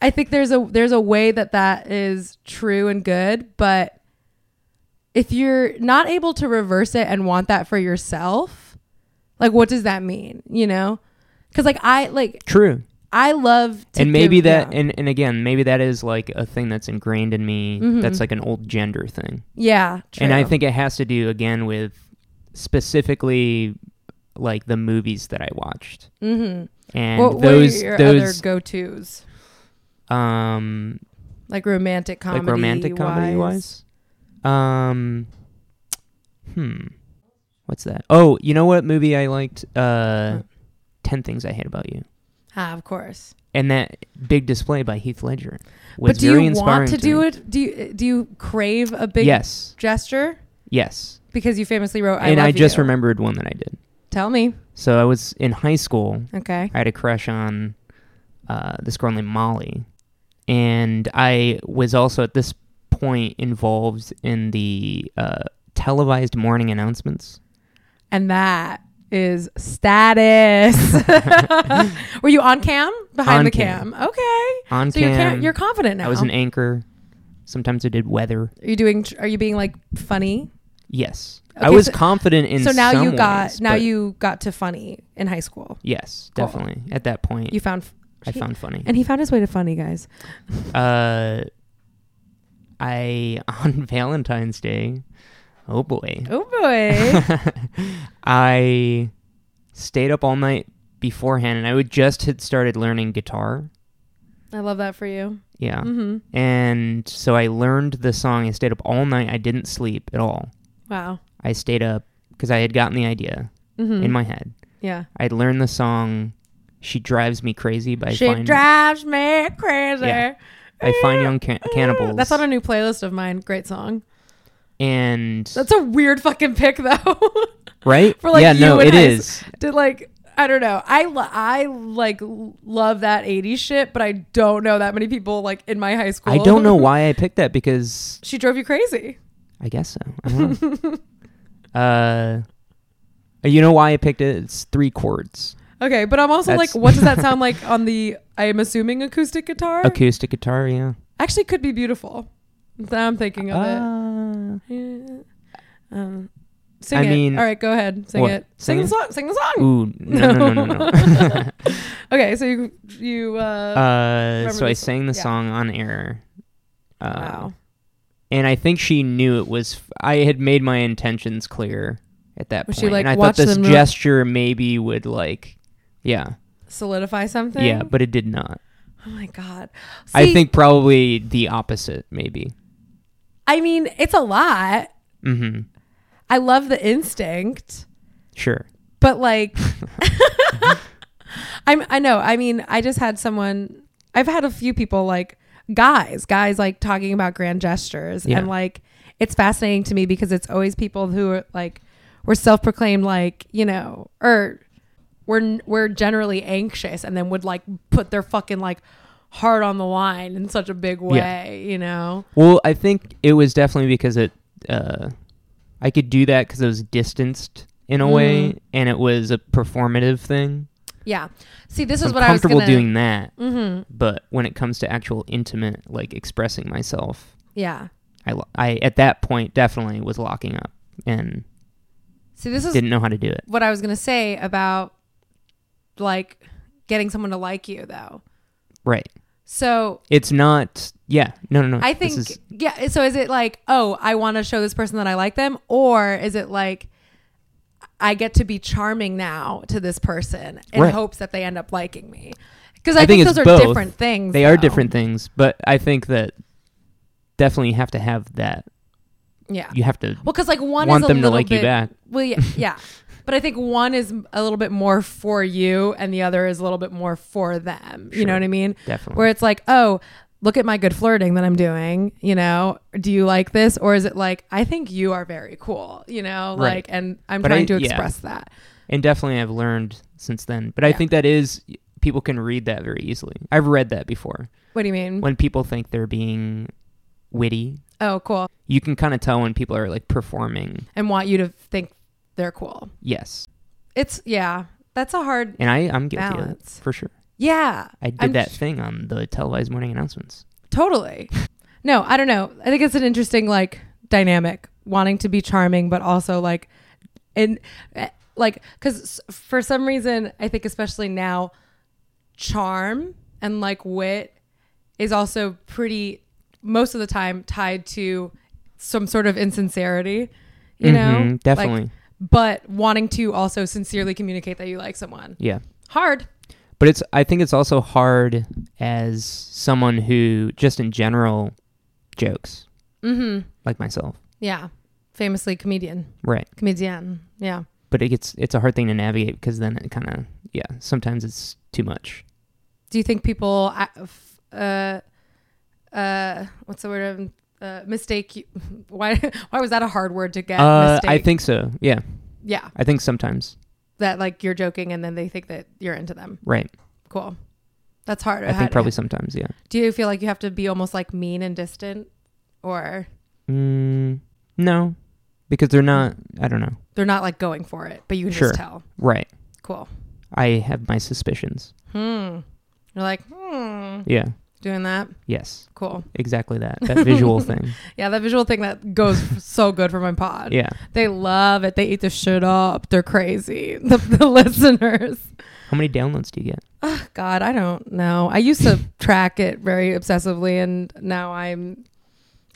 [SPEAKER 1] I think there's a there's a way that that is true and good, but if you're not able to reverse it and want that for yourself, like what does that mean, you know? Cuz like I like
[SPEAKER 2] True.
[SPEAKER 1] I love to
[SPEAKER 2] and maybe
[SPEAKER 1] give-
[SPEAKER 2] that
[SPEAKER 1] yeah.
[SPEAKER 2] and, and again maybe that is like a thing that's ingrained in me
[SPEAKER 1] Mhm.
[SPEAKER 2] that's like an old gender thing
[SPEAKER 1] yeah true.
[SPEAKER 2] and i think it has to do again with specifically like the movies that i watched
[SPEAKER 1] mm-hmm.
[SPEAKER 2] and
[SPEAKER 1] what, what are
[SPEAKER 2] those
[SPEAKER 1] your
[SPEAKER 2] those
[SPEAKER 1] other go-tos
[SPEAKER 2] um
[SPEAKER 1] like romantic comedy
[SPEAKER 2] like romantic comedy wise um hmm what's that oh you know what movie i liked uh
[SPEAKER 1] Huh.
[SPEAKER 2] 10 things i hate about you
[SPEAKER 1] ah, of course
[SPEAKER 2] and that big display by heath ledger was
[SPEAKER 1] but do
[SPEAKER 2] very
[SPEAKER 1] you
[SPEAKER 2] inspiring
[SPEAKER 1] want to, do
[SPEAKER 2] me.
[SPEAKER 1] it do you do you crave a big
[SPEAKER 2] yes
[SPEAKER 1] gesture
[SPEAKER 2] yes
[SPEAKER 1] because you famously wrote I
[SPEAKER 2] and
[SPEAKER 1] love
[SPEAKER 2] I just
[SPEAKER 1] you.
[SPEAKER 2] remembered one that I did.
[SPEAKER 1] tell me
[SPEAKER 2] So I was in high school.
[SPEAKER 1] okay
[SPEAKER 2] I had a crush on uh, this girl named Molly, and I was also at this point involved in the uh, televised morning announcements.
[SPEAKER 1] and that is status were you on cam behind
[SPEAKER 2] On
[SPEAKER 1] the cam,
[SPEAKER 2] cam.
[SPEAKER 1] okay
[SPEAKER 2] On
[SPEAKER 1] so
[SPEAKER 2] cam,
[SPEAKER 1] you're ca- you're confident now
[SPEAKER 2] I was an anchor. Sometimes I did weather.
[SPEAKER 1] are you doing are you being like funny
[SPEAKER 2] Yes, I
[SPEAKER 1] Okay,
[SPEAKER 2] was
[SPEAKER 1] so-
[SPEAKER 2] confident in.
[SPEAKER 1] so now
[SPEAKER 2] some
[SPEAKER 1] you got
[SPEAKER 2] ways,
[SPEAKER 1] now
[SPEAKER 2] but-
[SPEAKER 1] you got to funny in high school
[SPEAKER 2] Yes,
[SPEAKER 1] Cool.
[SPEAKER 2] definitely. At that point,
[SPEAKER 1] you found
[SPEAKER 2] I found funny.
[SPEAKER 1] and he found his way to funny guys
[SPEAKER 2] uh, I on Valentine's Day. Oh boy.
[SPEAKER 1] oh boy
[SPEAKER 2] I stayed up all night beforehand, and I would just had started learning guitar.
[SPEAKER 1] i love that for you
[SPEAKER 2] Yeah,
[SPEAKER 1] hmm
[SPEAKER 2] and so I learned the song. I stayed up all night. I didn't sleep at all.
[SPEAKER 1] wow
[SPEAKER 2] I stayed up because I had gotten the idea
[SPEAKER 1] hmm
[SPEAKER 2] in my head.
[SPEAKER 1] yeah
[SPEAKER 2] I'd learned the song. She drives me crazy by
[SPEAKER 1] she
[SPEAKER 2] Fine.
[SPEAKER 1] drives me crazy
[SPEAKER 2] Yeah. I find young can- cannibals.
[SPEAKER 1] Ah, that's on a new playlist of mine great song
[SPEAKER 2] and
[SPEAKER 1] That's a weird fucking pick, though.
[SPEAKER 2] right.
[SPEAKER 1] for, like,
[SPEAKER 2] yeah,
[SPEAKER 1] you
[SPEAKER 2] no,
[SPEAKER 1] and
[SPEAKER 2] it
[SPEAKER 1] I.
[SPEAKER 2] is.
[SPEAKER 1] Did like I don't know. I lo- I like l- love that '80s shit, but I don't know that many people like in my high school.
[SPEAKER 2] I don't know why I picked that because
[SPEAKER 1] she drove you crazy.
[SPEAKER 2] I guess so. I don't know. uh, you know why I picked it? It's three chords:
[SPEAKER 1] Okay, but I'm also
[SPEAKER 2] That's-
[SPEAKER 1] like, what does that sound like on the? I am assuming acoustic guitar.
[SPEAKER 2] acoustic guitar. Yeah.
[SPEAKER 1] Actually, could be beautiful. Now I'm thinking of
[SPEAKER 2] Uh,
[SPEAKER 1] it. Um, sing
[SPEAKER 2] I
[SPEAKER 1] it.
[SPEAKER 2] mean-
[SPEAKER 1] All right, go ahead. Sing
[SPEAKER 2] What?
[SPEAKER 1] it. Sing,
[SPEAKER 2] Sing
[SPEAKER 1] the song. Sing the song.
[SPEAKER 2] ooh, no, no, no, no, no.
[SPEAKER 1] Okay, so you you uh,
[SPEAKER 2] uh, so I
[SPEAKER 1] the song.
[SPEAKER 2] sang the
[SPEAKER 1] Yeah.
[SPEAKER 2] song on air. Uh,
[SPEAKER 1] wow.
[SPEAKER 2] And I think she knew it was. F- I had made my intentions clear at that
[SPEAKER 1] Was she
[SPEAKER 2] point,
[SPEAKER 1] like,
[SPEAKER 2] and I
[SPEAKER 1] "Watch
[SPEAKER 2] thought this
[SPEAKER 1] them move"?
[SPEAKER 2] gesture maybe would like, yeah,
[SPEAKER 1] solidify something.
[SPEAKER 2] yeah, but it did not.
[SPEAKER 1] Oh my god.
[SPEAKER 2] I
[SPEAKER 1] See,
[SPEAKER 2] think probably the opposite, maybe.
[SPEAKER 1] I mean, it's a lot.
[SPEAKER 2] Mm-hmm.
[SPEAKER 1] I love the instinct,
[SPEAKER 2] Sure.
[SPEAKER 1] but like I'm I know. I mean, I just had someone I've had a few people like guys, guys like talking about grand gestures
[SPEAKER 2] Yeah.
[SPEAKER 1] and like it's fascinating to me because it's always people who are like were self-proclaimed like, you know, or were were generally anxious and then would like put their fucking like heart on the line in such a big way, you know.
[SPEAKER 2] Well, I think it was definitely because it, uh, I could do that because it was distanced in a way,
[SPEAKER 1] Mm-hmm.
[SPEAKER 2] and it was a performative thing.
[SPEAKER 1] Yeah. See, this
[SPEAKER 2] I'm
[SPEAKER 1] is what I was
[SPEAKER 2] comfortable
[SPEAKER 1] gonna,
[SPEAKER 2] doing that,
[SPEAKER 1] Mm-hmm.
[SPEAKER 2] but when it comes to actual intimate, like expressing myself,
[SPEAKER 1] Yeah.
[SPEAKER 2] I, lo- I at that point definitely was locking up and
[SPEAKER 1] See, this is
[SPEAKER 2] didn't know how to do it.
[SPEAKER 1] what I was gonna say about like getting someone to like you, though.
[SPEAKER 2] Right?
[SPEAKER 1] So
[SPEAKER 2] It's not. Yeah. No. No. No.
[SPEAKER 1] I
[SPEAKER 2] this
[SPEAKER 1] think,
[SPEAKER 2] is-
[SPEAKER 1] yeah. So is it like, oh, I want to show this person that I like them, or is it like? I get to be charming now to this person in
[SPEAKER 2] Right.
[SPEAKER 1] hopes that they end up liking me. Because I,
[SPEAKER 2] I
[SPEAKER 1] think,
[SPEAKER 2] think it's
[SPEAKER 1] those are
[SPEAKER 2] both.
[SPEAKER 1] different things.
[SPEAKER 2] they are
[SPEAKER 1] though.
[SPEAKER 2] different things, but I think that definitely you have to have that.
[SPEAKER 1] Yeah.
[SPEAKER 2] You have to
[SPEAKER 1] Well, because like one is
[SPEAKER 2] want
[SPEAKER 1] a
[SPEAKER 2] them to
[SPEAKER 1] little
[SPEAKER 2] like
[SPEAKER 1] bit,
[SPEAKER 2] you back.
[SPEAKER 1] Well, yeah, yeah. but I think one is a little bit more for you, and the other is a little bit more for them. You know
[SPEAKER 2] Sure.
[SPEAKER 1] what I mean?
[SPEAKER 2] Definitely.
[SPEAKER 1] Where it's like, oh, look at my good flirting that I'm doing, you know, do you like this? Or is it like, I think you are very cool, you know,
[SPEAKER 2] Right.
[SPEAKER 1] like, and I'm
[SPEAKER 2] But
[SPEAKER 1] trying
[SPEAKER 2] I-
[SPEAKER 1] to
[SPEAKER 2] yeah.
[SPEAKER 1] express that.
[SPEAKER 2] And definitely I've learned since then. But I
[SPEAKER 1] Yeah.
[SPEAKER 2] think that is people can read that very easily. I've read that before.
[SPEAKER 1] What do you mean?
[SPEAKER 2] When people think they're being witty,
[SPEAKER 1] oh, cool.
[SPEAKER 2] you can kind of tell when people are like performing.
[SPEAKER 1] And want you to think they're cool.
[SPEAKER 2] Yes.
[SPEAKER 1] It's, yeah, that's a hard
[SPEAKER 2] And I I'm guilty of it
[SPEAKER 1] balance.
[SPEAKER 2] for sure.
[SPEAKER 1] Yeah.
[SPEAKER 2] I did
[SPEAKER 1] I'm
[SPEAKER 2] that
[SPEAKER 1] sh-
[SPEAKER 2] thing on the televised morning announcements.
[SPEAKER 1] Totally. No, I don't know. I think it's an interesting like dynamic, wanting to be charming, but also like, and eh, like, because for some reason, I think especially now, charm and like wit is also pretty most of the time tied to some sort of insincerity, you know?
[SPEAKER 2] Mhm, definitely.
[SPEAKER 1] Like, but wanting to also sincerely communicate that you like someone.
[SPEAKER 2] yeah.
[SPEAKER 1] Hard.
[SPEAKER 2] But it's I think it's also hard as someone who just in general jokes
[SPEAKER 1] Mm hmm.
[SPEAKER 2] like myself.
[SPEAKER 1] Yeah. Famously comedian,
[SPEAKER 2] Right.
[SPEAKER 1] comedian. Yeah.
[SPEAKER 2] But it gets it's a hard thing to navigate because then it kind of yeah, sometimes it's too much.
[SPEAKER 1] do you think people uh, f- uh uh what's the word um, uh, mistake you, why why was that a hard word to get
[SPEAKER 2] Uh,
[SPEAKER 1] mistake
[SPEAKER 2] I think so. Yeah.
[SPEAKER 1] yeah
[SPEAKER 2] I think sometimes.
[SPEAKER 1] that like you're joking and then they think that you're into them
[SPEAKER 2] Right.
[SPEAKER 1] cool that's hard
[SPEAKER 2] I
[SPEAKER 1] How-
[SPEAKER 2] think probably sometimes, yeah.
[SPEAKER 1] do you feel like you have to be almost like mean and distant or
[SPEAKER 2] Mm, no. Because they're not I don't know.
[SPEAKER 1] they're not like going for it but you can
[SPEAKER 2] Sure.
[SPEAKER 1] just tell
[SPEAKER 2] Right.
[SPEAKER 1] cool
[SPEAKER 2] I have my suspicions.
[SPEAKER 1] hmm you're like hmm
[SPEAKER 2] Yeah.
[SPEAKER 1] doing that
[SPEAKER 2] Yes.
[SPEAKER 1] cool
[SPEAKER 2] Exactly that. That visual thing.
[SPEAKER 1] yeah that visual thing that goes so good for my pod
[SPEAKER 2] Yeah.
[SPEAKER 1] They love it. They eat the shit up. They're crazy. The, the listeners.
[SPEAKER 2] How many downloads do you get?
[SPEAKER 1] Ugh, God, I don't know. I used to track it very obsessively, and now I'm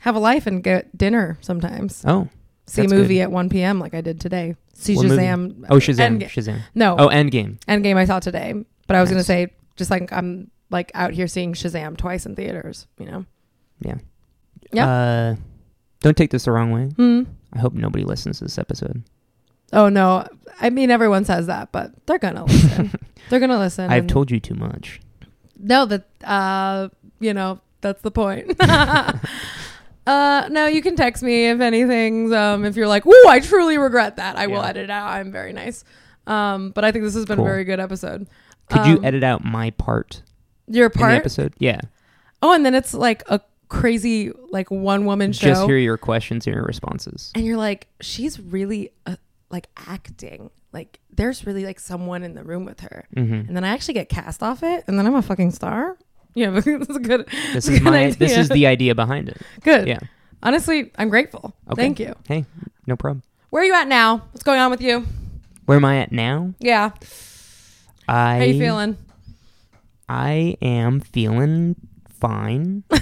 [SPEAKER 1] have a life and get dinner sometimes.
[SPEAKER 2] Oh.
[SPEAKER 1] See a
[SPEAKER 2] that's
[SPEAKER 1] movie
[SPEAKER 2] good.
[SPEAKER 1] at 1 p.m. like I did today. See
[SPEAKER 2] What movie?
[SPEAKER 1] Shazam.
[SPEAKER 2] Oh, Shazam.
[SPEAKER 1] Endga-
[SPEAKER 2] Shazam.
[SPEAKER 1] No,
[SPEAKER 2] Oh, Endgame.
[SPEAKER 1] Endgame I saw today, but I was gonna
[SPEAKER 2] Nice.
[SPEAKER 1] say just like I'm like out here seeing Shazam twice in theaters. You know. Yeah.
[SPEAKER 2] Uh, don't take this the wrong way.
[SPEAKER 1] Hmm.
[SPEAKER 2] I hope nobody listens to this episode.
[SPEAKER 1] Oh no. I mean, everyone says that, but they're gonna listen. they're gonna listen.
[SPEAKER 2] I've
[SPEAKER 1] and-
[SPEAKER 2] told you too much.
[SPEAKER 1] No, that uh, you know, that's the point. uh, no, you can text me if anything's um, if you're like, "Ooh, I truly regret that." I will
[SPEAKER 2] Yeah.
[SPEAKER 1] edit it out. I'm very nice. Um, but I think this has been
[SPEAKER 2] Cool.
[SPEAKER 1] a very good episode.
[SPEAKER 2] Could you
[SPEAKER 1] Um,
[SPEAKER 2] edit out my part,
[SPEAKER 1] your
[SPEAKER 2] in the
[SPEAKER 1] part?
[SPEAKER 2] episode? Yeah.
[SPEAKER 1] Oh, and then it's like a crazy like one woman show,
[SPEAKER 2] Just hear your questions and your responses.
[SPEAKER 1] and you're like, she's really uh, like acting. Like there's really like someone in the room with her,
[SPEAKER 2] hmm
[SPEAKER 1] and then I actually get cast off it, and then I'm a fucking star. Yeah, this is good.
[SPEAKER 2] This
[SPEAKER 1] a
[SPEAKER 2] is
[SPEAKER 1] good
[SPEAKER 2] my. This
[SPEAKER 1] idea.
[SPEAKER 2] is the idea behind it.
[SPEAKER 1] Good.
[SPEAKER 2] Yeah.
[SPEAKER 1] Honestly, I'm grateful.
[SPEAKER 2] Okay.
[SPEAKER 1] Thank you.
[SPEAKER 2] Hey, no problem.
[SPEAKER 1] Where are you at now? What's going on with you?
[SPEAKER 2] Where am I at now?
[SPEAKER 1] Yeah.
[SPEAKER 2] I.
[SPEAKER 1] How you feeling?
[SPEAKER 2] I am feeling fine.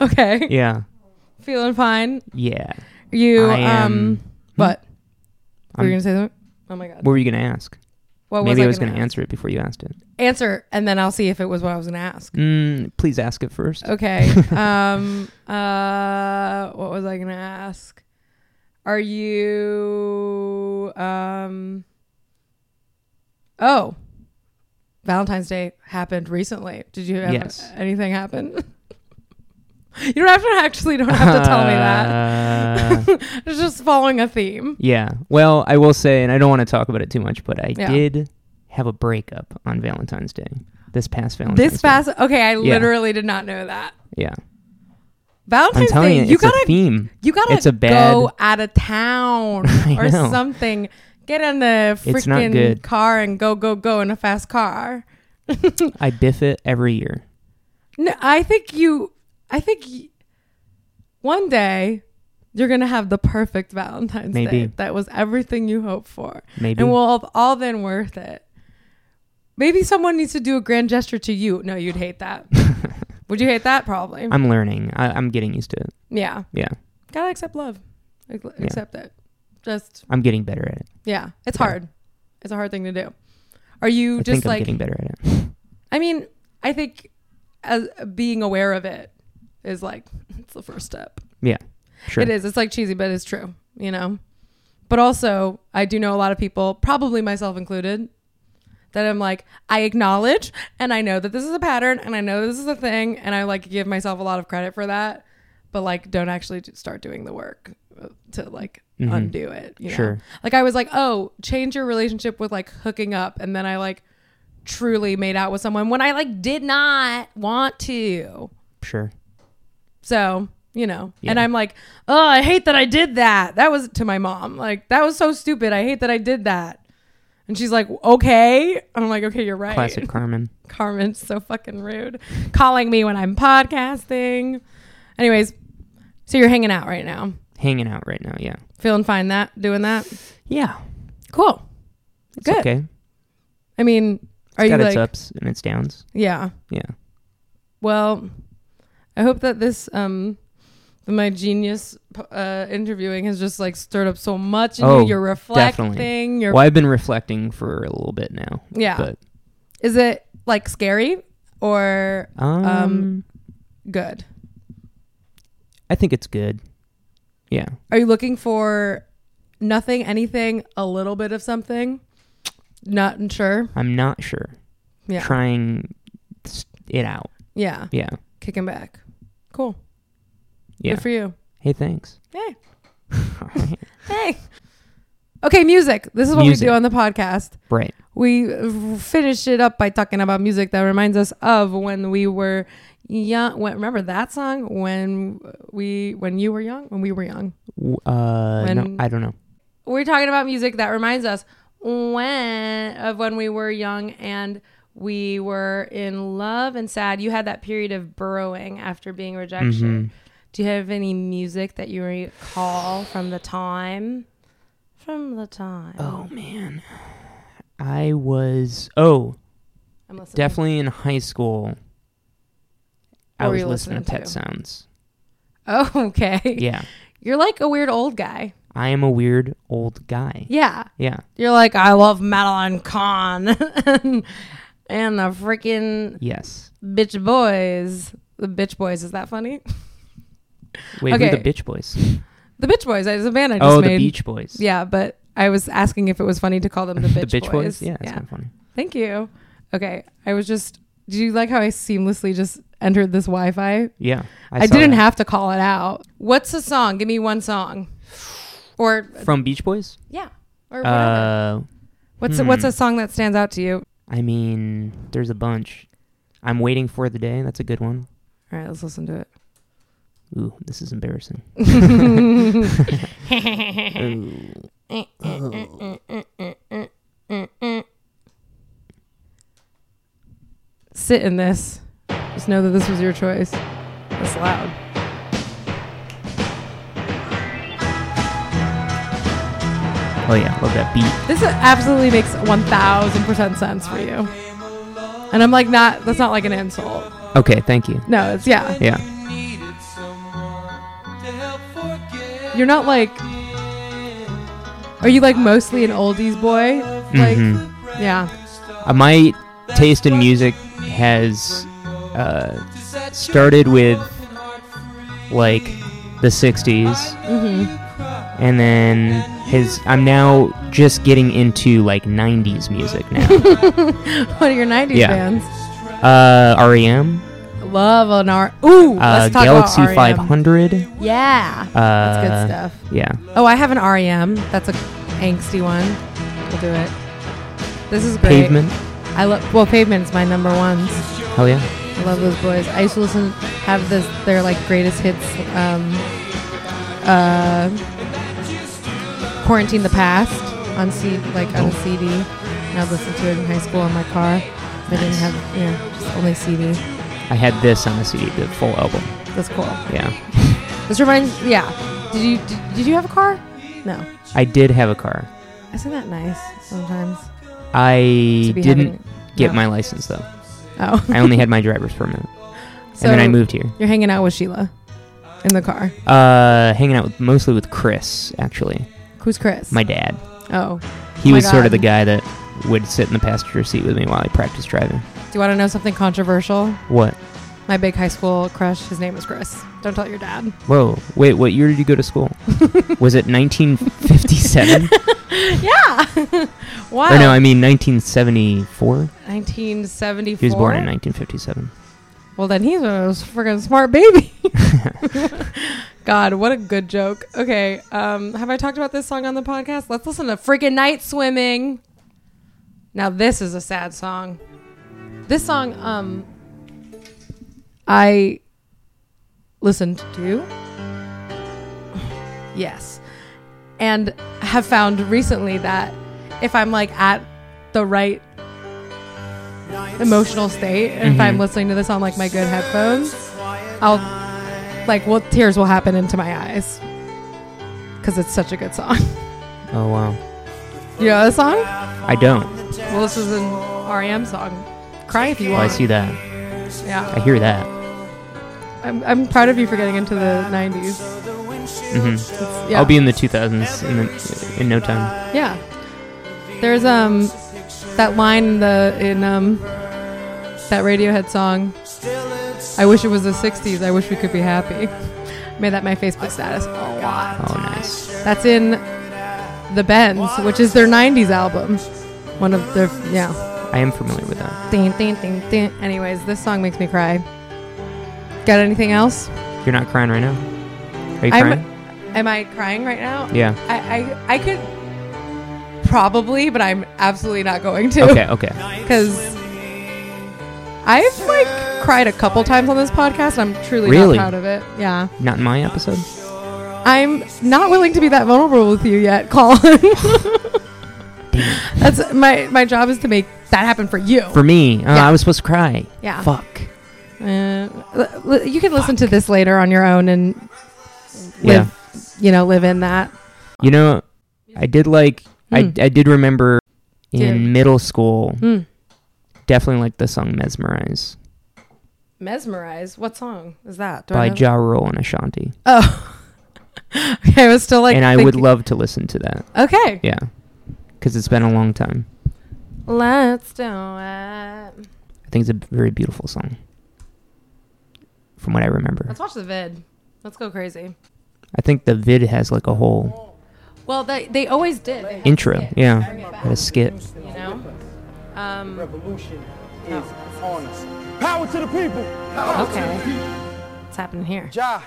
[SPEAKER 1] Okay.
[SPEAKER 2] yeah.
[SPEAKER 1] Feeling fine.
[SPEAKER 2] Yeah.
[SPEAKER 1] You
[SPEAKER 2] I am- Hmm?
[SPEAKER 1] um what? Were you gonna
[SPEAKER 2] I'm-
[SPEAKER 1] say something? Oh my god.
[SPEAKER 2] What were you gonna ask?
[SPEAKER 1] What
[SPEAKER 2] Maybe I
[SPEAKER 1] I
[SPEAKER 2] was gonna
[SPEAKER 1] gonna
[SPEAKER 2] answer it before you asked it.
[SPEAKER 1] ask? Answer and then I'll see if it was what I was gonna ask.
[SPEAKER 2] Mm, please ask it first.
[SPEAKER 1] Okay. um uh what was I gonna ask? Are you um Oh. Valentine's Day happened recently. Did you have
[SPEAKER 2] Yes.
[SPEAKER 1] anything happen? you don't have to actually don't have to tell me that.
[SPEAKER 2] that.
[SPEAKER 1] It's just following a theme.
[SPEAKER 2] Uh, Yeah. Well, I will say, and I don't want to talk about it too much, but I
[SPEAKER 1] Yeah.
[SPEAKER 2] did have a breakup on Valentine's Day. This past Valentine's
[SPEAKER 1] This
[SPEAKER 2] Day.
[SPEAKER 1] fast okay, I literally did not know that.
[SPEAKER 2] Yeah. I'm
[SPEAKER 1] Valentine's
[SPEAKER 2] telling
[SPEAKER 1] Day,
[SPEAKER 2] you,
[SPEAKER 1] you
[SPEAKER 2] it's
[SPEAKER 1] gotta
[SPEAKER 2] a theme.
[SPEAKER 1] you gotta
[SPEAKER 2] It's a bad-
[SPEAKER 1] go out of town
[SPEAKER 2] I
[SPEAKER 1] or
[SPEAKER 2] know.
[SPEAKER 1] something. Get in the
[SPEAKER 2] It's not
[SPEAKER 1] freaking
[SPEAKER 2] good.
[SPEAKER 1] car and go go go in a fast car. no,
[SPEAKER 2] I biff it every year.
[SPEAKER 1] I think you. I think y- one day you're gonna have the perfect Valentine's
[SPEAKER 2] Maybe.
[SPEAKER 1] Day. That was everything you hoped for,
[SPEAKER 2] Maybe.
[SPEAKER 1] and we'll have all been worth it. Maybe someone needs to do a grand gesture to you. No, you'd hate that. Would you hate that? Probably.
[SPEAKER 2] I'm learning. I, I'm getting used to it.
[SPEAKER 1] yeah.
[SPEAKER 2] Yeah.
[SPEAKER 1] Gotta accept love. Ac- Accept it. Just
[SPEAKER 2] I'm getting better at it.
[SPEAKER 1] Yeah, it's
[SPEAKER 2] Yeah.
[SPEAKER 1] hard. It's a hard thing to do. Are you
[SPEAKER 2] I
[SPEAKER 1] just
[SPEAKER 2] think I'm
[SPEAKER 1] like?
[SPEAKER 2] getting better at it.
[SPEAKER 1] I mean, I think as being aware of it is like it's the first step.
[SPEAKER 2] Sure.
[SPEAKER 1] It is. It's like cheesy, but it's true. You know. But also, I do know a lot of people, probably myself included, that I'm like, I acknowledge and I know that this is a pattern and I know this is a thing and I like give myself a lot of credit for that, but like don't actually do- start doing the work uh, to like
[SPEAKER 2] Mhm.
[SPEAKER 1] undo it. You know?
[SPEAKER 2] Sure.
[SPEAKER 1] Like I was like, oh, change your relationship with like hooking up, and then I like truly made out with someone when I like did not want to.
[SPEAKER 2] Sure.
[SPEAKER 1] So, you know, and
[SPEAKER 2] Yeah.
[SPEAKER 1] I'm like, oh, I hate that I did that. That was to my mom. Like, that was so stupid. I hate that I did that. And she's like, okay. And I'm like, okay, you're right.
[SPEAKER 2] Classic Carmen.
[SPEAKER 1] Carmen's so fucking rude. Calling me when I'm podcasting. Anyways, so you're hanging out right now.
[SPEAKER 2] Hanging out right now. Yeah.
[SPEAKER 1] Feeling fine that doing that?
[SPEAKER 2] Yeah.
[SPEAKER 1] Cool.
[SPEAKER 2] It's
[SPEAKER 1] Good.
[SPEAKER 2] okay.
[SPEAKER 1] I mean, are
[SPEAKER 2] It's
[SPEAKER 1] you
[SPEAKER 2] got
[SPEAKER 1] like
[SPEAKER 2] its ups and its downs.
[SPEAKER 1] Yeah.
[SPEAKER 2] Yeah.
[SPEAKER 1] Well, I hope that this um that my genius uh interviewing has just like stirred up so much in
[SPEAKER 2] Oh,
[SPEAKER 1] you. You're reflecting.
[SPEAKER 2] definitely.
[SPEAKER 1] You're
[SPEAKER 2] Well, I've been reflecting for a little bit now.
[SPEAKER 1] yeah.
[SPEAKER 2] But
[SPEAKER 1] Is it like scary or
[SPEAKER 2] um,
[SPEAKER 1] Um, good?
[SPEAKER 2] I think it's good. Yeah.
[SPEAKER 1] Are you looking for nothing, anything, a little bit of something? Not sure.
[SPEAKER 2] I'm not sure.
[SPEAKER 1] Yeah.
[SPEAKER 2] Trying s- it out.
[SPEAKER 1] Yeah.
[SPEAKER 2] Yeah.
[SPEAKER 1] Kicking back. Cool.
[SPEAKER 2] Yeah.
[SPEAKER 1] Good for you.
[SPEAKER 2] hey, thanks.
[SPEAKER 1] Hey.
[SPEAKER 2] All right.
[SPEAKER 1] Hey. Okay, music. This is what
[SPEAKER 2] Music.
[SPEAKER 1] we do on the podcast.
[SPEAKER 2] Right.
[SPEAKER 1] we f- finished it up by talking about music that reminds us of when we were young. When, remember that song when we when you were young when we were young.
[SPEAKER 2] W- Uh, no,
[SPEAKER 1] When-
[SPEAKER 2] I don't know.
[SPEAKER 1] We're talking about music that reminds us when of when we were young and we were in love and sad. You had that period of burrowing after being rejected.
[SPEAKER 2] Mm-hmm.
[SPEAKER 1] Do you have any music that you recall from the time? From the time.
[SPEAKER 2] Oh man, I was oh
[SPEAKER 1] I'm listening.
[SPEAKER 2] definitely in high school. I
[SPEAKER 1] What were
[SPEAKER 2] was
[SPEAKER 1] you
[SPEAKER 2] listening, to
[SPEAKER 1] listening
[SPEAKER 2] Pet
[SPEAKER 1] to?
[SPEAKER 2] Sounds.
[SPEAKER 1] Oh, okay.
[SPEAKER 2] Yeah,
[SPEAKER 1] You're like a weird old guy.
[SPEAKER 2] I am a weird old guy.
[SPEAKER 1] Yeah.
[SPEAKER 2] Yeah,
[SPEAKER 1] You're like, I love Madeline Kahn and, and the freaking
[SPEAKER 2] yes.
[SPEAKER 1] Bitch Boys. The Bitch Boys, is that funny?
[SPEAKER 2] Wait, who are
[SPEAKER 1] Okay.
[SPEAKER 2] the Bitch Boys?
[SPEAKER 1] The Bitch Boys is a band I just
[SPEAKER 2] Oh,
[SPEAKER 1] made.
[SPEAKER 2] the Beach Boys.
[SPEAKER 1] Yeah, but I was asking if it was funny to call them the
[SPEAKER 2] the
[SPEAKER 1] Bitch,
[SPEAKER 2] Bitch Boys. Yeah, that's
[SPEAKER 1] yeah.
[SPEAKER 2] kind of funny.
[SPEAKER 1] Thank you. Okay. I was just, do you like how I seamlessly just entered this Wi Fi?
[SPEAKER 2] Yeah,
[SPEAKER 1] I,
[SPEAKER 2] saw
[SPEAKER 1] didn't
[SPEAKER 2] that.
[SPEAKER 1] have to call it out. What's a song? Give me one song. Or,
[SPEAKER 2] from Beach Boys.
[SPEAKER 1] yeah, or whatever.
[SPEAKER 2] Uh,
[SPEAKER 1] what's, a, what's
[SPEAKER 2] hmm.
[SPEAKER 1] a song that stands out to you?
[SPEAKER 2] Uh, I mean, there's a bunch. I'm waiting for the day. That's a good one.
[SPEAKER 1] All right, let's listen to it.
[SPEAKER 2] Ooh, this is embarrassing. Ooh.
[SPEAKER 1] sit in this. Just know that this was your choice. It's loud.
[SPEAKER 2] Oh yeah, love that beat.
[SPEAKER 1] This absolutely makes 1000% sense for you. And I'm like, not, that's not like an insult.
[SPEAKER 2] Okay, thank you.
[SPEAKER 1] No, it's, yeah.
[SPEAKER 2] Yeah.
[SPEAKER 1] You're not like, are you like mostly an oldies boy? Like,
[SPEAKER 2] Mhm.
[SPEAKER 1] yeah.
[SPEAKER 2] Uh, my taste in music has uh, started with like the 60s
[SPEAKER 1] Mm-hmm.
[SPEAKER 2] and then his i'm now just getting into like 90s music now
[SPEAKER 1] What are your 90s
[SPEAKER 2] Yeah.
[SPEAKER 1] bands?
[SPEAKER 2] uh rem
[SPEAKER 1] Love an R. Ooh,
[SPEAKER 2] uh,
[SPEAKER 1] let's talk
[SPEAKER 2] galaxy Uh.
[SPEAKER 1] about REM.
[SPEAKER 2] 500 uh
[SPEAKER 1] Yeah. That's good stuff.
[SPEAKER 2] yeah
[SPEAKER 1] Oh, I have an REM. That's a angsty one. We'll do it. This is great.
[SPEAKER 2] pavement
[SPEAKER 1] I love. Well, Pavement's my number ones.
[SPEAKER 2] hell yeah
[SPEAKER 1] I love those boys. I used to listen have this their like greatest hits. Um, uh, Quarantine the past on C like on
[SPEAKER 2] Oh.
[SPEAKER 1] a CD. And I would listen to it in high school in my car. I didn't have yeah, just only CD.
[SPEAKER 2] i had this on the cd the full album
[SPEAKER 1] That's cool.
[SPEAKER 2] yeah
[SPEAKER 1] This reminds yeah. Did you did, did you have a car? No.
[SPEAKER 2] i did have a car
[SPEAKER 1] Isn't that nice sometimes?
[SPEAKER 2] i
[SPEAKER 1] to be
[SPEAKER 2] didn't
[SPEAKER 1] having-
[SPEAKER 2] get
[SPEAKER 1] no.
[SPEAKER 2] my license though
[SPEAKER 1] Oh.
[SPEAKER 2] i only had my driver's permit
[SPEAKER 1] so
[SPEAKER 2] and then i moved here
[SPEAKER 1] You're hanging out with Sheila in the car.
[SPEAKER 2] Uh, hanging out with, mostly with Chris, actually,
[SPEAKER 1] Who's Chris?
[SPEAKER 2] my dad.
[SPEAKER 1] oh.
[SPEAKER 2] He
[SPEAKER 1] My
[SPEAKER 2] was sort
[SPEAKER 1] God.
[SPEAKER 2] of the guy that would sit in the passenger seat with me while I practiced driving.
[SPEAKER 1] Do you want to know something controversial?
[SPEAKER 2] What?
[SPEAKER 1] My big high school crush, his name was Chris. Don't tell your dad.
[SPEAKER 2] Whoa! Wait, what year did you go to school? was it 1957?
[SPEAKER 1] yeah. wow.
[SPEAKER 2] Or no, I mean 1974.
[SPEAKER 1] 1974.
[SPEAKER 2] He was born in 1957.
[SPEAKER 1] Well, then he's a freaking smart baby. God, what a good joke. Okay, um, have I talked about this song on the podcast? Let's listen to freaking Night Swimming. Now, this is a sad song. This song, um, I listened to. Yes. And have found recently that if I'm like at the right emotional state and if I'm
[SPEAKER 2] Mm-hmm.
[SPEAKER 1] listening to this on like my good headphones, I'll like well tears will happen into my eyes because it's such a good song.
[SPEAKER 2] Oh wow.
[SPEAKER 1] You know the song?
[SPEAKER 2] I don't.
[SPEAKER 1] Well, this is an REM song. Cry if you
[SPEAKER 2] Well, I
[SPEAKER 1] want.
[SPEAKER 2] see that.
[SPEAKER 1] Yeah,
[SPEAKER 2] I hear that.
[SPEAKER 1] I'm, I'm proud of you for getting into the '90s.
[SPEAKER 2] hmm
[SPEAKER 1] Mm-hmm. Yeah.
[SPEAKER 2] I'll be in the 2000s in, the, in no time.
[SPEAKER 1] Yeah. There's um that line in the in um that Radiohead song. I wish it was the '60s. I wish we could be happy. Made that my Facebook status a lot.
[SPEAKER 2] Oh, nice.
[SPEAKER 1] That's in the Bends, which is their '90s album. One of their yeah.
[SPEAKER 2] I am familiar with that.
[SPEAKER 1] Ding, ding, ding, ding. Anyways, this song makes me cry. Got anything else?
[SPEAKER 2] You're not crying right now. Are you
[SPEAKER 1] I'm-
[SPEAKER 2] crying?
[SPEAKER 1] Am I crying right now?
[SPEAKER 2] Yeah.
[SPEAKER 1] I, I I could probably, but I'm absolutely not going to.
[SPEAKER 2] Okay. Okay.
[SPEAKER 1] Because I've like cried a couple times on this podcast. I'm truly
[SPEAKER 2] Really?
[SPEAKER 1] not proud of it. Yeah,
[SPEAKER 2] Not in my episode.
[SPEAKER 1] I'm not willing to be that vulnerable with you yet, Colin. That's my my job is to make that happen for you.
[SPEAKER 2] For me, uh,
[SPEAKER 1] Yeah.
[SPEAKER 2] I was supposed to cry.
[SPEAKER 1] yeah,
[SPEAKER 2] Fuck.
[SPEAKER 1] Uh, l- l- you can listen to this later on your own and
[SPEAKER 2] Yeah.
[SPEAKER 1] live, you know, live in that.
[SPEAKER 2] You know, I did like. I
[SPEAKER 1] Hmm.
[SPEAKER 2] I did remember in
[SPEAKER 1] Dude.
[SPEAKER 2] middle school.
[SPEAKER 1] Mm.
[SPEAKER 2] Definitely like the song "Mesmerize"
[SPEAKER 1] Mesmerize. What song is that? Do I
[SPEAKER 2] by
[SPEAKER 1] know-
[SPEAKER 2] Ja Rule and Ashanti,
[SPEAKER 1] Oh. okay, I was still like
[SPEAKER 2] and I would
[SPEAKER 1] thinking-
[SPEAKER 2] love to listen to that.
[SPEAKER 1] Okay.
[SPEAKER 2] Yeah, because it's been a long time.
[SPEAKER 1] Let's do it.
[SPEAKER 2] I think it's a very beautiful song, from what I remember.
[SPEAKER 1] Let's watch the vid. Let's go crazy.
[SPEAKER 2] I think the vid has like a whole
[SPEAKER 1] Well, they they always did. They had
[SPEAKER 2] intro.
[SPEAKER 1] skits.
[SPEAKER 2] Yeah,
[SPEAKER 1] Bring it back,
[SPEAKER 2] had a skit.
[SPEAKER 1] you know. Um,
[SPEAKER 3] Revolution is on us. Power to the people.
[SPEAKER 1] okay. What's happening here?
[SPEAKER 3] Ja.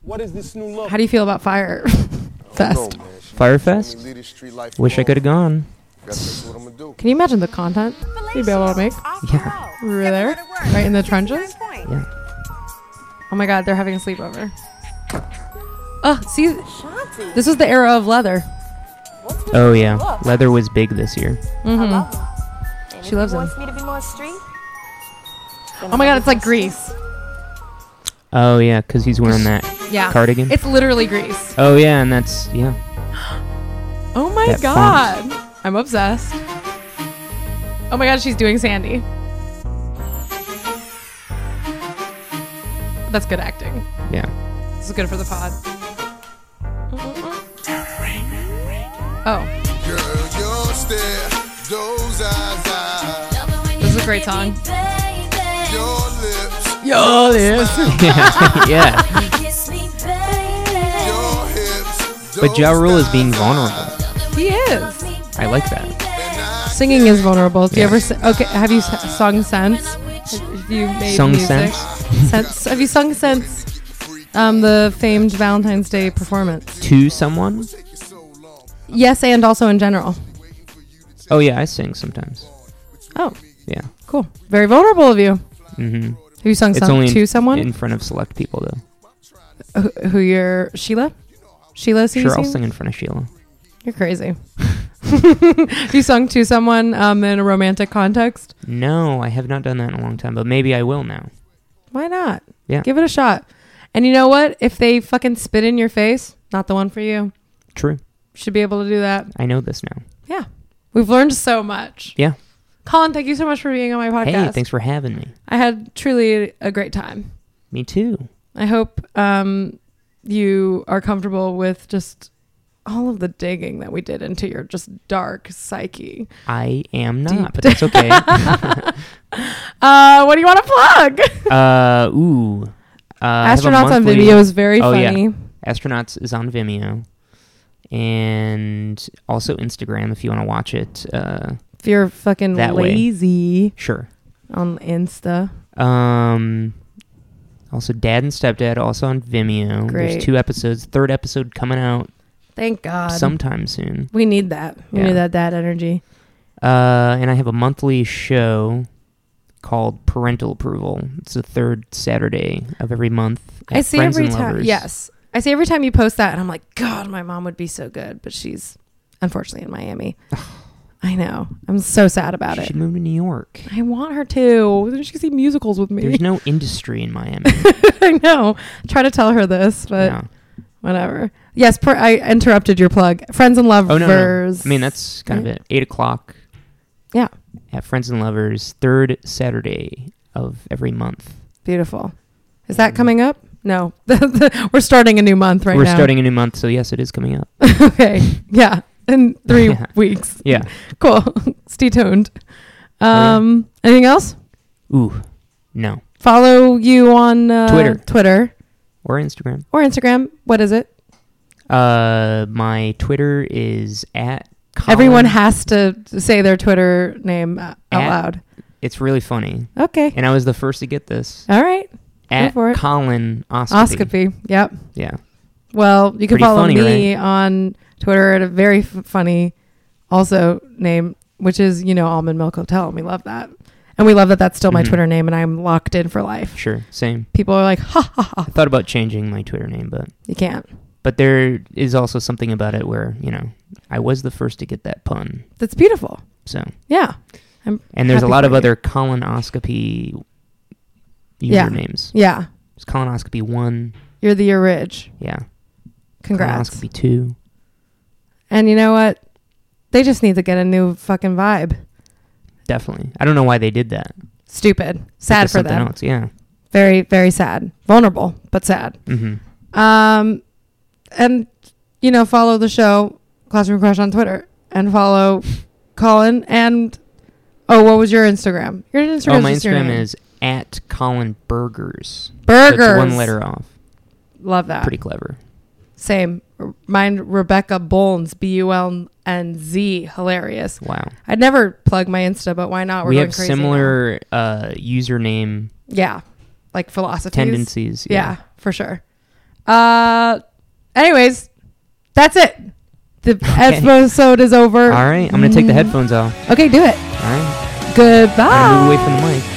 [SPEAKER 3] What is this new look?
[SPEAKER 1] How do you feel about Fire Fest?
[SPEAKER 2] Firefest. Wish I could have gone.
[SPEAKER 1] Can you imagine the content you'd be able to make?
[SPEAKER 2] Yeah.
[SPEAKER 1] We were there, right in the trenches.
[SPEAKER 2] Yeah.
[SPEAKER 1] Oh my God, they're having a sleepover. Oh, see, this was the era of leather.
[SPEAKER 2] Oh yeah, leather was big this year.
[SPEAKER 1] mm-hmm. She loves him.
[SPEAKER 4] Wants me to be more street.
[SPEAKER 1] Oh my God, it's like Greece.
[SPEAKER 2] Oh yeah, because he's wearing that
[SPEAKER 1] Yeah.
[SPEAKER 2] cardigan.
[SPEAKER 1] It's literally Greece.
[SPEAKER 2] Oh yeah, and that's yeah.
[SPEAKER 1] Oh my
[SPEAKER 2] That
[SPEAKER 1] god.
[SPEAKER 2] font.
[SPEAKER 1] I'm obsessed. Oh my god, she's doing Sandy. That's good acting.
[SPEAKER 2] Yeah.
[SPEAKER 1] This is good for the pod. Oh, this is a great song. Yo, this.
[SPEAKER 2] yeah. yeah. But Ja Rule is being vulnerable.
[SPEAKER 1] He is.
[SPEAKER 2] I like that.
[SPEAKER 1] Singing is vulnerable. Do you
[SPEAKER 2] Yeah.
[SPEAKER 1] ever si- okay? Have you s- sung since? Have you made
[SPEAKER 2] Sung
[SPEAKER 1] music?
[SPEAKER 2] sense.
[SPEAKER 1] Since- Have you sung since um, the famed Valentine's Day performance?
[SPEAKER 2] To someone?
[SPEAKER 1] Yes, and also in general.
[SPEAKER 2] Oh yeah, I sing sometimes.
[SPEAKER 1] Oh,
[SPEAKER 2] Yeah.
[SPEAKER 1] cool. Very vulnerable of you.
[SPEAKER 2] Mm-hmm.
[SPEAKER 1] Have you sung
[SPEAKER 2] It's
[SPEAKER 1] some
[SPEAKER 2] only in-
[SPEAKER 1] to someone?
[SPEAKER 2] in front of select people though.
[SPEAKER 1] Who- who you're Sheila? Sheila so you
[SPEAKER 2] Sure, I'll
[SPEAKER 1] sing?
[SPEAKER 2] sing in front of Sheila.
[SPEAKER 1] You're crazy. you sung to someone um, in a romantic context?
[SPEAKER 2] No, I have not done that in a long time, but maybe I will now.
[SPEAKER 1] Why not?
[SPEAKER 2] Yeah.
[SPEAKER 1] Give it a shot. And you know what? If they fucking spit in your face, not the one for you.
[SPEAKER 2] True.
[SPEAKER 1] Should be able to do that.
[SPEAKER 2] I know this now.
[SPEAKER 1] Yeah. We've learned so much.
[SPEAKER 2] Yeah.
[SPEAKER 1] Colin, thank you so much for being on my podcast.
[SPEAKER 2] Hey, thanks for having me.
[SPEAKER 1] I had truly a great time.
[SPEAKER 2] Me too.
[SPEAKER 1] I hope um, you are comfortable with just all of the digging that we did into your just dark psyche.
[SPEAKER 2] I am
[SPEAKER 1] Deep
[SPEAKER 2] not, but that's okay.
[SPEAKER 1] Uh, what do you want to plug?
[SPEAKER 2] uh, ooh. Uh, I have a
[SPEAKER 1] Astronauts on
[SPEAKER 2] monthly-
[SPEAKER 1] Vimeo is very
[SPEAKER 2] Oh, yeah.
[SPEAKER 1] funny.
[SPEAKER 2] Astronauts is on Vimeo. and also Instagram if you want to watch it. Uh,
[SPEAKER 1] If you're fucking
[SPEAKER 2] That way.
[SPEAKER 1] lazy
[SPEAKER 2] sure.
[SPEAKER 1] on Insta,
[SPEAKER 2] Um, also, Dad and Stepdad also on Vimeo.
[SPEAKER 1] Great.
[SPEAKER 2] There's two episodes. Third episode coming out
[SPEAKER 1] thank God.
[SPEAKER 2] sometime soon.
[SPEAKER 1] we need that. We
[SPEAKER 2] Yeah.
[SPEAKER 1] need that dad energy.
[SPEAKER 2] Uh, and I have a monthly show called Parental Approval. It's the third Saturday of every month.
[SPEAKER 1] I
[SPEAKER 2] at
[SPEAKER 1] see
[SPEAKER 2] Friends
[SPEAKER 1] every
[SPEAKER 2] and
[SPEAKER 1] time.
[SPEAKER 2] Lovers.
[SPEAKER 1] Yes, I see every time you post that, and I'm like, God, my mom would be so good, but she's unfortunately in Miami. I know. I'm so sad about
[SPEAKER 2] she
[SPEAKER 1] it.
[SPEAKER 2] should move to New York.
[SPEAKER 1] I want her to. Then She can see musicals with me.
[SPEAKER 2] There's no industry in Miami.
[SPEAKER 1] I know. I try to tell her this, but
[SPEAKER 2] no.
[SPEAKER 1] whatever. Yes, per- I interrupted your plug. Friends and lovers.
[SPEAKER 2] Oh no, no, I mean that's kind of it. Eight o'clock.
[SPEAKER 1] Yeah.
[SPEAKER 2] At Friends and Lovers, third Saturday of every month.
[SPEAKER 1] beautiful. Is that coming up? No, we're starting a new month right
[SPEAKER 2] Mm. We're
[SPEAKER 1] now.
[SPEAKER 2] starting a new month, so yes, it is coming up.
[SPEAKER 1] okay, yeah, in three
[SPEAKER 2] Yeah.
[SPEAKER 1] weeks.
[SPEAKER 2] Yeah. Oh,
[SPEAKER 1] Cool. Stay tuned. Um, anything else? Mm.
[SPEAKER 2] Ooh. No.
[SPEAKER 1] Follow you on uh,
[SPEAKER 2] Twitter.
[SPEAKER 1] Twitter
[SPEAKER 2] Or Instagram.
[SPEAKER 1] or Instagram. What is it?
[SPEAKER 2] Uh, my Twitter is at Colin.
[SPEAKER 1] Everyone has to say their Twitter name uh, out
[SPEAKER 2] At-
[SPEAKER 1] loud.
[SPEAKER 2] It's really funny,
[SPEAKER 1] Okay.
[SPEAKER 2] and I was the first to get this
[SPEAKER 1] All right.
[SPEAKER 2] at
[SPEAKER 1] for it.
[SPEAKER 2] Colin Oscopy.
[SPEAKER 1] Oscopy. Yep.
[SPEAKER 2] Yeah.
[SPEAKER 1] Well, you can
[SPEAKER 2] Pretty
[SPEAKER 1] follow
[SPEAKER 2] funny,
[SPEAKER 1] me on Twitter at a very f- funny, also name, which is you know Almond Milk Hotel, and we love that, and we love that that's still my
[SPEAKER 2] Mhm.
[SPEAKER 1] Twitter name, and I'm locked in for life.
[SPEAKER 2] Sure. Same.
[SPEAKER 1] People are like, ha ha ha,
[SPEAKER 2] I thought about changing my Twitter name, but
[SPEAKER 1] you can't.
[SPEAKER 2] but there is also something about it where you know I was the first to get that pun,
[SPEAKER 1] That's beautiful.
[SPEAKER 2] so.
[SPEAKER 1] Yeah,
[SPEAKER 2] And there's
[SPEAKER 1] Happy
[SPEAKER 2] a lot
[SPEAKER 1] for
[SPEAKER 2] of
[SPEAKER 1] you.
[SPEAKER 2] other colonoscopy
[SPEAKER 1] Yeah.
[SPEAKER 2] usernames.
[SPEAKER 1] yeah.
[SPEAKER 2] It's colonoscopy one.
[SPEAKER 1] You're the Ridge.
[SPEAKER 2] Yeah.
[SPEAKER 1] Congrats.
[SPEAKER 2] Colonoscopy two.
[SPEAKER 1] And you know what? They just need to get a new fucking vibe.
[SPEAKER 2] Definitely. I don't know why they did that. But
[SPEAKER 1] Stupid. Sad
[SPEAKER 2] there's
[SPEAKER 1] for
[SPEAKER 2] something
[SPEAKER 1] them.
[SPEAKER 2] Else. Yeah.
[SPEAKER 1] Very, very sad. Vulnerable, but sad.
[SPEAKER 2] Mm-hmm.
[SPEAKER 1] Um, and you know, follow the show Classroom Crush on Twitter and follow Colin and oh, what was your Instagram? Your Instagram.
[SPEAKER 2] Oh, my
[SPEAKER 1] just your
[SPEAKER 2] Instagram
[SPEAKER 1] name.
[SPEAKER 2] is at Colin Burgers. So it's
[SPEAKER 1] burgers.
[SPEAKER 2] one letter off.
[SPEAKER 1] Love that.
[SPEAKER 2] Pretty clever.
[SPEAKER 1] Same. R- Mine, Rebecca Bolnes, B U L N Z. Hilarious.
[SPEAKER 2] Wow.
[SPEAKER 1] I'd never plug my Insta, but why not? We're
[SPEAKER 2] we
[SPEAKER 1] going
[SPEAKER 2] have
[SPEAKER 1] crazy
[SPEAKER 2] similar uh, username
[SPEAKER 1] now. Yeah, like philosophies.
[SPEAKER 2] tendencies.
[SPEAKER 1] Yeah, for sure. Uh, anyways, that's it. The episode is over. Mm-hmm.
[SPEAKER 2] All right. I'm going to take the headphones off.
[SPEAKER 1] Okay, do it.
[SPEAKER 2] All right.
[SPEAKER 1] Goodbye.
[SPEAKER 2] I'm going to move away from the mic.